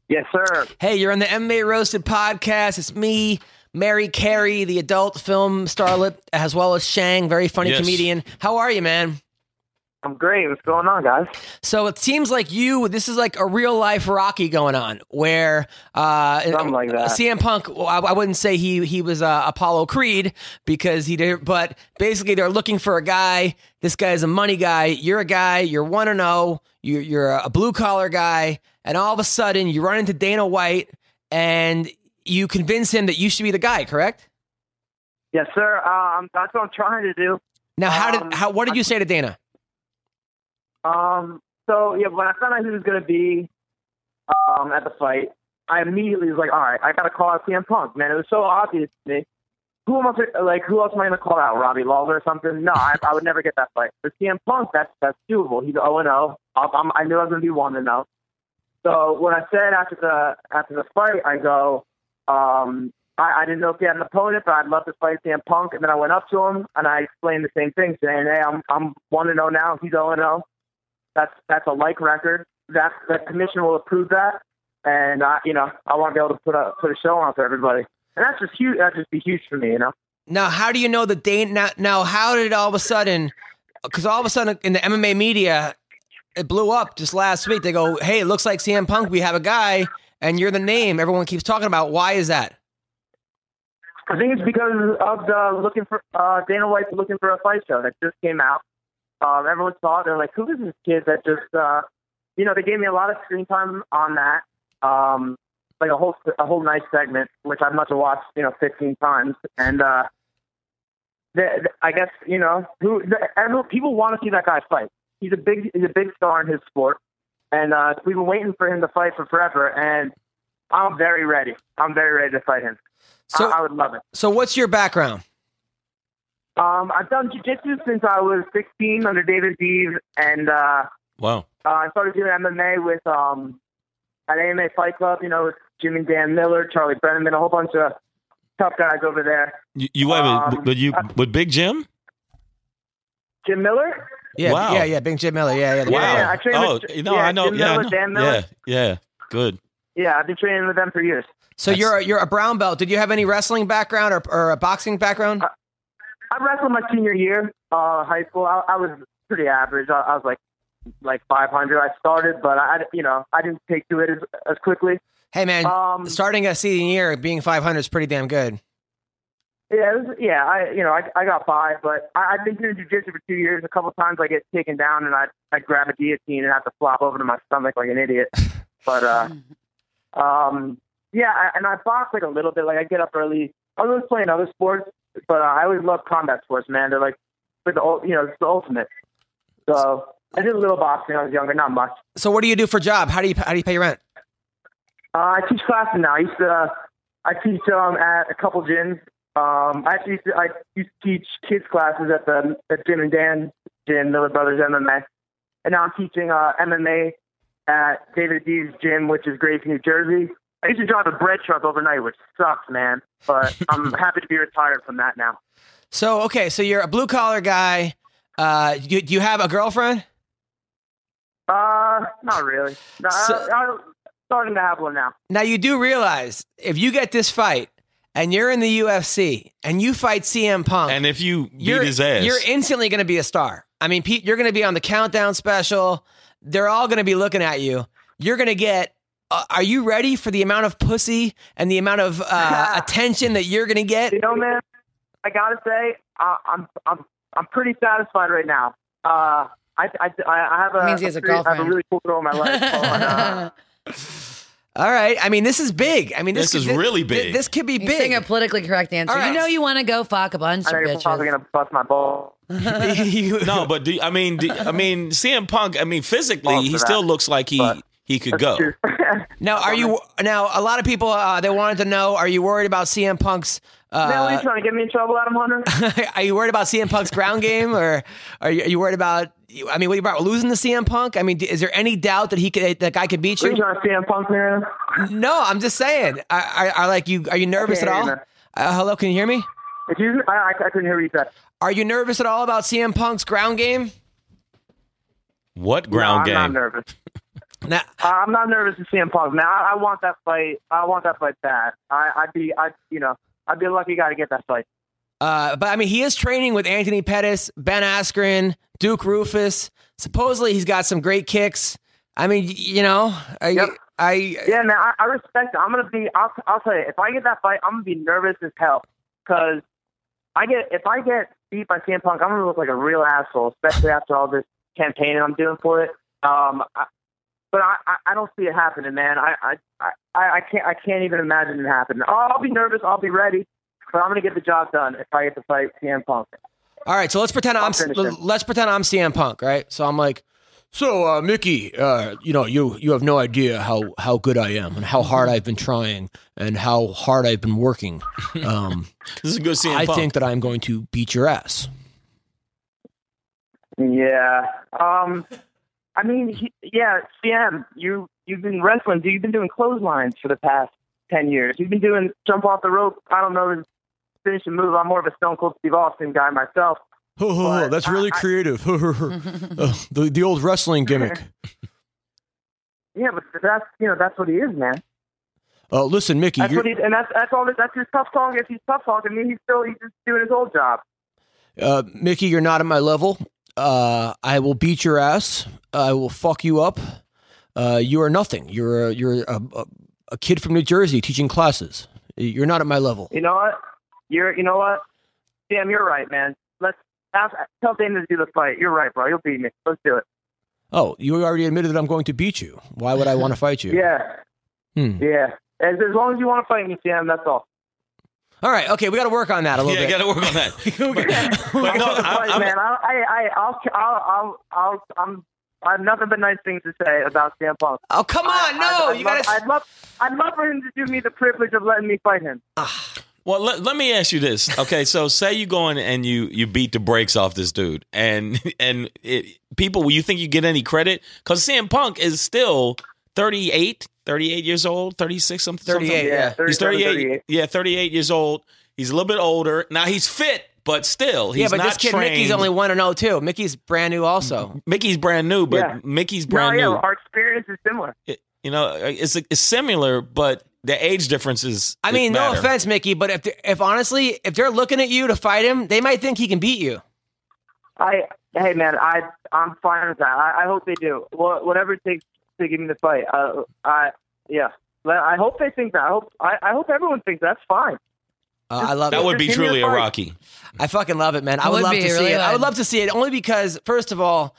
Yes, sir. Hey, you're on the MMA Roasted podcast. It's me, Mary Carey, the adult film starlet, as well as Shang, very funny Yes. comedian. How are you, man? I'm great. What's going on, guys? So it seems like you, this is like a real life Rocky going on, where uh, Something like that. CM Punk, well, I, I wouldn't say he he was uh, Apollo Creed because he did, but basically they're looking for a guy. This guy is a money guy. You're a guy. You're one and zero. You're you're a blue collar guy, and all of a sudden you run into Dana White and you convince him that you should be the guy. Correct? Yes, sir. Um, that's what I'm trying to do. Now, how Um, did how what did you say to Dana? Um, so yeah, when I found out he was gonna be um, at the fight, I immediately was like, all right, I gotta call out CM Punk, man. It was so obvious to me. Who am I? Like, who else am I gonna call out? Robbie Lawler or something? No, I, I would never get that fight. But CM Punk, that's that's doable. He's 0 and 0. Um, I'm- I knew I was gonna be 1 and 0. So when I said after the after the fight, I go, um, I, I didn't know if he had an opponent, but I'd love to fight CM Punk. And then I went up to him and I explained the same thing, saying, hey, I'm I'm 1 and 0 now. He's 0 and oh." 0 that's that's a like record. That the commission will approve that, and I, you know, I want to be able to put a put a show on for everybody, and that's just huge. That just be huge for me, you know. Now, how do you know that Dana? Now, now how did all of a sudden? Because all of a sudden in the MMA media, it blew up just last week. They go, "Hey, it looks like CM Punk. We have a guy, and you're the name everyone keeps talking about. Why is that?" I think it's because of the looking for uh, Dana White's looking for a fight show that just came out. Um, everyone saw it. They're like, "Who is this kid that just?" Uh, you know, they gave me a lot of screen time on that, um, like a whole a whole night segment, which I must have watched, you know, 15 times. And uh, the, the, I guess you know, who the, everyone, people want to see that guy fight. He's a big he's a big star in his sport, and uh, we've been waiting for him to fight for forever. And I'm very ready. I'm very ready to fight him. So, I, I would love it. so what's your background? Um, I've done jiu-jitsu since I was 16 under David Deave, and uh, uh, Wow. I started doing MMA with um, at AMA Fight Club, you know, with Jim and Dan Miller, Charlie Brenneman, a whole bunch of tough guys over there. You, you have a, Um, but you with Big Jim? Jim Miller? Yeah, Wow. yeah, yeah. Big Jim Miller. Yeah, yeah. the Wow. guy. yeah, I trained oh, with- you know, yeah, I know. Jim yeah, I Miller, know. Dan Miller. yeah, yeah. Good. Yeah, I've been training with them for years. So you're a, you're a brown belt. Did you have any wrestling background or, or a boxing Uh, background? I wrestled my senior year, uh, high school. I, I was pretty average. I, I was like like 500. I started, but I, I- you know, I didn't take to it as, as quickly. Hey, man, Um, starting a senior year, being 500 is pretty damn good. Yeah, it was, yeah. I you know I, I got by, but I, I've been doing jujitsu for two years. A couple times I get taken down and I I grab a guillotine and have to flop over to my stomach like an idiot. But uh, um, yeah, I, and I box like a little bit. Like I get up early. I was always playing other sports, but uh, I always love combat sports, man. They're like, but the ul- you know it's the ultimate. So I did a little boxing when I was younger, not much. So what do you do for a job? How do you how do you pay your rent? Uh, I teach classes now. I used to, uh, I teach um, at a couple gyms. Um, I actually used to, I used to teach kids classes at the at Jim and Dan gym, Miller Brothers MMA, and now I'm teaching uh, MMA at David D's gym, which is Grace, New Jersey. I used to drive a bread truck overnight, which sucks, man. But I'm happy to be retired from that now. So okay, so you're a blue collar guy. Uh, you, do you have a girlfriend? Uh, not really. No, So- I, I'm starting to have one now. Now you do realize if you get this fight and you're in the UFC and you fight CM Punk, And if you beat you're his ass, you're instantly going to be a star. I mean, Pete, you're going to be on the countdown special. They're all going to be looking at you. You're going to get. Uh, are you ready for the amount of pussy and the amount of uh, attention that you're going to get? You know, man, I gotta say, I, I'm I'm I'm pretty satisfied right now. Uh, I I I have a, Means he has a a pretty- I have a girlfriend. really cool girl in my life. So, uh, All right. I mean, this is big. I mean, this, This is could- thi- really thi- big. This could be You big. sing a politically correct answer. All right. You know you want to go fuck a bunch I of know you're probably bitches. gonna bust my ball. You- No, but do, I mean, do, I mean, CM Punk. I mean, physically, Well, he for still that, looks like he but- he could go. Now, are you now? A lot of people uh, they wanted to know: Are you worried about CM Punk's? Now Uh, he's trying to get me in trouble, Adam Hunter. are you worried about CM Punk's ground game, or are you, are you worried about? I mean, what about losing to CM Punk? I mean, d- is there any doubt that he could that guy could beat Are you? you trying to CM Punk me right now? No, I'm just saying. Are, are, are like you? Are you nervous at can't all? hear you, Uh, hello, can you hear me? If you, I, I, I couldn't hear what you said. Are you nervous at all about CM Punk's ground game? What No, ground I'm not game? nervous. Now, I- I'm not nervous to CM Punk. Now I, I want that fight. I want that fight bad. I, I'd be, I, you know, I'd be a lucky guy to get that fight. Uh, but I mean, he is training with Anthony Pettis, Ben Askren, Duke Rufus. Supposedly, he's got some great kicks. I mean, y- you know, I, Yep. I, Yeah, man, I, I respect. It. I'm gonna be. I'll, I'll tell you, if I get that fight, I'm gonna be nervous as hell. Cause I get if I get beat by CM Punk, I'm gonna look like a real asshole, especially after all this campaigning I'm doing for it. Um, I, but I, I, I don't see it happening, man. I, I- I, I can't, I can't even imagine it happening. I'll, I'll be nervous. I'll be ready. But I'm gonna get the job done if I get to fight CM Punk. all right. So let's pretend I'm, I'll finish him. let's pretend I'm CM Punk, right? So I'm like, so uh, Mickey, uh, you know, you you have no idea how how good I am and how hard I've been trying and how hard I've been working. Um, This is a good CM I Punk. think that I'm going to beat your ass. Yeah. Um, I mean, he, yeah, CM, you you've been wrestling. dude. You've been doing clotheslines for the past ten years. You've been doing jump off the rope. I don't know the finishing move. I'm more of a Stone Cold Steve Austin guy myself. Ho, ho, ho, But that's really I- I- creative. Ho, ho, ho. Uh, the, the old wrestling gimmick. Yeah, but that's you know that's what he is, man. Uh, listen, Mickey, That's you're- what he and that's that's all. That's his tough talk. If he's tough talking, then he's still he's just doing his old job. uh, Mickey, you're not at my level. Uh, I will beat your ass. I will fuck you up. Uh, you are nothing. You're a, you're a, a, a kid from New Jersey teaching classes. You're not at my level. You know what? You're you know what? Sam, you're right, man. Let's ask, tell Dana to do the fight. You're right, bro. You'll beat me. Let's do it. Oh, you already admitted that I'm going to beat you. Why would I want to fight you? Yeah. Hmm. Yeah. As, as long as you want to fight me, Sam, that's all. All right. Okay. We got to work on that a little yeah, bit. gotta work on that. But, but no, That's I, right, I'm, man. I, I, I, I'll, I'll, I'll, I'll, I'm, I have nothing but nice things to say about Sam Punk. oh, come on. No, I, I, you love, got to. I'd love, I'd love for him to do me the privilege of letting me fight him. Well, let, let me ask you this. Okay, so say you go in and you you beat the brakes off this dude, and and it, people, you think you get any credit? Because CM Punk is still 38, 38 years old, 36, something. 38, something. yeah. He's 37, 38, Yeah, 38 years old. He's a little bit older. Now he's fit, but still, he's Yeah, but not this kid trained. Mickey's only one and zero too. Mickey's brand new also. Mickey's brand new, but Yeah. Mickey's No, brand yeah, new. our experience is similar. It- you know, it's it's similar, but the age difference is. I mean, no matter. offense, Mickey, but if if honestly, if they're looking at you to fight him, they might think he can beat you. I, hey, man, I, I'm fine with that. I, I hope they do. Wha- Whatever it takes to give me the fight. Uh, I, yeah. Let- I hope they think that. I hope, I, I hope everyone thinks that's fine. Uh, I love That it. would be Give me a truly a fight. Rocky. I fucking love it, man. I It would, would love be, to it see really it. I would would. love to see it only because, first of all,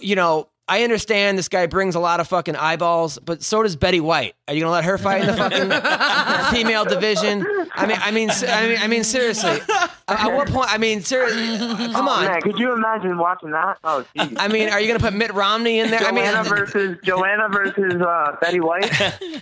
you know, I understand this guy brings a lot of fucking eyeballs, but so does Betty White. Are you gonna let her fight in the fucking female division? I mean, I mean, se- I mean, I mean, seriously. At- At what point? I mean, seriously. Come on. Man, could you imagine watching that? Oh, geez. I mean, are you gonna put Mitt Romney in there? I Joanna mean, versus Joanna versus uh, Betty White.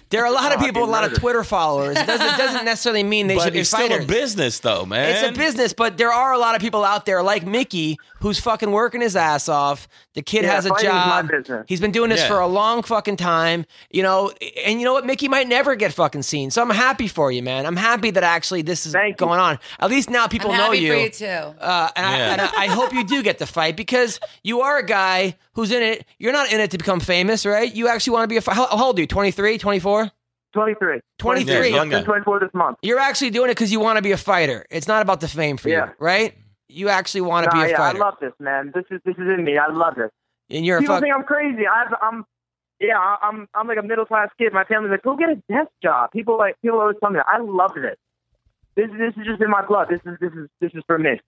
there are a lot of Fucking people, with a lot of murder. Twitter followers. It doesn't, it doesn't necessarily mean they should But be it's fighters. still a business, though, man. It's a business, but there are a lot of people out there like Mickey who's fucking working his ass off. The kid Yeah, has a fighting's my job. business. He's been doing this Yeah. for a long fucking time, you know. And you know what? Mickey might never get fucking seen. So I'm happy for you, man. I'm happy that actually this is Thank you. going on. At least now people I'm know happy you. for you too. Uh, and, I, Yeah. and I, I hope you do get the fight because you are a guy who's in it. You're not in it to become famous, right? You actually want to be a. fi- How, how old are you? 23, 24? 23. 23. young guy. 24 this month. You're actually doing it because you want to be a fighter. It's not about the fame for Yeah. you, right? You actually want to Nah, be a yeah, fighter, I love this, man. This is this is in me. I love this. and you're a People fuck. think I'm crazy. I've, I'm, yeah, I- I'm, I'm like a middle class kid. My family's like, go get a desk job. People like, people always tell me that. I love this. This, this is just in my blood. This is, this is, this is for me.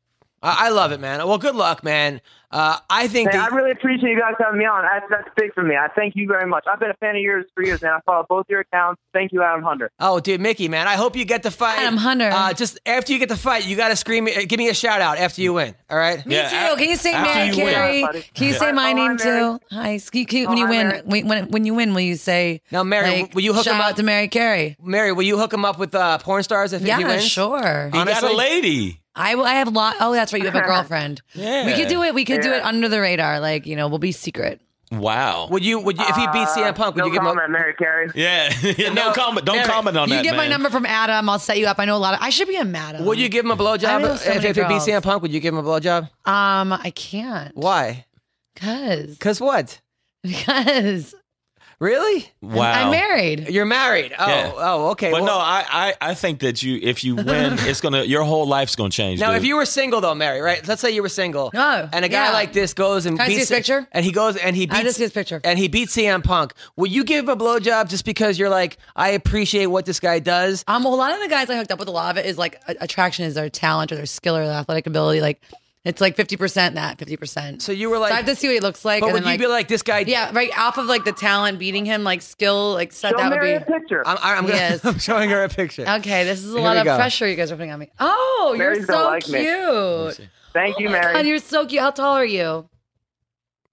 I I love it, man. Well, good luck, man. Uh, I think Hey, I that, really appreciate you guys having me on. That's, that's big for me. I thank you very much. I've been a fan of yours for years, and I follow both your accounts. Thank you, Adam Hunter. Oh, dude, Mickey, man, I hope you get the fight. Adam Hunter. Uh, just after you get the fight, you got to scream, uh, give me a shout out after you win. All right. Me Yeah, too. af- Can you say after Mary you win. Carey? Yeah, buddy. Can you say Yeah. my Oh, name I'm Mary. too? Hi. Ski- can you- when Oh, you I'm win, Mary. when, when when you win, will you say Now, Mary, like, will you hook shout him out up? to Mary Carey? Mary, will you hook him up with uh, porn stars if, if he Yeah, wins? sure. He got Honestly? a lady. I will. I have a lot. Oh, that's right. You have a girlfriend. Yeah. We could do it. We could do Yeah. it under the radar. Like you know, we'll be secret. Wow. Would you? Would you? If he beats CM Punk, would Uh, no you give him? comment, A, Mary Carey. yeah. Yeah, No, no comment. Don't Mary, comment on you that. get my man. number from Adam. I'll set you up. I know a lot of. I should be a Madam. would you give him a I know blowjob so if, many if he beats girls. CM Punk? Would you give him a blowjob? Um, I can't. Why? Cause Cause what? because Really? Wow. I'm married. You're married. Oh, Yeah. oh, okay. But well- no, I, I I think that you if you win, it's gonna your whole life's gonna change. Now, dude. if you were single though, Mary, right? Let's say you were single. No, And a guy yeah. like this goes and Can I see beats his picture? And he goes and he beats I just see his picture. And he beats CM Punk. Will you give him a blowjob just because you're like, I appreciate what this guy does? Um, well, a lot of the guys I hooked up with, a lot of it is like a- attraction is their talent or their skill or their athletic ability. Like it's like fifty percent that, fifty percent. So you were like, I have to see what he looks like. but and would then, you be like, this guy? yeah, right off of like the talent beating him, like skill, like set Show that Mary would a be. picture. I'm, I'm, gonna, Yes. I'm showing her a picture. Okay, this is a Here lot we of go. pressure you guys are putting on me. Oh, you're Mary's gonna so like me. cute. thank you, Mary. And you're so cute. How tall are you?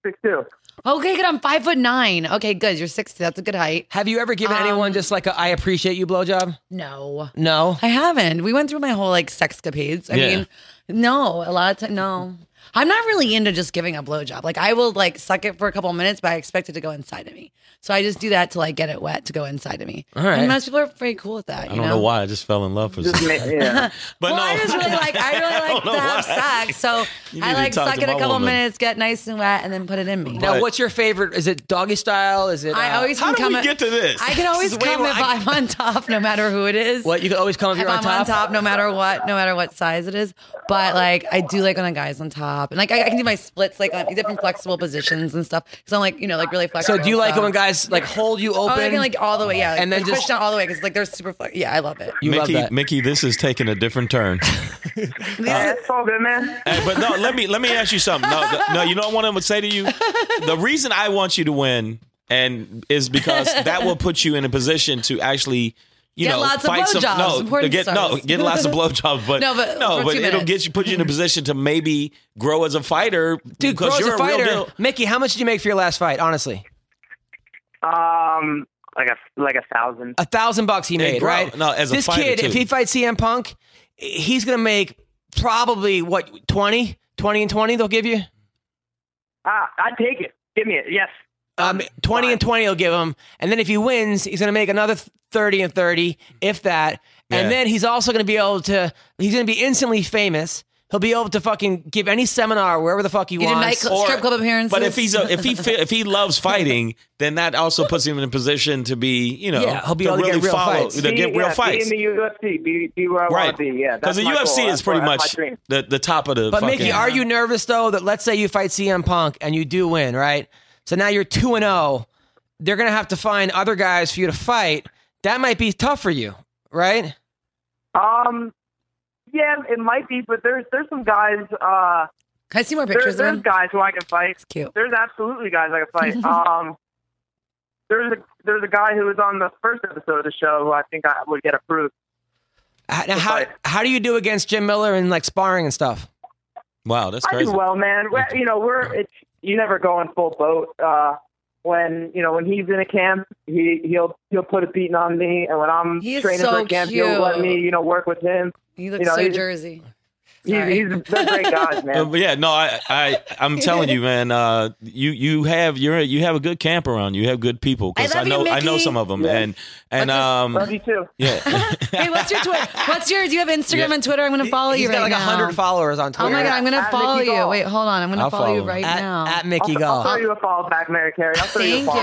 Six two. Okay, good. I'm five foot nine. Okay, good. You're six. That's a good height. Have you ever given Um, anyone just like a I appreciate you blowjob? No, No. I haven't. We went through my whole like sexcapades. I Yeah. mean, no, a lot of time. No, I'm not really into just giving a blowjob. Like I will like suck it for a couple minutes, but I expect it to go inside of me. So I just do that till I get it wet to go inside of me. All right. And most people are pretty cool with that. I don't know? why I just fell in love for Just some. ma- yeah. But well, no, I just really like I really like don't know to have why. sex. So You I need to like talk suck to it a my couple woman. minutes, get nice and wet, and then put it in me. Now, But- what's your favorite? Is it doggy style? Is it? I uh, always How can did come we at- get to this? I can always This is way come more- if I- I'm on top, no matter who it is. What you can always come if If you're I'm on top. on top, no matter what, no matter what size it is, but like I do like when a guy's on top, and like I, I can do my splits like on different flexible positions and stuff. Because I'm like you know like really So flexible. do you like it when guys like hold you Oh, open? I can like all the way, yeah, And and then then just- push down all the way because like they're super. Flex- yeah, I love it. you love Mickey, that. Mickey, this is taking a different turn. Yeah, it's all good, man. Hey, but no, let me let me ask you something. No, th- no, you know what I would say to you. The reason I want you to win and is because that will put you in a position to actually. You Get know, lots of fight some blowjobs, no, porn to get no, stars. get lots of blowjobs, but No, but no, for but two it'll minutes. get you put you in a position to maybe grow as a fighter, Dude, because girls you're a real fighter. deal. Mickey, how much did you make for your last fight? Honestly, Um, like a like a thousand. a thousand bucks he Hey, made, bro, right? no, as a this fighter, kid, too. if he fights CM Punk, he's gonna make probably what 20? 20 and twenty. They'll give you Ah, I take it. Give me it. Yes. um, twenty and twenty. They'll give him, and then if he wins, he's gonna make another th- thirty and thirty, if that. And Yeah. then he's also gonna be able to. He's gonna be instantly famous. He'll be able to fucking give any seminar wherever the fuck he You do wants. nightclub, strip club appearances. But if he's a, if he fe- if he loves fighting, then that also puts him in a position to be you know Yeah, he'll be to able to get really real follow fights. to Be- get real yeah, fights. Be in the UFC. Be, be where I Right, want to be. Yeah, because that's the my UFC goal. is That's pretty my- much That's my dream. the, the top of the. But fucking, Mickey, are you nervous though that let's say you fight CM Punk and you do win, right? So now you're two and zero. They're gonna have to find other guys for you to fight. That might be tough for you, right? Um, yeah, it might be, but there's there's some guys. Uh, can I see more there's, pictures of there's him? guys who I can fight. It's cute. There's absolutely guys I can fight. um, there's a there's a guy who was on the first episode of the show who I think I would get approved. Uh, Now, how fight. how do you do against Jim Miller and like sparring and stuff? Wow, that's I crazy. do well, man. We're, you know, we're it's you never go in full boat. Uh, when you know when he's in a camp, he he'll he'll put a beating on me, and when I'm He is training so for a camp, he'll let cute. me you know work with him. He looks you know, so he's- Jersey. He's, Sorry. he's they're great guys, Uh, man. but yeah, no, I, I, I'm telling you, man. Uh, you, you have, you're, you have a good camp around. You You have good people because I I, love you, know, I know Mickey. some of them, Yeah. and and Love um, you too. yeah, Hey, what's your Twitter? What's your? Do you have Instagram Yeah. and Twitter? I'm gonna follow He's you got like right now. hundred followers on Twitter. Oh my god, I'm gonna At follow Mickey you. Gall. Wait, hold on. I'm gonna I'll follow, you follow him. right at, now. at I'll, Mickey I'll Gall. throw you a follow back, Mary Carey. I'll throw you Thank a follow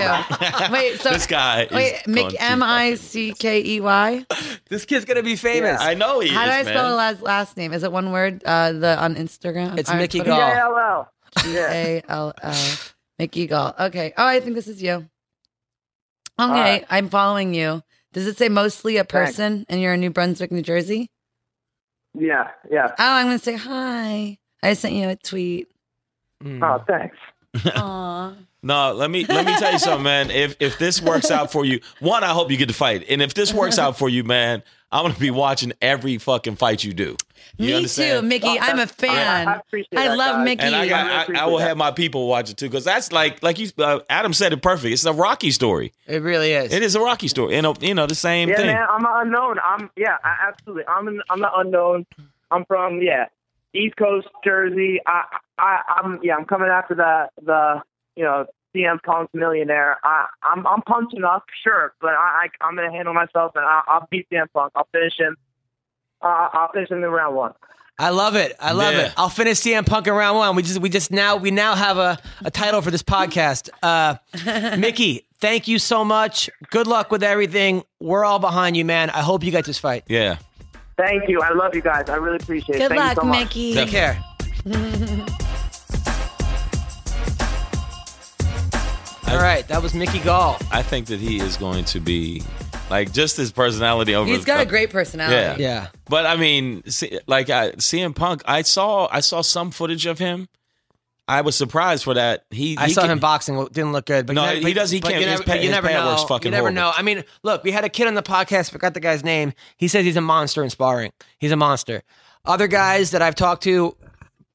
back. you. Wait, so This guy is Wait, going Mick too M I C K E Y. this kid's gonna be famous. I know he How is. do I spell man. the last, last name? Is it one word? Howard? Uh, the on Instagram. It's Or Mickey Twitter? Gall. G-A-L-L. G A L L. Mickey Gall. Okay. Oh, I think this is you. Okay, right. I'm following you. Does it say mostly a Thanks. person and you're in New Brunswick, New Jersey? Yeah, yeah. Oh, I'm gonna say hi. I sent you a tweet. Oh, thanks. Aw. No, let me let me tell you something, man. If if this works out for you, one, I hope you get to fight, and if this works out for you, man, I'm gonna be watching every fucking fight you do. You Me understand? too, Mickey. Oh, I'm a that's- fan. I- I appreciate I that, love guys. Mickey. And I I got, appreciate I, I will that. have my people watch it too, because that's like, like you, uh, Adam said it perfect. It's a Rocky story. It really is. It is a Rocky story, and uh, you know the same Yeah, thing. man, I'm an unknown. I'm yeah, I, absolutely. I'm an, I'm not unknown. I'm from yeah, East Coast Jersey. I I I'm yeah, I'm coming after the the you know CM Punk millionaire. I I'm I'm punching up sure, but I, I I'm gonna handle myself and I, I'll beat CM Punk. I'll finish him. Uh, I'll finish him in round one. I love it. I love Yeah. it. I'll finish CM Punk in round one. We just we just now we now have a, a title for this podcast. Uh, Mickey, thank you so much. Good luck with everything. We're all behind you, man. I hope you get this fight. Yeah. Thank you. I love you guys. I really appreciate it. Good Thank luck, you so much. Mickey. Take care. all right, that was Mickey Gall. I think that he is going to be like just his personality over. He's got a great personality. Yeah. Yeah. But I mean, see, like I, CM Punk, I saw I saw some footage of him. I was surprised for that. He I he saw can- him boxing. Well, Didn't look good. But No, you he but- does- he but can't. You His never, pa- but you his never pad know. works fucking You never horrible. know. I mean, look, we had a kid on the podcast. Forgot the guy's name. He says he's a monster in sparring. He's a monster. Other guys that I've talked to,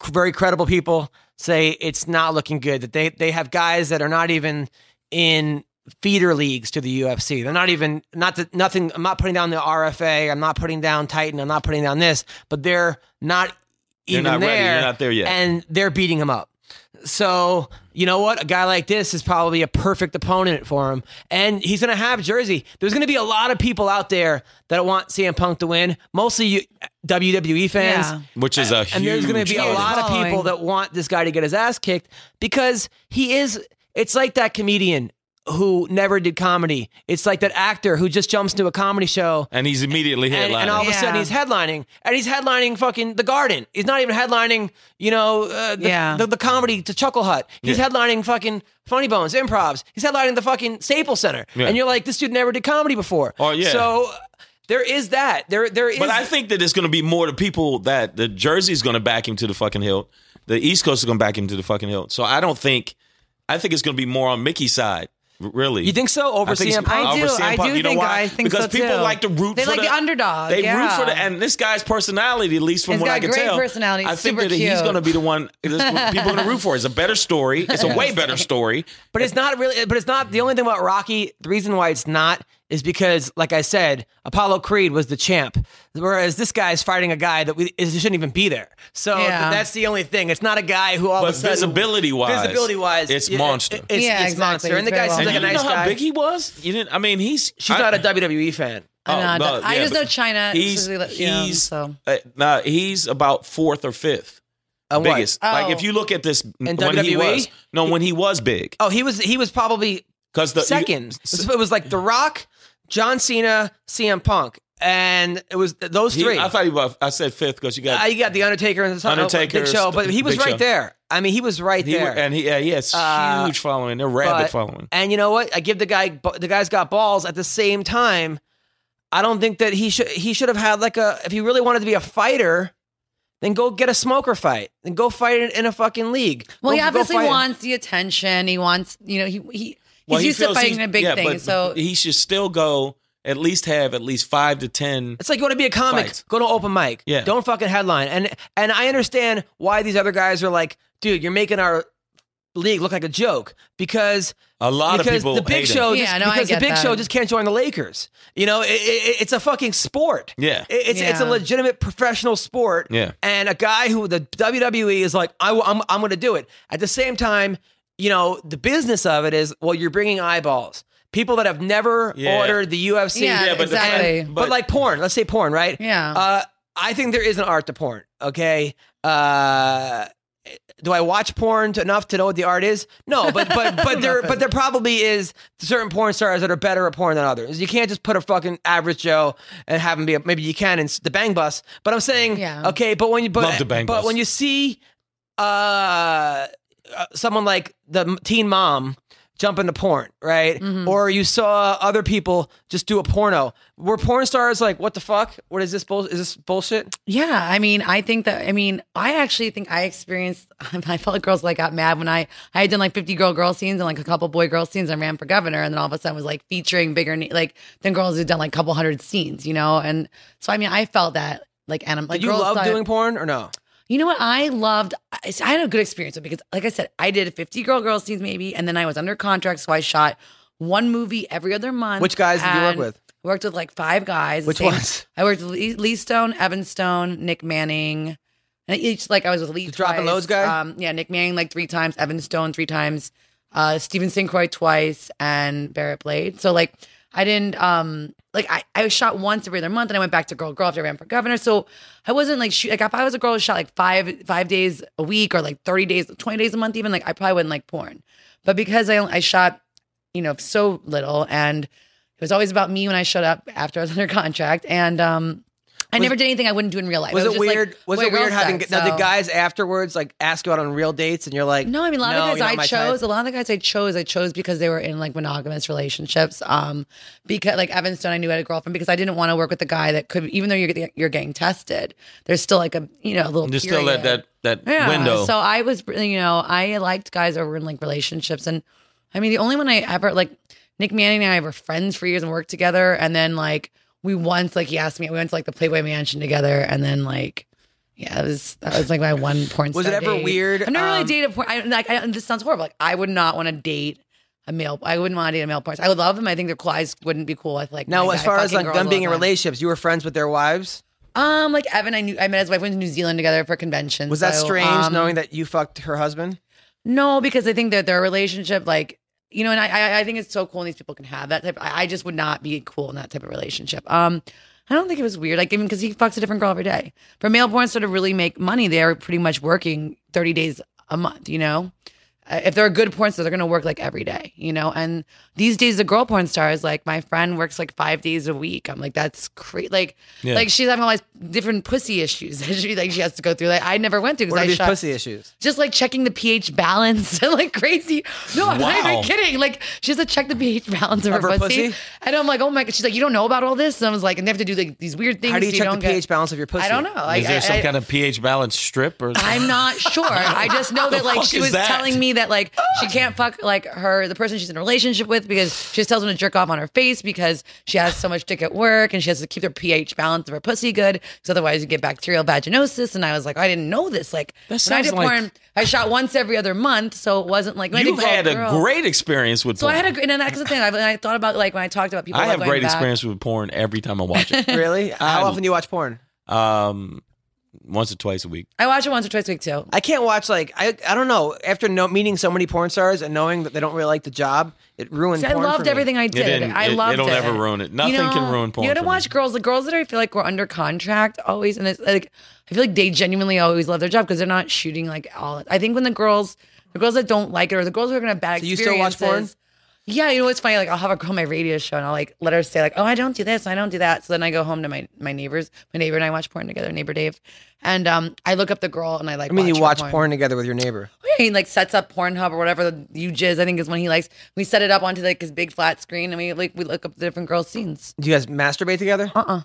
c- very credible people, say it's not looking good. That they they have guys that are not even in feeder leagues to the UFC. They're not even not that nothing. I'm not putting down the RFA. I'm not putting down Titan. I'm not putting down this. But they're not They're even not ready. there. They're not there yet. And they're beating him up. So you know what? A guy like this is probably a perfect opponent for him, and he's going to have Jersey. There's going to be a lot of people out there that want CM Punk to win, mostly you, WWE fans. Yeah. which is a huge And there's going to be a audience. lot of following. people that want this guy to get his ass kicked because he is. It's like that comedian who never did comedy. It's like that actor who just jumps into a comedy show and he's immediately and, headlining. and all of a sudden Yeah. he's headlining, and he's headlining fucking the Garden. He's not even headlining, you know, uh, the, Yeah. the, the comedy to Chuckle Hut. He's Yeah. headlining fucking Funny Bones, Improvs. He's headlining the fucking Staples Center, Yeah. and you're like, this dude never did comedy before. Oh, yeah. So uh, there is that. There there is. But I think that it's going to be more the people that the Jersey's going to back him to the fucking hilt. The East Coast is going to back him to the fucking hilt. So I don't think. I think it's going to be more on Mickey's side. r- Really, you think so over I think CM it's- Punk? I over do. CM I Punk. do You know think- why? I think so, because people too. like to root. They for like the underdog, They root yeah. for the and this guy's personality, at least from He's what got I can great tell, personality. I think Super that he's cute. going to be the one this- people are going to root for. It's a better story. It's a way better story. But it's not really. But it's not the only thing about Rocky. The reason why it's not is because, like I said, Apollo Creed was the champ, whereas this guy is fighting a guy that we is, shouldn't even be there. So th- Yeah. that's the only thing. It's not a guy who all But of a sudden visibility wise, visibility wise, it's monster. it's Yeah, it's exactly. monster. And the He's guy very seems and like a you didn't nice know how guy. big he was. You didn't. I mean, he's She's I- not a WWE fan. Oh, I, know, no, I yeah, just but know China. He's specifically, you know, he's so. uh, nah, he's about fourth or fifth On what? biggest. Like Oh. if you look at this when he E? WWE? was no when he was big Oh, he was he was probably because the you- second. it was like The Rock, John Cena, CM Punk, and it was th- those he- three. I thought he was. I said fifth because you got Uh, you got the Undertaker and the Sun- oh, Undertaker, Big Show, but he was Big right Show. there. I mean, he was right he, there. and he yeah, he has Uh, huge following. They're rabid But- following. And you know what? I give the guy the guy's got balls. At the same time, I don't think that he should he should have had like a if he really wanted to be a fighter, then go get a smoker fight and go fight in, in a fucking league. Well, Go- he go obviously fight- wants the attention. He wants, you know, he he he's Well, he used to feels fighting he's- a big yeah, thing. but So he should still go at least have at least five to ten. It's like you want to be a comic, Fights. go to open mic. Yeah. Don't fucking headline. And and I understand why these other guys are like, dude, you're making our league look like a joke because A lot because of people the big hate him. show Yeah, just, no, I because the get big that. show just can't join the Lakers. You know, it, it, it's a fucking sport. Yeah. It- it's it's a Yeah. legitimate professional sport. Yeah. and a guy who the WWE is like, I, am I'm going to do it. At the same time, you know, the business of it is well, you're bringing eyeballs. People that have never Yeah. ordered the UFC, Yeah, Yeah, but the- exactly. but, but- like porn, let's say porn, right? Yeah. Uh, I think there is an art to porn. Okay. Uh, do I watch porn to, enough to know what the art is? No, but but but there but there probably is certain porn stars that are better at porn than others. You can't just put a fucking average Joe and have him be a, maybe you can in s- the bang bus. But I'm saying Yeah. okay, but when you but, Love the Bang but Bus. when you see uh, uh, someone like the m- teen mom jump into porn, right? Mm-hmm. Or you saw other people just do a porno. Were porn stars like, what the fuck? What is this bull? Is this bullshit? Yeah, I mean, I think that I mean, I actually think I experienced. I felt like girls like got mad when I I had done like fifty girl girl scenes and like a couple boy girl scenes. and ran for governor, and then all of a sudden was like featuring bigger na- like than girls who'd done like a couple hundred scenes, you know. And so I mean, I felt that like and I'm like Did you girls love thought- doing porn or no? You know what I loved? I I had a good experience with it because, like I said, I did fifty girl girl scenes maybe, and then I was under contract, so I shot one movie every other month. Which guys did you work and with? Worked with like five guys. Which Same- ones? I worked with Lee, Lee Stone, Evan Stone, Nick Manning. And each like I was with Lee The Drop and twice, Loads guy? Um, yeah, Nick Manning like three times, Evan Stone three times, uh, Steven Sincroy twice, and Barrett Blade. So like I didn't um like I, I shot once every other month, and I went back to Girl Girl after I ran for governor. So I wasn't like shoot like if I was a girl who shot like five five days a week or like thirty days, twenty days a month, even like I probably wouldn't like porn. But because I I shot you know so little and it was always about me when I showed up after I was under contract, and um, I Was- never did anything I wouldn't do in real life. Was I it just, like, weird? was it boy-girl weird having sex, now the so- guys afterwards like ask you out on real dates and you're like, No, I mean a lot "No, of the you're not guys I my chose. type." A lot of the guys I chose, I chose because they were in like monogamous relationships. Um, because like Evan Stone, I knew had a girlfriend because I didn't want to work with a guy that could, even though you're getting- you're getting tested, there's still like a you know a little Just still period. at that that Yeah. window. So I was, you know, I liked guys that were in like relationships, and I mean, the only one I ever like, Nick Manning and I were friends for years and worked together, and then like we once like he asked me, we went to like the Playboy Mansion together, and then like. Yeah, that was that was like my one porn. Was it star ever date. weird, I've never really um, dated porn. I, like, I, and this sounds horrible. Like, I would not want to date a male. I wouldn't want to date a male porn. star. I would love them. I think their guys wouldn't be cool with like. Now, my as guy far as fucking like girls them all being the in time. relationships, you were friends with their wives. Um, like Evan, I knew I met his wife. Went to New Zealand together for a convention. Was that so, strange um, knowing that you fucked her husband? No, because I think that their relationship, like you know, and I, I, I think it's so cool, and these people can have that type. I, I just would not be cool in that type of relationship. Um, I don't think it was weird, like even because he fucks a different girl every day. For male porn star to really make money, they're pretty much working thirty days a month. You know, Uh, if they're a good porn star, they're gonna work like every day. You know, and these days the girl porn stars, like my friend, works like five days a week. I'm like, that's crazy. Like, Yeah. like she's having all these different pussy issues. she like she has to go through. Like I never went through because What I are these shot pussy issues? just like checking the pH balance and like crazy. No, I'm not Wow. even kidding. Like she has to check the pH balance of, Of her pussy? And I'm like, oh my god. She's like, you don't know about all this. And I was like, and they have to do like these weird things. How do you so check the don't get- pH balance of your pussy? I don't know. Like, is there I- some I- kind of pH balance strip or? I'm not sure. I just know that like fuck she is was that? telling me that like she can't fuck like her the person she's in a relationship with because she just tells him to jerk off on her face because she has so much dick at work and she has to keep her pH balance of her pussy good because otherwise you get bacterial vaginosis. And I was like, I didn't know this. Like That when I sounds did like- porn, I shot once every other month, so it wasn't like when I did You've had a Girl, Girl- great experience with. So I porn. had a great, and that's the thing. I, I thought about like when I talked about people. I like, have going great back. experience with porn every time I watch it. Really? How I'm- often do you watch porn? um, once or twice a week. I watch it once or twice a week too. I can't watch like I I don't know. After no, meeting so many porn stars and knowing that they don't really like the job, it ruined. See, I porn loved for me. everything I did. didn't- I it- loved it'll it. never ruin it. Nothing can ruin porn You gotta for me. watch girls. The girls that I feel like were under contract always, and it's like I feel like they genuinely always love their job because they're not shooting like all. I think when the girls, the girls that don't like it, or the girls who are gonna have bad So you still watch porn? experiences. Yeah, you know what's funny? Like I'll have a girl on my radio show and I'll like let her say like, "Oh, I don't do this, I don't do that." So then I go home to my my neighbors, my neighbor and I watch porn together, neighbor Dave, and um, I look up the girl and I like. I mean, you her watch porn. together with your neighbor. yeah, he like sets up Pornhub or whatever the you jizz I think is when he likes. We set it up onto like his big flat screen and we like we look up the different girls' scenes. Do you guys masturbate together? Uh uh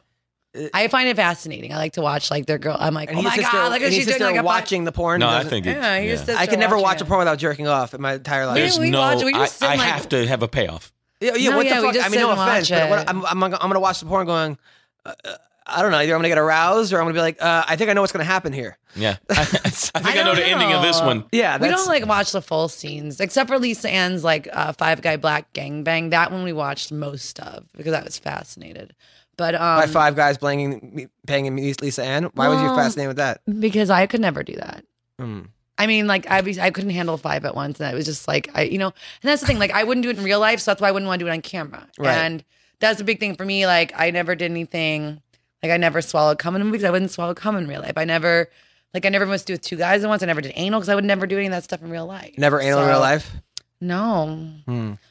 I find it fascinating. I like to watch like their girl. I'm like, And oh he's my just there- god, look and at he's she's just doing like there a watching the porn. No, I doesn't- think Bi- it, yeah, he's just I there can never watch a watching it. porn without jerking off in my entire life. There's we no. watch it. We just I, sit I and, like- have to have a payoff. Yeah, yeah. No, what yeah, the we fuck? just I mean, sit no and watch offense, but what, it. I'm, I'm, I'm gonna watch the porn going. Uh, uh, I don't know. Either I'm gonna get aroused or I'm gonna be like, uh, I think I know what's gonna happen here. Yeah, I, think I, know don't the ending of this know. one. Yeah, we that's, don't like watch the full scenes except for Lisa Ann's like uh, Five Guy Black Gangbang. That one we watched most of because I was fascinated. But um, by five guys banging me- banging me, Lisa Ann. Why was you Well, fascinated with that? because I could never do that. Hmm. I mean, like I, I couldn't handle five at once, and I was just like, I, you know, and that's the thing. Like I wouldn't do it in real life, so that's why I wouldn't want to do it on camera. Right. And that's the big thing for me. Like I never did anything. Like I never swallowed cum in a movie because I wouldn't swallow cum in real life. I never Like I never was to do with two guys at once. I never did anal because I would never do any of that stuff in real life. Never anal in So- real life. No,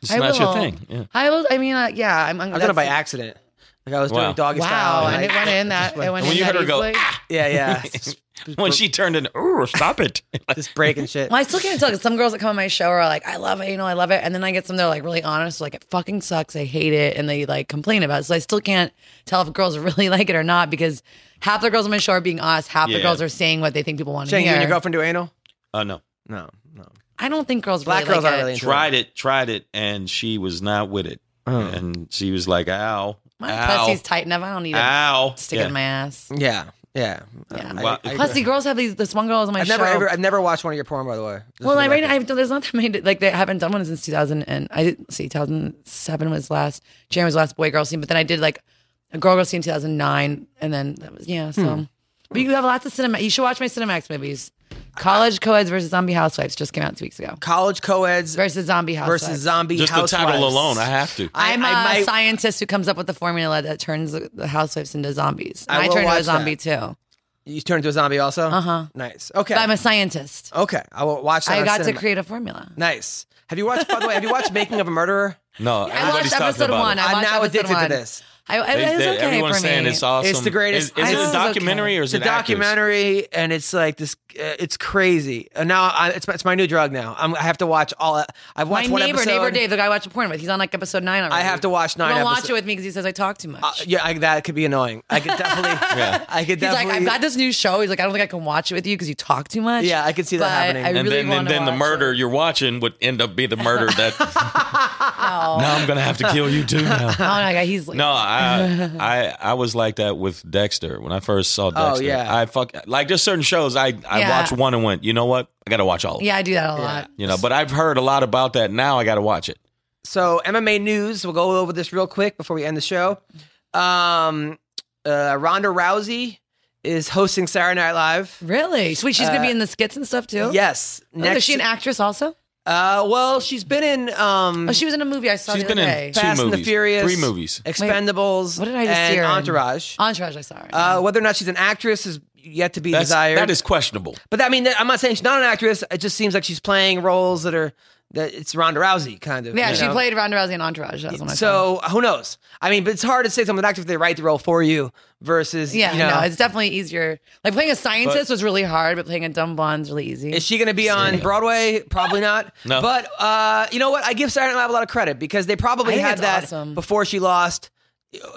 It's I not your will. thing. Yeah. I will. I mean, uh, yeah, I'm. I did it by accident. Like I was Wow. doing doggy style. Wow, and I- it went in that. It went when in you that heard her go, easily. "Ah," Yeah, yeah. when she turned in, oh, stop it. just breaking shit. Well, I still can't tell because some girls that come on my show are like, I love it, you know, I love it. And then I get some that are like really honest, like, it fucking sucks, I hate it. And they like complain about it. So I still can't tell if girls really like it or not because half the girls on my show are being honest, half Yeah. the girls are saying what they think people want to Shane, you hear. and your girlfriend do anal? Uh, no. No, no. I don't think girls Black really girls like aren't it. really into Tried it, tried it, and she was not with it. And she was like, ow. My ow, pussy's tight enough. I don't need it Ow. stick Yeah. in my ass. Yeah, yeah. Yeah. Um, I- Wow. I- Plus, the girls have these. This one girl was on my I've show. never, ever, I've never watched one of your porn, by the way. Just for Well, the I right now, record. I've, there's not that many. Like, they haven't done one since 2000. And I did see 2007 was last, Jan was last boy girl scene. But then I did like a girl girl scene in 2009. And then that was, yeah. So, Hmm. but you have lots of cinema. You should watch my Cinemax movies. College Coeds versus Zombie Housewives just came out two weeks ago. college co-eds Versus Zombie Housewives. versus zombie Just the housewives. title alone, I have to. I- I'm a I might- scientist who comes up with the formula that turns the the housewives into zombies. And I I, will turn into watch a zombie too. You turned into a zombie also. Uh Uh-huh. Nice. Okay. But I'm a scientist. okay. I will watch that. I on got to cinema. create a formula. Nice. Have you watched? By the way, have you watched Making of a Murderer? No, I everybody's watched talking episode about one. it. I I'm watched now episode addicted to one. this. I, I, They- it's they- okay everyone's for saying me. it's awesome. It's the greatest- I Is, is it know a it's okay. documentary or is It's a it actors? documentary, and it's like this. Uh, it's crazy. And now I, it's, my- it's my new drug. Now I'm, I have to watch all. uh, I've My watched one neighbor, episode. neighbor Dave, the guy I watch porn with, he's on like episode nine already. I have to watch Don't nine. watch episodes. it with me because he says I talk too much. Uh, yeah, I, that could be annoying. I could definitely. Yeah. I could He's like, definitely. I've got this new show. He's like, I don't think I can watch it with you because you talk too much. Yeah, I could see that but happening. I And really then, want and to then the watch murder It. you're watching would end up being the murder that No. now I'm gonna have to kill you too. Oh Now. my god, he's like, No, I, I I was like that with Dexter when I first saw Oh, Dexter. yeah. I fuck like there's certain shows I I Yeah. watch one and went. You know what? I gotta watch all. Of them. yeah, I do that a lot. You know, but I've heard a lot about that. Now I gotta watch it. So MMA news. We'll go over this real quick before we end the show. Um, uh, Ronda Rousey is hosting Saturday Night Live. Really? Sweet. She's gonna Uh, be in the skits and stuff too. Yes. Oh, is she an actress also? uh, well, she's been in um, Oh, she was in a movie I saw She's the other been in day. two Fast and movies, the Furious, three movies. Expendables, What did I just and see her in? Entourage. Entourage, I saw her. in. Uh, whether or not she's an actress is yet to be That's, desired. that is questionable. but I mean, I'm not saying she's not an actress. It just seems like she's playing roles that are that it's Ronda Rousey kind of. yeah, you she know? played Ronda Rousey in Entourage. That's when I saw. her. So who knows? I mean, but it's hard to say someone's an actor if they write the role for you versus Yeah, You know, no, it's definitely easier. Like playing a scientist But- was really hard, but playing a dumb blonde's really easy. Is she going to be on Broadway? Probably not. No. But uh, you know what? I give Saturday Night Live a lot of credit because they I probably think had it's that awesome. before she lost,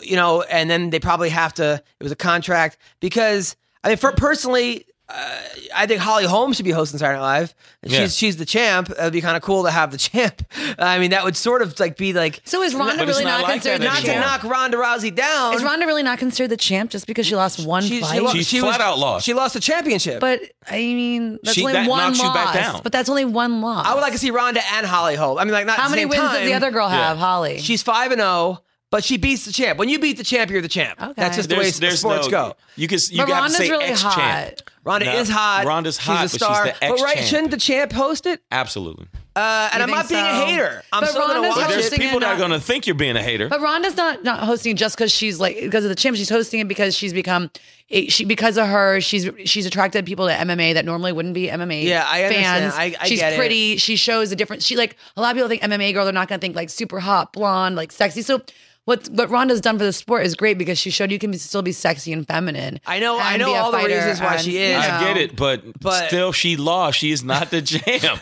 you know, and then they probably have to. It was a contract because I mean, for personally. Uh, I think Holly Holm should be hosting Saturday Night Live. She's Yeah. she's the champ. It'd be kind of cool to have the champ. I mean, that would sort of like be like So is Ronda But it's really not, not like considered the that not to anymore. champ? knock Ronda Rousey down. Is Ronda really not considered the champ just because she lost one she, fight? lo- She flat out lost. She lost the championship. but I mean, that's She- only that one knocks loss. you back down. But that's only one loss. I would like to see Ronda and Holly Holm. I mean, like not at How the many same wins does the time. other girl have, Yeah. Holly? She's five and zero, but she beats the champ. When you beat the champ, you're the champ. Okay. That's just the way There's, there's sports no, go. You can you but have to Ronda's say really ex hot. champ. Ronda No, is hot. Ronda's hot, but She's a she's star. the ex-champ. right, shouldn't the champ host it? Absolutely. Uh, and You I'm not think being a so? hater. I'm But still gonna Ronda's watch There's hosting it. people it, that are not- going to think you're being a hater. But Rhonda's not not hosting just because she's like because of the champ. She's hosting it because she's become it, she because of her. She's she's attracted people to MMA that normally wouldn't be MMA. Yeah, I understand. fans. I- I she's get it. pretty. She shows a different. She like a lot of people think MMA girl. They're not gonna think like super hot, blonde, like sexy. So. What, what Rhonda's done for the sport is great because she showed you can be, still be sexy and feminine. I know- I and know be a all the fighter reasons why and, she is. you I know. get it, but, But- still, she lost. She is not the jam.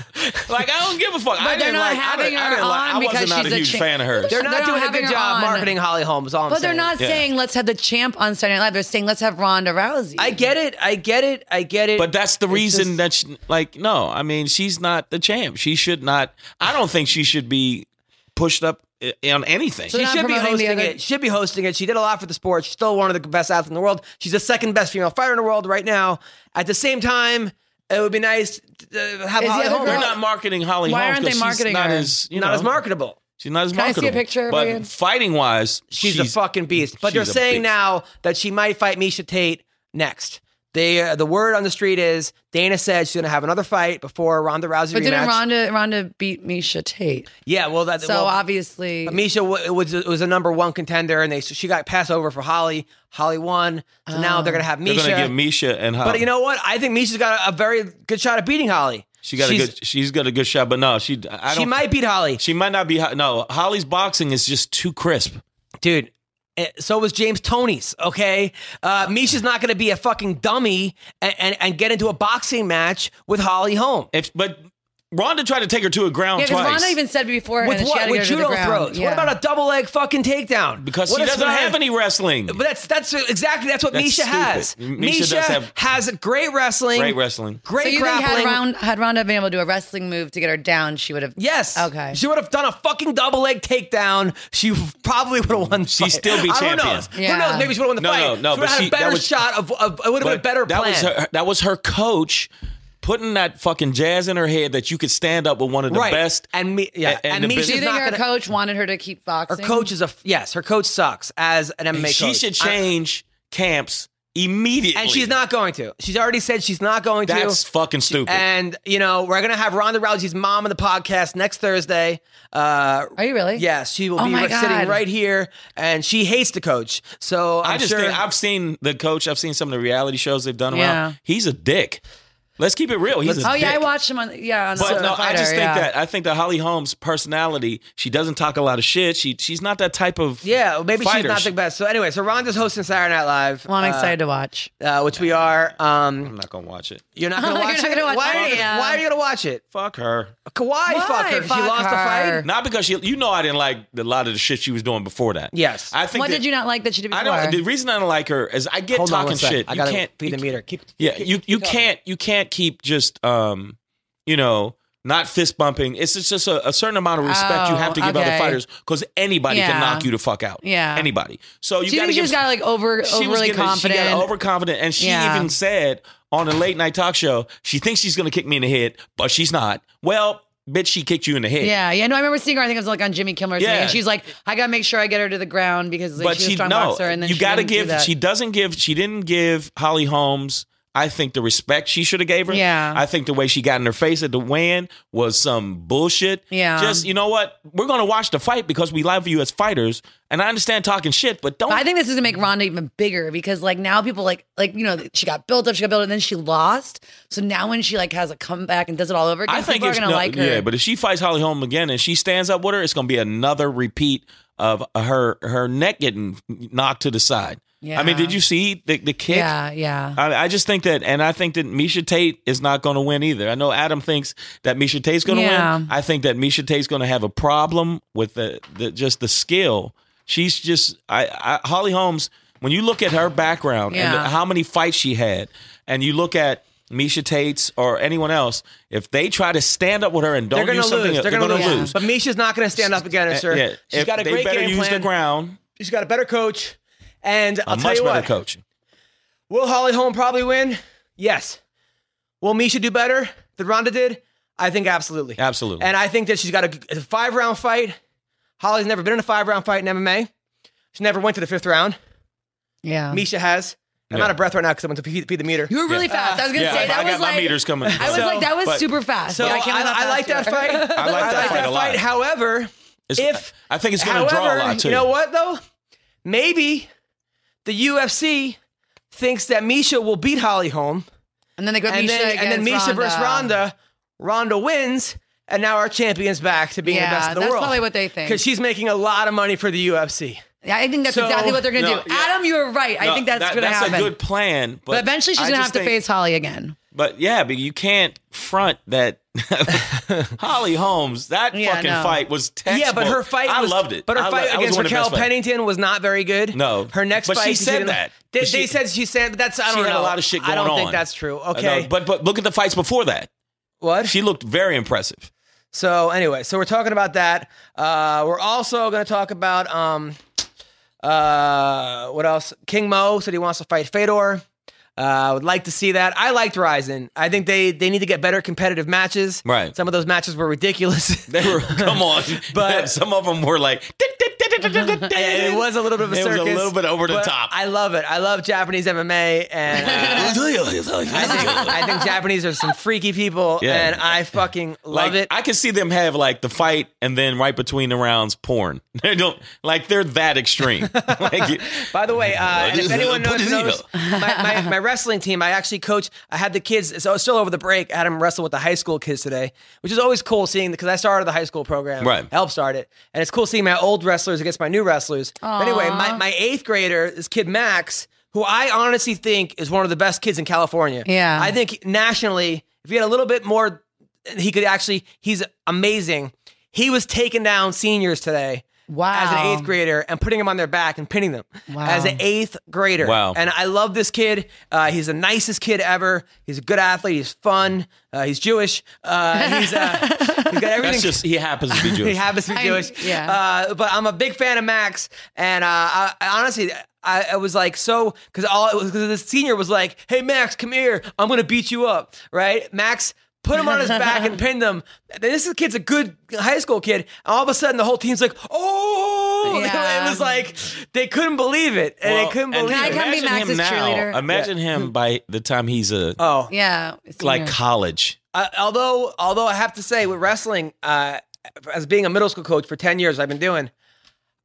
like I don't give a fuck. I they're didn't not like, I having didn't, I her didn't like- on I wasn't because not she's a a huge cha- fan of hers. They're They're not not doing a having good her job on. marketing Holly Holm. Is all I'm But they're saying. not Yeah. saying let's have the champ on Saturday Night Live. They're saying let's have Ronda Rousey. I get it. I get it. I get it. But that's the It's reason just- that, she, like, no, I mean, she's not the champ. She should not. I don't think she should be pushed up i- on anything. So She not should be promoting the hosting other- it. She should be hosting it. She did a lot for the sport. She's still one of the best athletes in the world. She's the second best female fighter in the world right now. At the same time, it would be nice to uh, have Is the Holly other Holm. They're girl- not marketing Holly Why Holm aren't they 'cause she's marketing not her? as you not know, as marketable. She's not as I see a marketable. picture of But her? fighting wise, She's, a fucking beast. But she's they're a saying beast. now that she might fight Misha Tate next. They uh, the word on the street is Dana said she's going to have another fight before Ronda Rousey But rematch. didn't Ronda Ronda beat Misha Tate? yeah, well, that So well, obviously, Misha w- was was a number one contender, and they so she got passed over for Holly. Holly won, so now they're going Ah. to have They're Misha. gonna give Misha and Holly. but you know what? I think Misha's got a, a very good shot at beating Holly. she got a She's- good. She's got a good shot, but no, she. I don't, She might beat Holly, She might not be. No, Holly's boxing is just too crisp. dude. eh, So was James Tony's. Okay, uh, Misha's not going to be a fucking dummy and, and and get into a boxing match with Holly Holm. If but Ronda tried to take her to a ground yeah, because twice Ronda even said before With that she had what? to With get her to judo the ground. throws. Yeah. What about a double leg fucking takedown? because What she a doesn't sign. have any wrestling. But that's that's exactly that's what That's Misha stupid. has. Misha Misha, does have- has great wrestling, Great wrestling. great so you grappling. think had Ronda, had Ronda been able to do a wrestling move to get her down, she would have. Yes. Okay. She would have done a fucking double leg takedown. She probably would have won. The She'd fight. still be I, champion. Who knows? Yeah. Who knows? Maybe she would have won the No, fight. no, no, She would but have had she- a better that was- shot of. of it would have been a better that plan. was her. That was her coach putting that fucking jazz in her head that you could stand up with one of the right. best. And me. Yeah. and the Misha's business- Do you think not her gonna- coach wanted her to keep Her boxing? coach is a yes. Her coach sucks as an MMA she coach. should I- change camps immediately. and she's not going to. She's already said she's not going to. That's fucking stupid. And you know we're gonna have Ronda Rousey's mom on the podcast next Thursday. Uh, Are you really? yes, she will Oh be my re- sitting God. right here, and she hates the coach. So I'm I just sure think I've seen the coach. I've seen some of the reality shows they've done Yeah. around. He's a dick. Let's keep it real. He's a Oh dick. yeah, I watched him on. Yeah, on But the no, I Fighter, just think yeah. that I think that Holly Holmes' personality. She doesn't talk a lot of shit. She she's not that type of Yeah, well, maybe she's fighter. not the best. So anyway, so Rhonda's hosting Saturday Night Live. Well, I'm uh, excited to watch. uh, which we are. I'm Um, not gonna watch it. you're not gonna You're watch not it. gonna watch why, are you, it, yeah. why are you gonna watch it? Fuck her. Kawhi fuck her. fuck she lost the her? fight. Not because she. You know, I didn't like the- a lot of the shit she was doing before that. Yes. I think. What that- did you not like that she did before? I don't. The reason I don't like her is I get Hold on talking one sec. shit. I you gotta can't feed the meter. Keep. Yeah, you you can't you can't keep just um, you know, not fist bumping. It's just, just a, a certain amount of respect you Oh, have to give other okay. fighters because anybody Yeah. can knock you the fuck out. Yeah. anybody. So you Do you got to think she give. just got like over she was overly getting- confident? She got overconfident, and she Yeah. even said on a late night talk show she thinks she's gonna kick me in the head, but she's not. Well, bitch, she kicked you in the head. yeah, yeah. No, I remember seeing her. I think it was like on Jimmy Kimmel or something. Yeah. And she's like, I gotta make sure I get her to the ground because like, but she's she a strong no, boxer. And then you she gotta didn't do give. that. She doesn't give. She didn't give Holly Holmes. I think the respect she should have gave her. Yeah. I think the way she got in her face at the weigh-in was some bullshit. Yeah. Just you know what? We're gonna watch the fight because we love you as fighters, and I understand talking shit, but don't. But I think this is gonna make Ronda even bigger because like now people like like you know she got built up, she got built, up, and then she lost. So now when she like has a comeback and does it all over again, I think people are it's gonna no- like her. Yeah, but if she fights Holly Holm again and she stands up with her, it's gonna be another repeat of her her neck getting knocked to the side. I mean, Yeah. did you see the the kick? yeah, yeah. I, I just think that, and I think that Misha Tate is not going to win either. I know Adam thinks that Misha Tate's going to Yeah. win. I think that Misha Tate's going to have a problem with the, the just the skill. She's just I, I Holly Holmes. When you look at her background Yeah. and how many fights she had, and you look at Misha Tate's or anyone else, if they try to stand up with her and don't They're do gonna something, lose. They're, gonna, gonna lose. But Misha's not gonna stand up against her. Yeah, She's if got a they great better game use plan. the ground. She's got a better coach, and I'll a tell much you better what. coach. Will Holly Holm probably win? Yes. Will Misha do better than Ronda did? I think absolutely. Absolutely. And I think that she's got a, five round fight. Holly's never been in a five round fight in MMA. She never went to the fifth round. yeah. Misha has. I'm Yeah. out of breath right now because I went to pee, pee the meter. you were really fast. I was gonna yeah, say that I got was my like meters coming. I was So- like that was but- super fast. So Yeah, I, I, can't believe I, how like that fast you fight. were. I like that fight a lot. However, It's- if I think it's going to however, draw a lot too. you know what though? Maybe the UFC thinks that Misha will beat Holly Holm, And then they go and Misha then and then Misha against versus Ronda. Ronda wins, and now our champion's back to being Yeah, the best in the that's world. probably what they think. because she's making a lot of money for the UFC. Yeah, I think that's So- exactly what they're going to No, do. yeah. Adam, you were right. I No, think that's that- going to happen. That's a good plan, but, but eventually she's I going to just have to think- face Holly again. But yeah, but you can't front that Holly Holmes. That Yeah, fucking no. fight was textbook. Yeah, but her fight. I was- loved it. But her I fight lo- that was against one of the Raquel best fights. Pennington was not very good. No. her next But she fight. said didn't- that. They, But she- they said she said but that's. I She don't had know. a lot of shit going I on. don't think that's true. I know, Okay, but but look at the fights before that. what? She looked very impressive. So anyway, so we're talking about that. Uh, we're also going to talk about um, uh, what else? King Mo said he wants to fight Fedor. Uh, I would like to see that. I liked Ryzen. I think they they need to get better competitive matches. Right. Some of those matches were ridiculous. They were come on, But- but some of them were like "Dit, dit, dit, dit, it was a little bit of a It was a circus. little bit over the but top. I love it. I love Japanese MMA, and uh, I, think, I think Japanese are some freaky people, Yeah. and I fucking love like, it. I can see them have like the fight and then right between the rounds, porn. They don't like they're that extreme. like, By the way, uh, and if anyone knows, Puttadino. knows my, my, my wrestling team, I actually coach. I had the kids, so I was still over the break. I had them wrestle with the high school kids today, which is always cool seeing because I started the high school program. Right. Help start it. And it's cool seeing my old wrestlers against my new wrestlers. But anyway, my, my eighth grader, this kid Max, who I honestly think is one of the best kids in California. Yeah. I think nationally, if he had a little bit more, he could actually, he's amazing. He was taking down seniors today as an Wow. eighth grader and putting them on their back and pinning them Wow. as an eighth grader. Wow. And I love this kid. Uh, he's the nicest kid ever. He's a good athlete. He's fun. Uh, he's Jewish. Uh, he's, uh, he's got everything. that's just he happens to be he Jewish. happens to be I- Jewish. yeah. Uh, but I'm a big fan of Max. And uh, I, I honestly, I, I was like, so, because all it was, because the senior was like, hey, Max, come here. I'm going to beat you up. Right? Max. Put him on his back and pinned him. This is- kid's a good high school kid. And all of a sudden, the whole team's like, "Oh!" Yeah. It was like they couldn't believe it, and Well, they couldn't and believe I it. come be imagine Max's him now. cheerleader? Imagine him by the time he's a oh, yeah. like senior. college. Uh, although, although I have to say, with wrestling, uh, as being a middle school coach for ten years, I've been doing.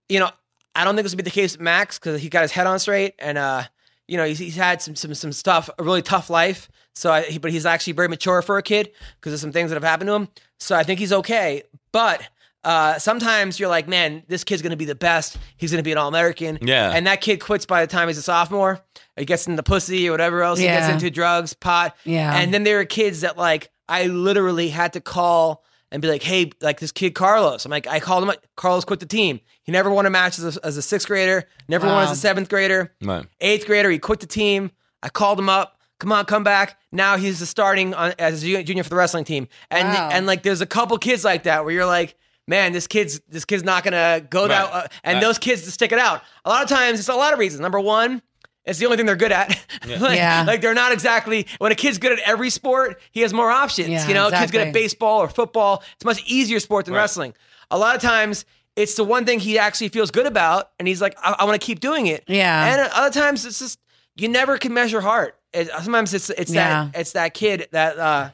You know, I don't think this would be the case with Max because he got his head on straight, and uh, you know, he's, he's had some some some stuff, a really tough life. So, I, he, but he's actually very mature for a kid because of some things that have happened to him. So, I think he's okay. But uh, sometimes you're like, man, this kid's gonna be the best. He's gonna be an all American. Yeah. And that kid quits by the time he's a sophomore. He gets into pussy or whatever else. He gets Yeah. into drugs, pot. Yeah. And then there were kids that like I literally had to call and be like, "Hey, like this kid Carlos." I'm like, I called him. up. Carlos quit the team. He never won a match as a, as a sixth grader. Never won as Wow. a seventh grader. Right. Eighth grader, he quit the team. I called him up. Come on, come back. Now he's the starting on, as a ju- junior for the wrestling team. And Wow. and like, there's a couple kids like that where you're like. Man, this kid's this kid's not gonna go Right. down, uh, and Right. those kids to stick it out. A lot of times, it's a lot of reasons. Number one, it's the only thing they're good at. like, Yeah. like, they're not exactly when a kid's good at every sport, he has more options. Yeah, you know, a kid's good at exactly. baseball or football. It's a much easier sport than Right. wrestling. A lot of times it's the one thing he actually feels good about and he's like, I, I want to keep doing it. Yeah. And other times it's just you never can measure heart. It, sometimes it's it's that Yeah. it's that kid that uh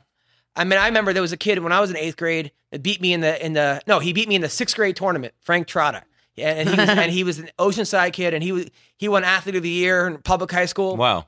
I mean, I remember there was a kid when I was in eighth grade that beat me in the in the no, he beat me in the sixth grade tournament. Frank Trotta, Yeah, and he was, and he was an Oceanside kid, and he was he won athlete of the year in public high school. Wow.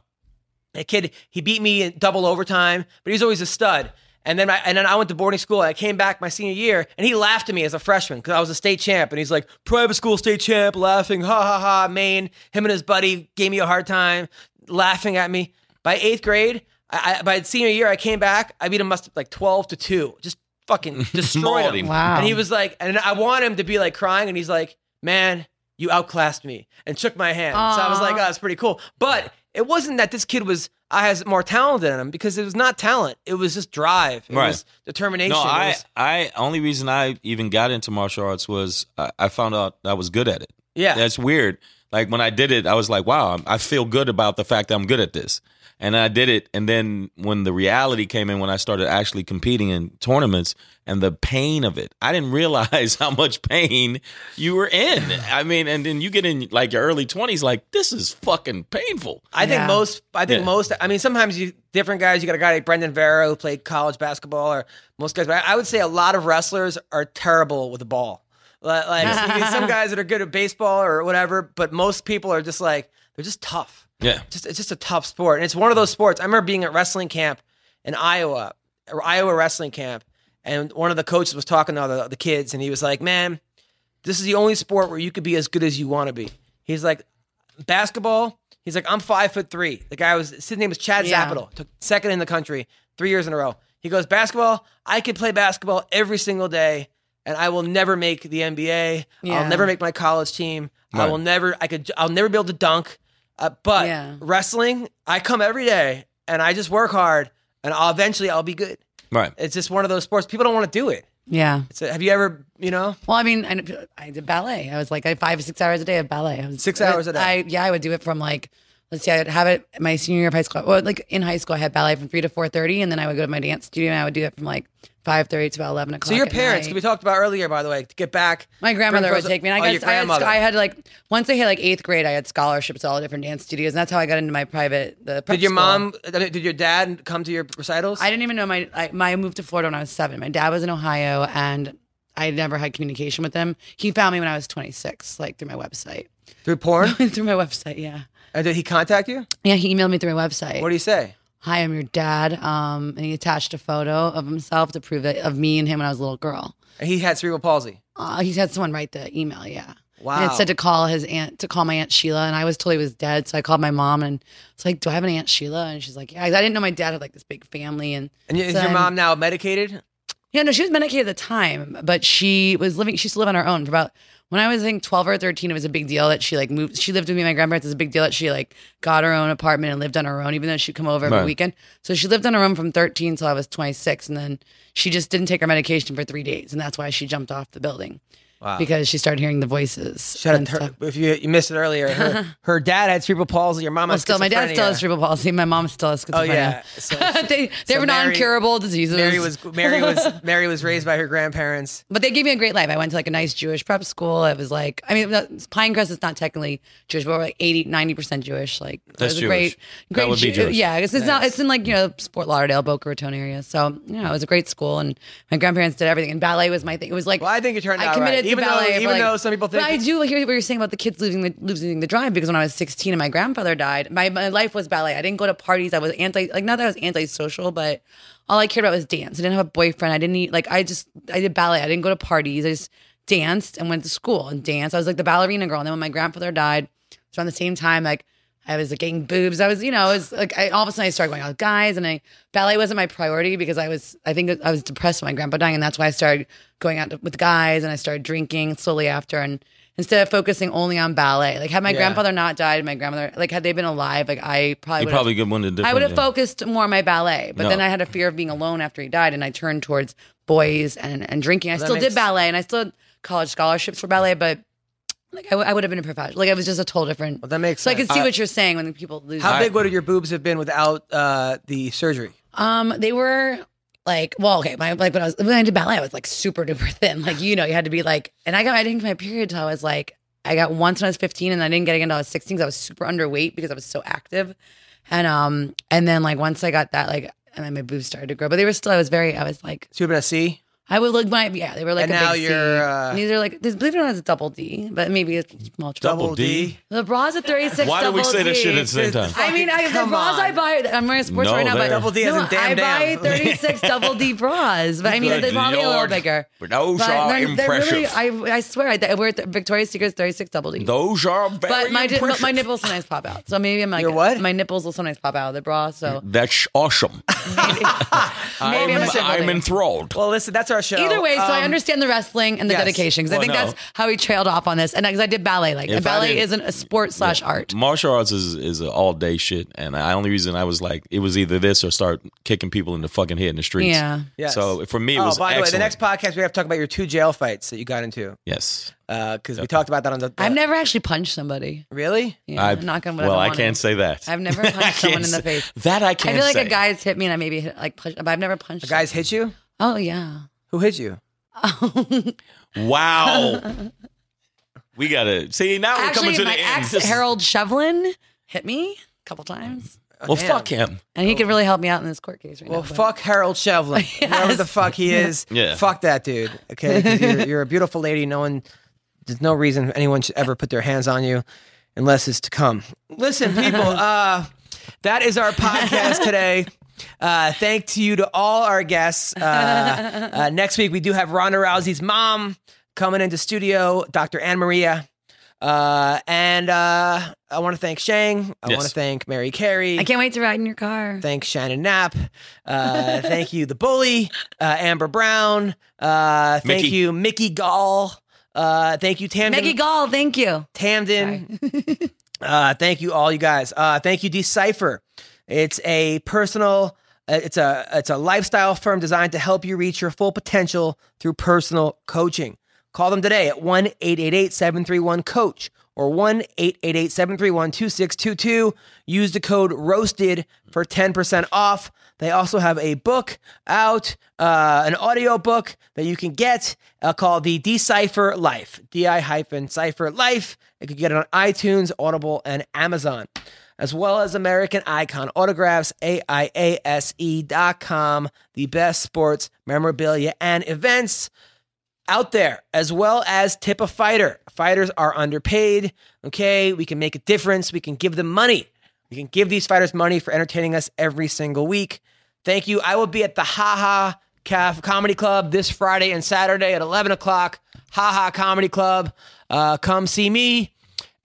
A kid, he beat me in double overtime, but he's always a stud. And then I, and then I went to boarding school. And I came back my senior year, and he laughed at me as a freshman because I was a state champ. And he's like, private school state champ, laughing, ha ha ha, Maine. Him and his buddy gave me a hard time, laughing at me. By eighth grade, I, I, by senior year, I came back. I beat him must like twelve to two, just fucking destroyed Mauled him. him. Wow. And he was like, and I want him to be like crying, and he's like, man, you outclassed me, and shook my hand. So I was Aw. like, oh, that's pretty cool. But it wasn't that this kid was I has more talent than him because it was not talent. It was just drive. It Right. was determination. No, It I, was- I only reason I even got into martial arts was I, I found out I was good at it. yeah. That's weird. Like when I did it, I was like, wow, I'm- I feel good about the fact that I'm good at this. And I did it. And then when the reality came in, when I started actually competing in tournaments and the pain of it, I didn't realize how much pain you were in. I mean, and then you get in like your early 20s, like, this is fucking painful. I think Yeah. most. I think Yeah. most. I mean, sometimes you different guys. You got a guy like Brendan Vera who played college basketball, or most guys. But I, I would say a lot of wrestlers are terrible with the ball. Like, like you get some guys that are good at baseball or whatever, but most people are just like they're just tough. Yeah. just it's just a tough sport, and it's one of those sports. I remember being at wrestling camp in Iowa, or Iowa wrestling camp, and one of the coaches was talking to all the, the kids, and he was like, "Man, this is the only sport where you could be as good as you want to be." He's like, basketball. He's like, I'm five foot three. The guy was his name was Chad Yeah. Zapital, took second in the country three years in a row. He goes, basketball. I can play basketball every single day, and I will never make the NBA. I'll Yeah. never make my college team. I Right. will never. I could. I'll never be able to dunk. Uh, but Yeah. wrestling, I come every day, and I just work hard, and I'll eventually I'll be good. Right. It's just one of those sports people don't want to do it. yeah. It's a, have you ever, you know? Well, I mean, I, I did ballet. I was like I had five, six hours a day of ballet. I was, Six hours a day. I, yeah, I would do it from like let's see, I'd have it my senior year of high school. Well, like in high school, I had ballet from three to four thirty, and then I would go to my dance studio, and I would do that from like five thirty to about eleven o'clock. So your at parents, night. we talked about earlier, by the way, to get back. My grandmother Bring would frozen- take me. And Oh, I your got, I, had, grandmother. I had like once I hit like eighth grade, I had scholarships to all the different dance studios, and that's how I got into my private. The prep Did your school. mom? Did your dad come to your recitals? I didn't even know my I, my I moved to Florida when I was seven. My dad was in Ohio, and I never had communication with him. He found me when I was twenty six, like through my website, through porn. through my website. Yeah, and did he contact you? yeah. He emailed me through my website. What do you say? Hi, I'm your dad. Um, and he attached a photo of himself to prove that of me and him when I was a little girl. And he had cerebral palsy. Uh, he had someone write the email. Yeah. Wow. And it said to call his aunt, to call my aunt Sheila, and I was told he was dead. So I called my mom, and it's like, "Do I have an aunt Sheila?" And she's like, "Yeah." 'Cause I didn't know my dad had like this big family, and and y- is so your then- mom now medicated? Yeah, no, she was medicated at the time, but she was living. She used to live on her own for about when I was I think twelve or thirteen. It was a big deal that she like moved. She lived with me, and my grandparents. It was a big deal that she like got her own apartment and lived on her own, even though she'd come over every Right. weekend. So she lived on her own from thirteen till I was twenty six, and then she just didn't take her medication for three days, and that's why she jumped off the building Wow. because she started hearing the voices. She had and a- her- stuff. if you, you missed it earlier, her, her dad had cerebral palsy. Your mom Well, had still, my dad still has schizophrenia. cerebral palsy. My mom still has schizophrenia. Oh yeah. So they they so were Mary- non-curable diseases. Mary was Mary was Mary was raised by her grandparents. But they gave me a great life. I went to like a nice Jewish prep school. It was like, I mean, that- Pinecrest is not technically Jewish, but we're like 80, 90% Jewish. Like, it That's was a Jewish. great, That great would be Jew- Jewish. Yeah, it's, it's not, it's in like, you know, Sport Lauderdale, Boca Raton area. So, yeah, it was a great school. And my grandparents did everything. And ballet was my thing. It was like, Well, I think it turned I out committed right. to Even though- ballet. for, even like- though some people think- But I do hear what you're saying about the kids losing the losing the drive because when I was 16 and my grandfather died, my, my life was ballet. I didn't go to parties. I was anti like not that I was antisocial, but all I cared about was dance. I didn't have a boyfriend. I didn't eat like I just I did ballet. I didn't go to parties. I just danced and went to school and danced. I was like the ballerina girl. And then when my grandfather died, it's around the same time like. I was like getting boobs. I was, you know, I was like, I, all of a sudden I started going out with guys, and I ballet wasn't my priority because I was, I think I was depressed when my grandpa dying, and that's why I started going out with guys and I started drinking slowly after, and instead of focusing only on ballet, like had my Yeah. grandfather not died, my grandmother, like had they been alive, like I probably You would probably get one of the different. I would have yeah. focused more on my ballet, but No. then I had a fear of being alone after he died, and I turned towards boys and, and drinking. I That still makes- did ballet, and I still had college scholarships for ballet, but like I, w- I would have been a professional. Like I was just a total different. Well, that makes so I sense. can see what you're saying when people lose. Uh, How it. big would your boobs have been without uh, the surgery? Um, they were like, well, okay, my like when I was when I did ballet, I was like super duper thin. Like you know, you had to be like, and I got I didn't get my period till I was like, I got once when I was 15, and I didn't get it again until I was 16 because I was super underweight because I was so active, and um, and then like once I got that like. And then my boobs started to grow, but they were still. I was very. I was like, So you've been a C. I would look my yeah. They were like And a now big C. you're, uh, And these are like. This, believe it or not, it's a double D, but maybe it's a small. Double triangle. D? The bras at thirty six. Why do we say that shit at the same time? I mean, I, the Come bras I on. buy, I'm wearing sports No, right now, they're- but Double D as in no, damn, I damn. buy 36 double D bras, but I mean, Good they're probably a little Lord. bigger. But those But are they're, they're impressive. really, I, I swear, I, I wear th- Victoria's Secret's 36 double D. those are very but my, di- impressive. my nipples sometimes pop out. So maybe I'm like, Your what? my nipples will sometimes pop out of the bra. So That's awesome. maybe, maybe I'm, I'm, a I'm double D. enthralled. Well, listen, that's our show. Either way, so I Um, understand the wrestling and the yes. dedication because Well, I think no. that's how he trailed off on this. And because I did ballet, like If I and ballet didn't- isn't a sport slash art. Martial arts is is an all day shit, and the only reason I was like it was either this or start kicking people in the fucking head in the streets. Yeah. Yes. So for me, it oh, was by the way, the next excellent. podcast we have to talk about your two jail fights that you got into yes, because we talked about that on the. uh, I've never actually punched somebody. really. Yeah, I- knock on wood. well, don't I want can't to. say that. I've never I punched someone can't in the say- face. That I I can't. feel like say. a guy's hit me and I maybe hit, like push, but I've never punched. The guys hit you. Oh yeah. Who hit you? Wow. we gotta see now. we're coming Actually, to the my end. ex This is- Harold Shevlin hit me a couple times, Well, Damn. fuck him. and he could really help me out in this court case right Well, now. but- fuck Harold Shevlin, whoever the fuck he is. Yeah. Fuck that dude. Okay, 'Cause you're, you're a beautiful lady. No one, there's no reason anyone should ever put their hands on you, unless it's to come. Listen, people. Uh, that is our podcast today. Uh, thank you to all our guests. Uh, uh, next week we do have Ronda Rousey's mom coming into studio, Dr. Ann Maria. Uh, and uh, I want to thank Shang. I Yes. want to thank Mary Carey. I can't wait to ride in your car. Thanks, Shannon Knapp. Uh, thank you, The Bully, uh, Amber Brown. Uh, thank Mickey. you, Mickey Gall. Uh, thank you, Tamden. Mickey Gall, thank you. Tamden. uh, thank you, all you guys. Uh, thank you, Decipher. It's a personal. uh, It's a it's a lifestyle firm designed to help you reach your full potential through personal coaching. Call them today at 1 888 731 Coach or 1 888 731 2622. Use the code ROASTED for 10% off. They also have a book out, uh, an audio book that you can get uh, called The Decipher Life, DI hyphen Cipher Life. You can get it on iTunes, Audible, and Amazon, as well as American Icon Autographs, A-I-A-S-E E dot com, the best sports memorabilia and events out there, as well as tip a fighter. Fighters are underpaid. Okay, we can make a difference. We can give them money. We can give these fighters money for entertaining us every single week. Thank you. I will be at the Haha Caf Comedy Club this Friday and Saturday at 11 o'clock. Haha Comedy Club. Uh, come see me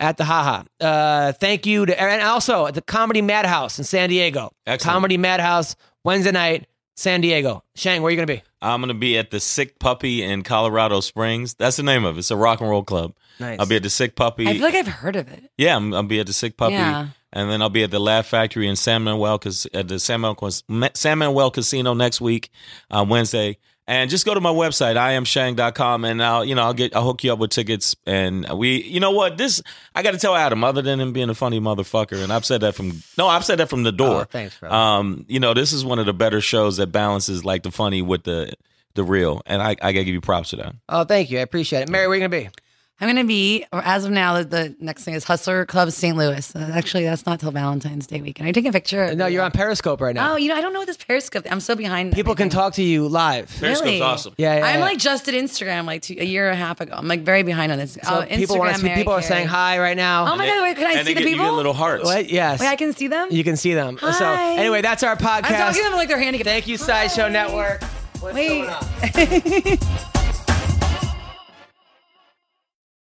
at the Haha. Uh, thank you to, and also at the Comedy Madhouse in San Diego. Excellent. Comedy Madhouse Wednesday night, San Diego. Shang, where are you going to be? I'm gonna be at the Sick Puppy in Colorado Springs. That's the name of it. It's a rock and roll club. Nice. I'll be at the Sick Puppy. I feel like I've heard of it. yeah, I'm, I'll be at the Sick Puppy, Yeah. and then I'll be at the Laugh Factory in San Manuel because at the San Manuel Cas- Ma- San Manuel Casino next week, uh, Wednesday. And just go to my website, iamshang.com, and I'll you know I'll get I'll hook you up with tickets. And we, you know what, this I got to tell Adam. Other than him being a funny motherfucker, and I've said that from no, I've said that from the door. Oh, thanks, brother. Um, you know, this is one of the better shows that balances like the funny with the the real, and I, I gotta give you props for that. Oh, thank you. I appreciate it. Mary, where are you going to be? I'm gonna be, or as of now, the, the next thing is Hustler Club St. Louis. Uh, Actually, that's not till Valentine's Day weekend. Are you taking a picture? No, you're on Periscope right now. Oh, you know, I don't know this Periscope. I'm so behind. People can everything. talk to you live. Periscope's Really? awesome. Yeah, yeah. I'm yeah. like just at Instagram like two, a year and a half ago. I'm like very behind on this. So oh, people Instagram, wanna see- Mary people are Carey. saying hi right now. Oh my god! Wait, can I and see the they get, You people? get little hearts. what? Yes. Wait, I can see them. you can see them. So Hi. anyway, that's our I'm talking to podcast. them like they're handicapped. Thank you, Sideshow Hi. Network. What's Wait. going on?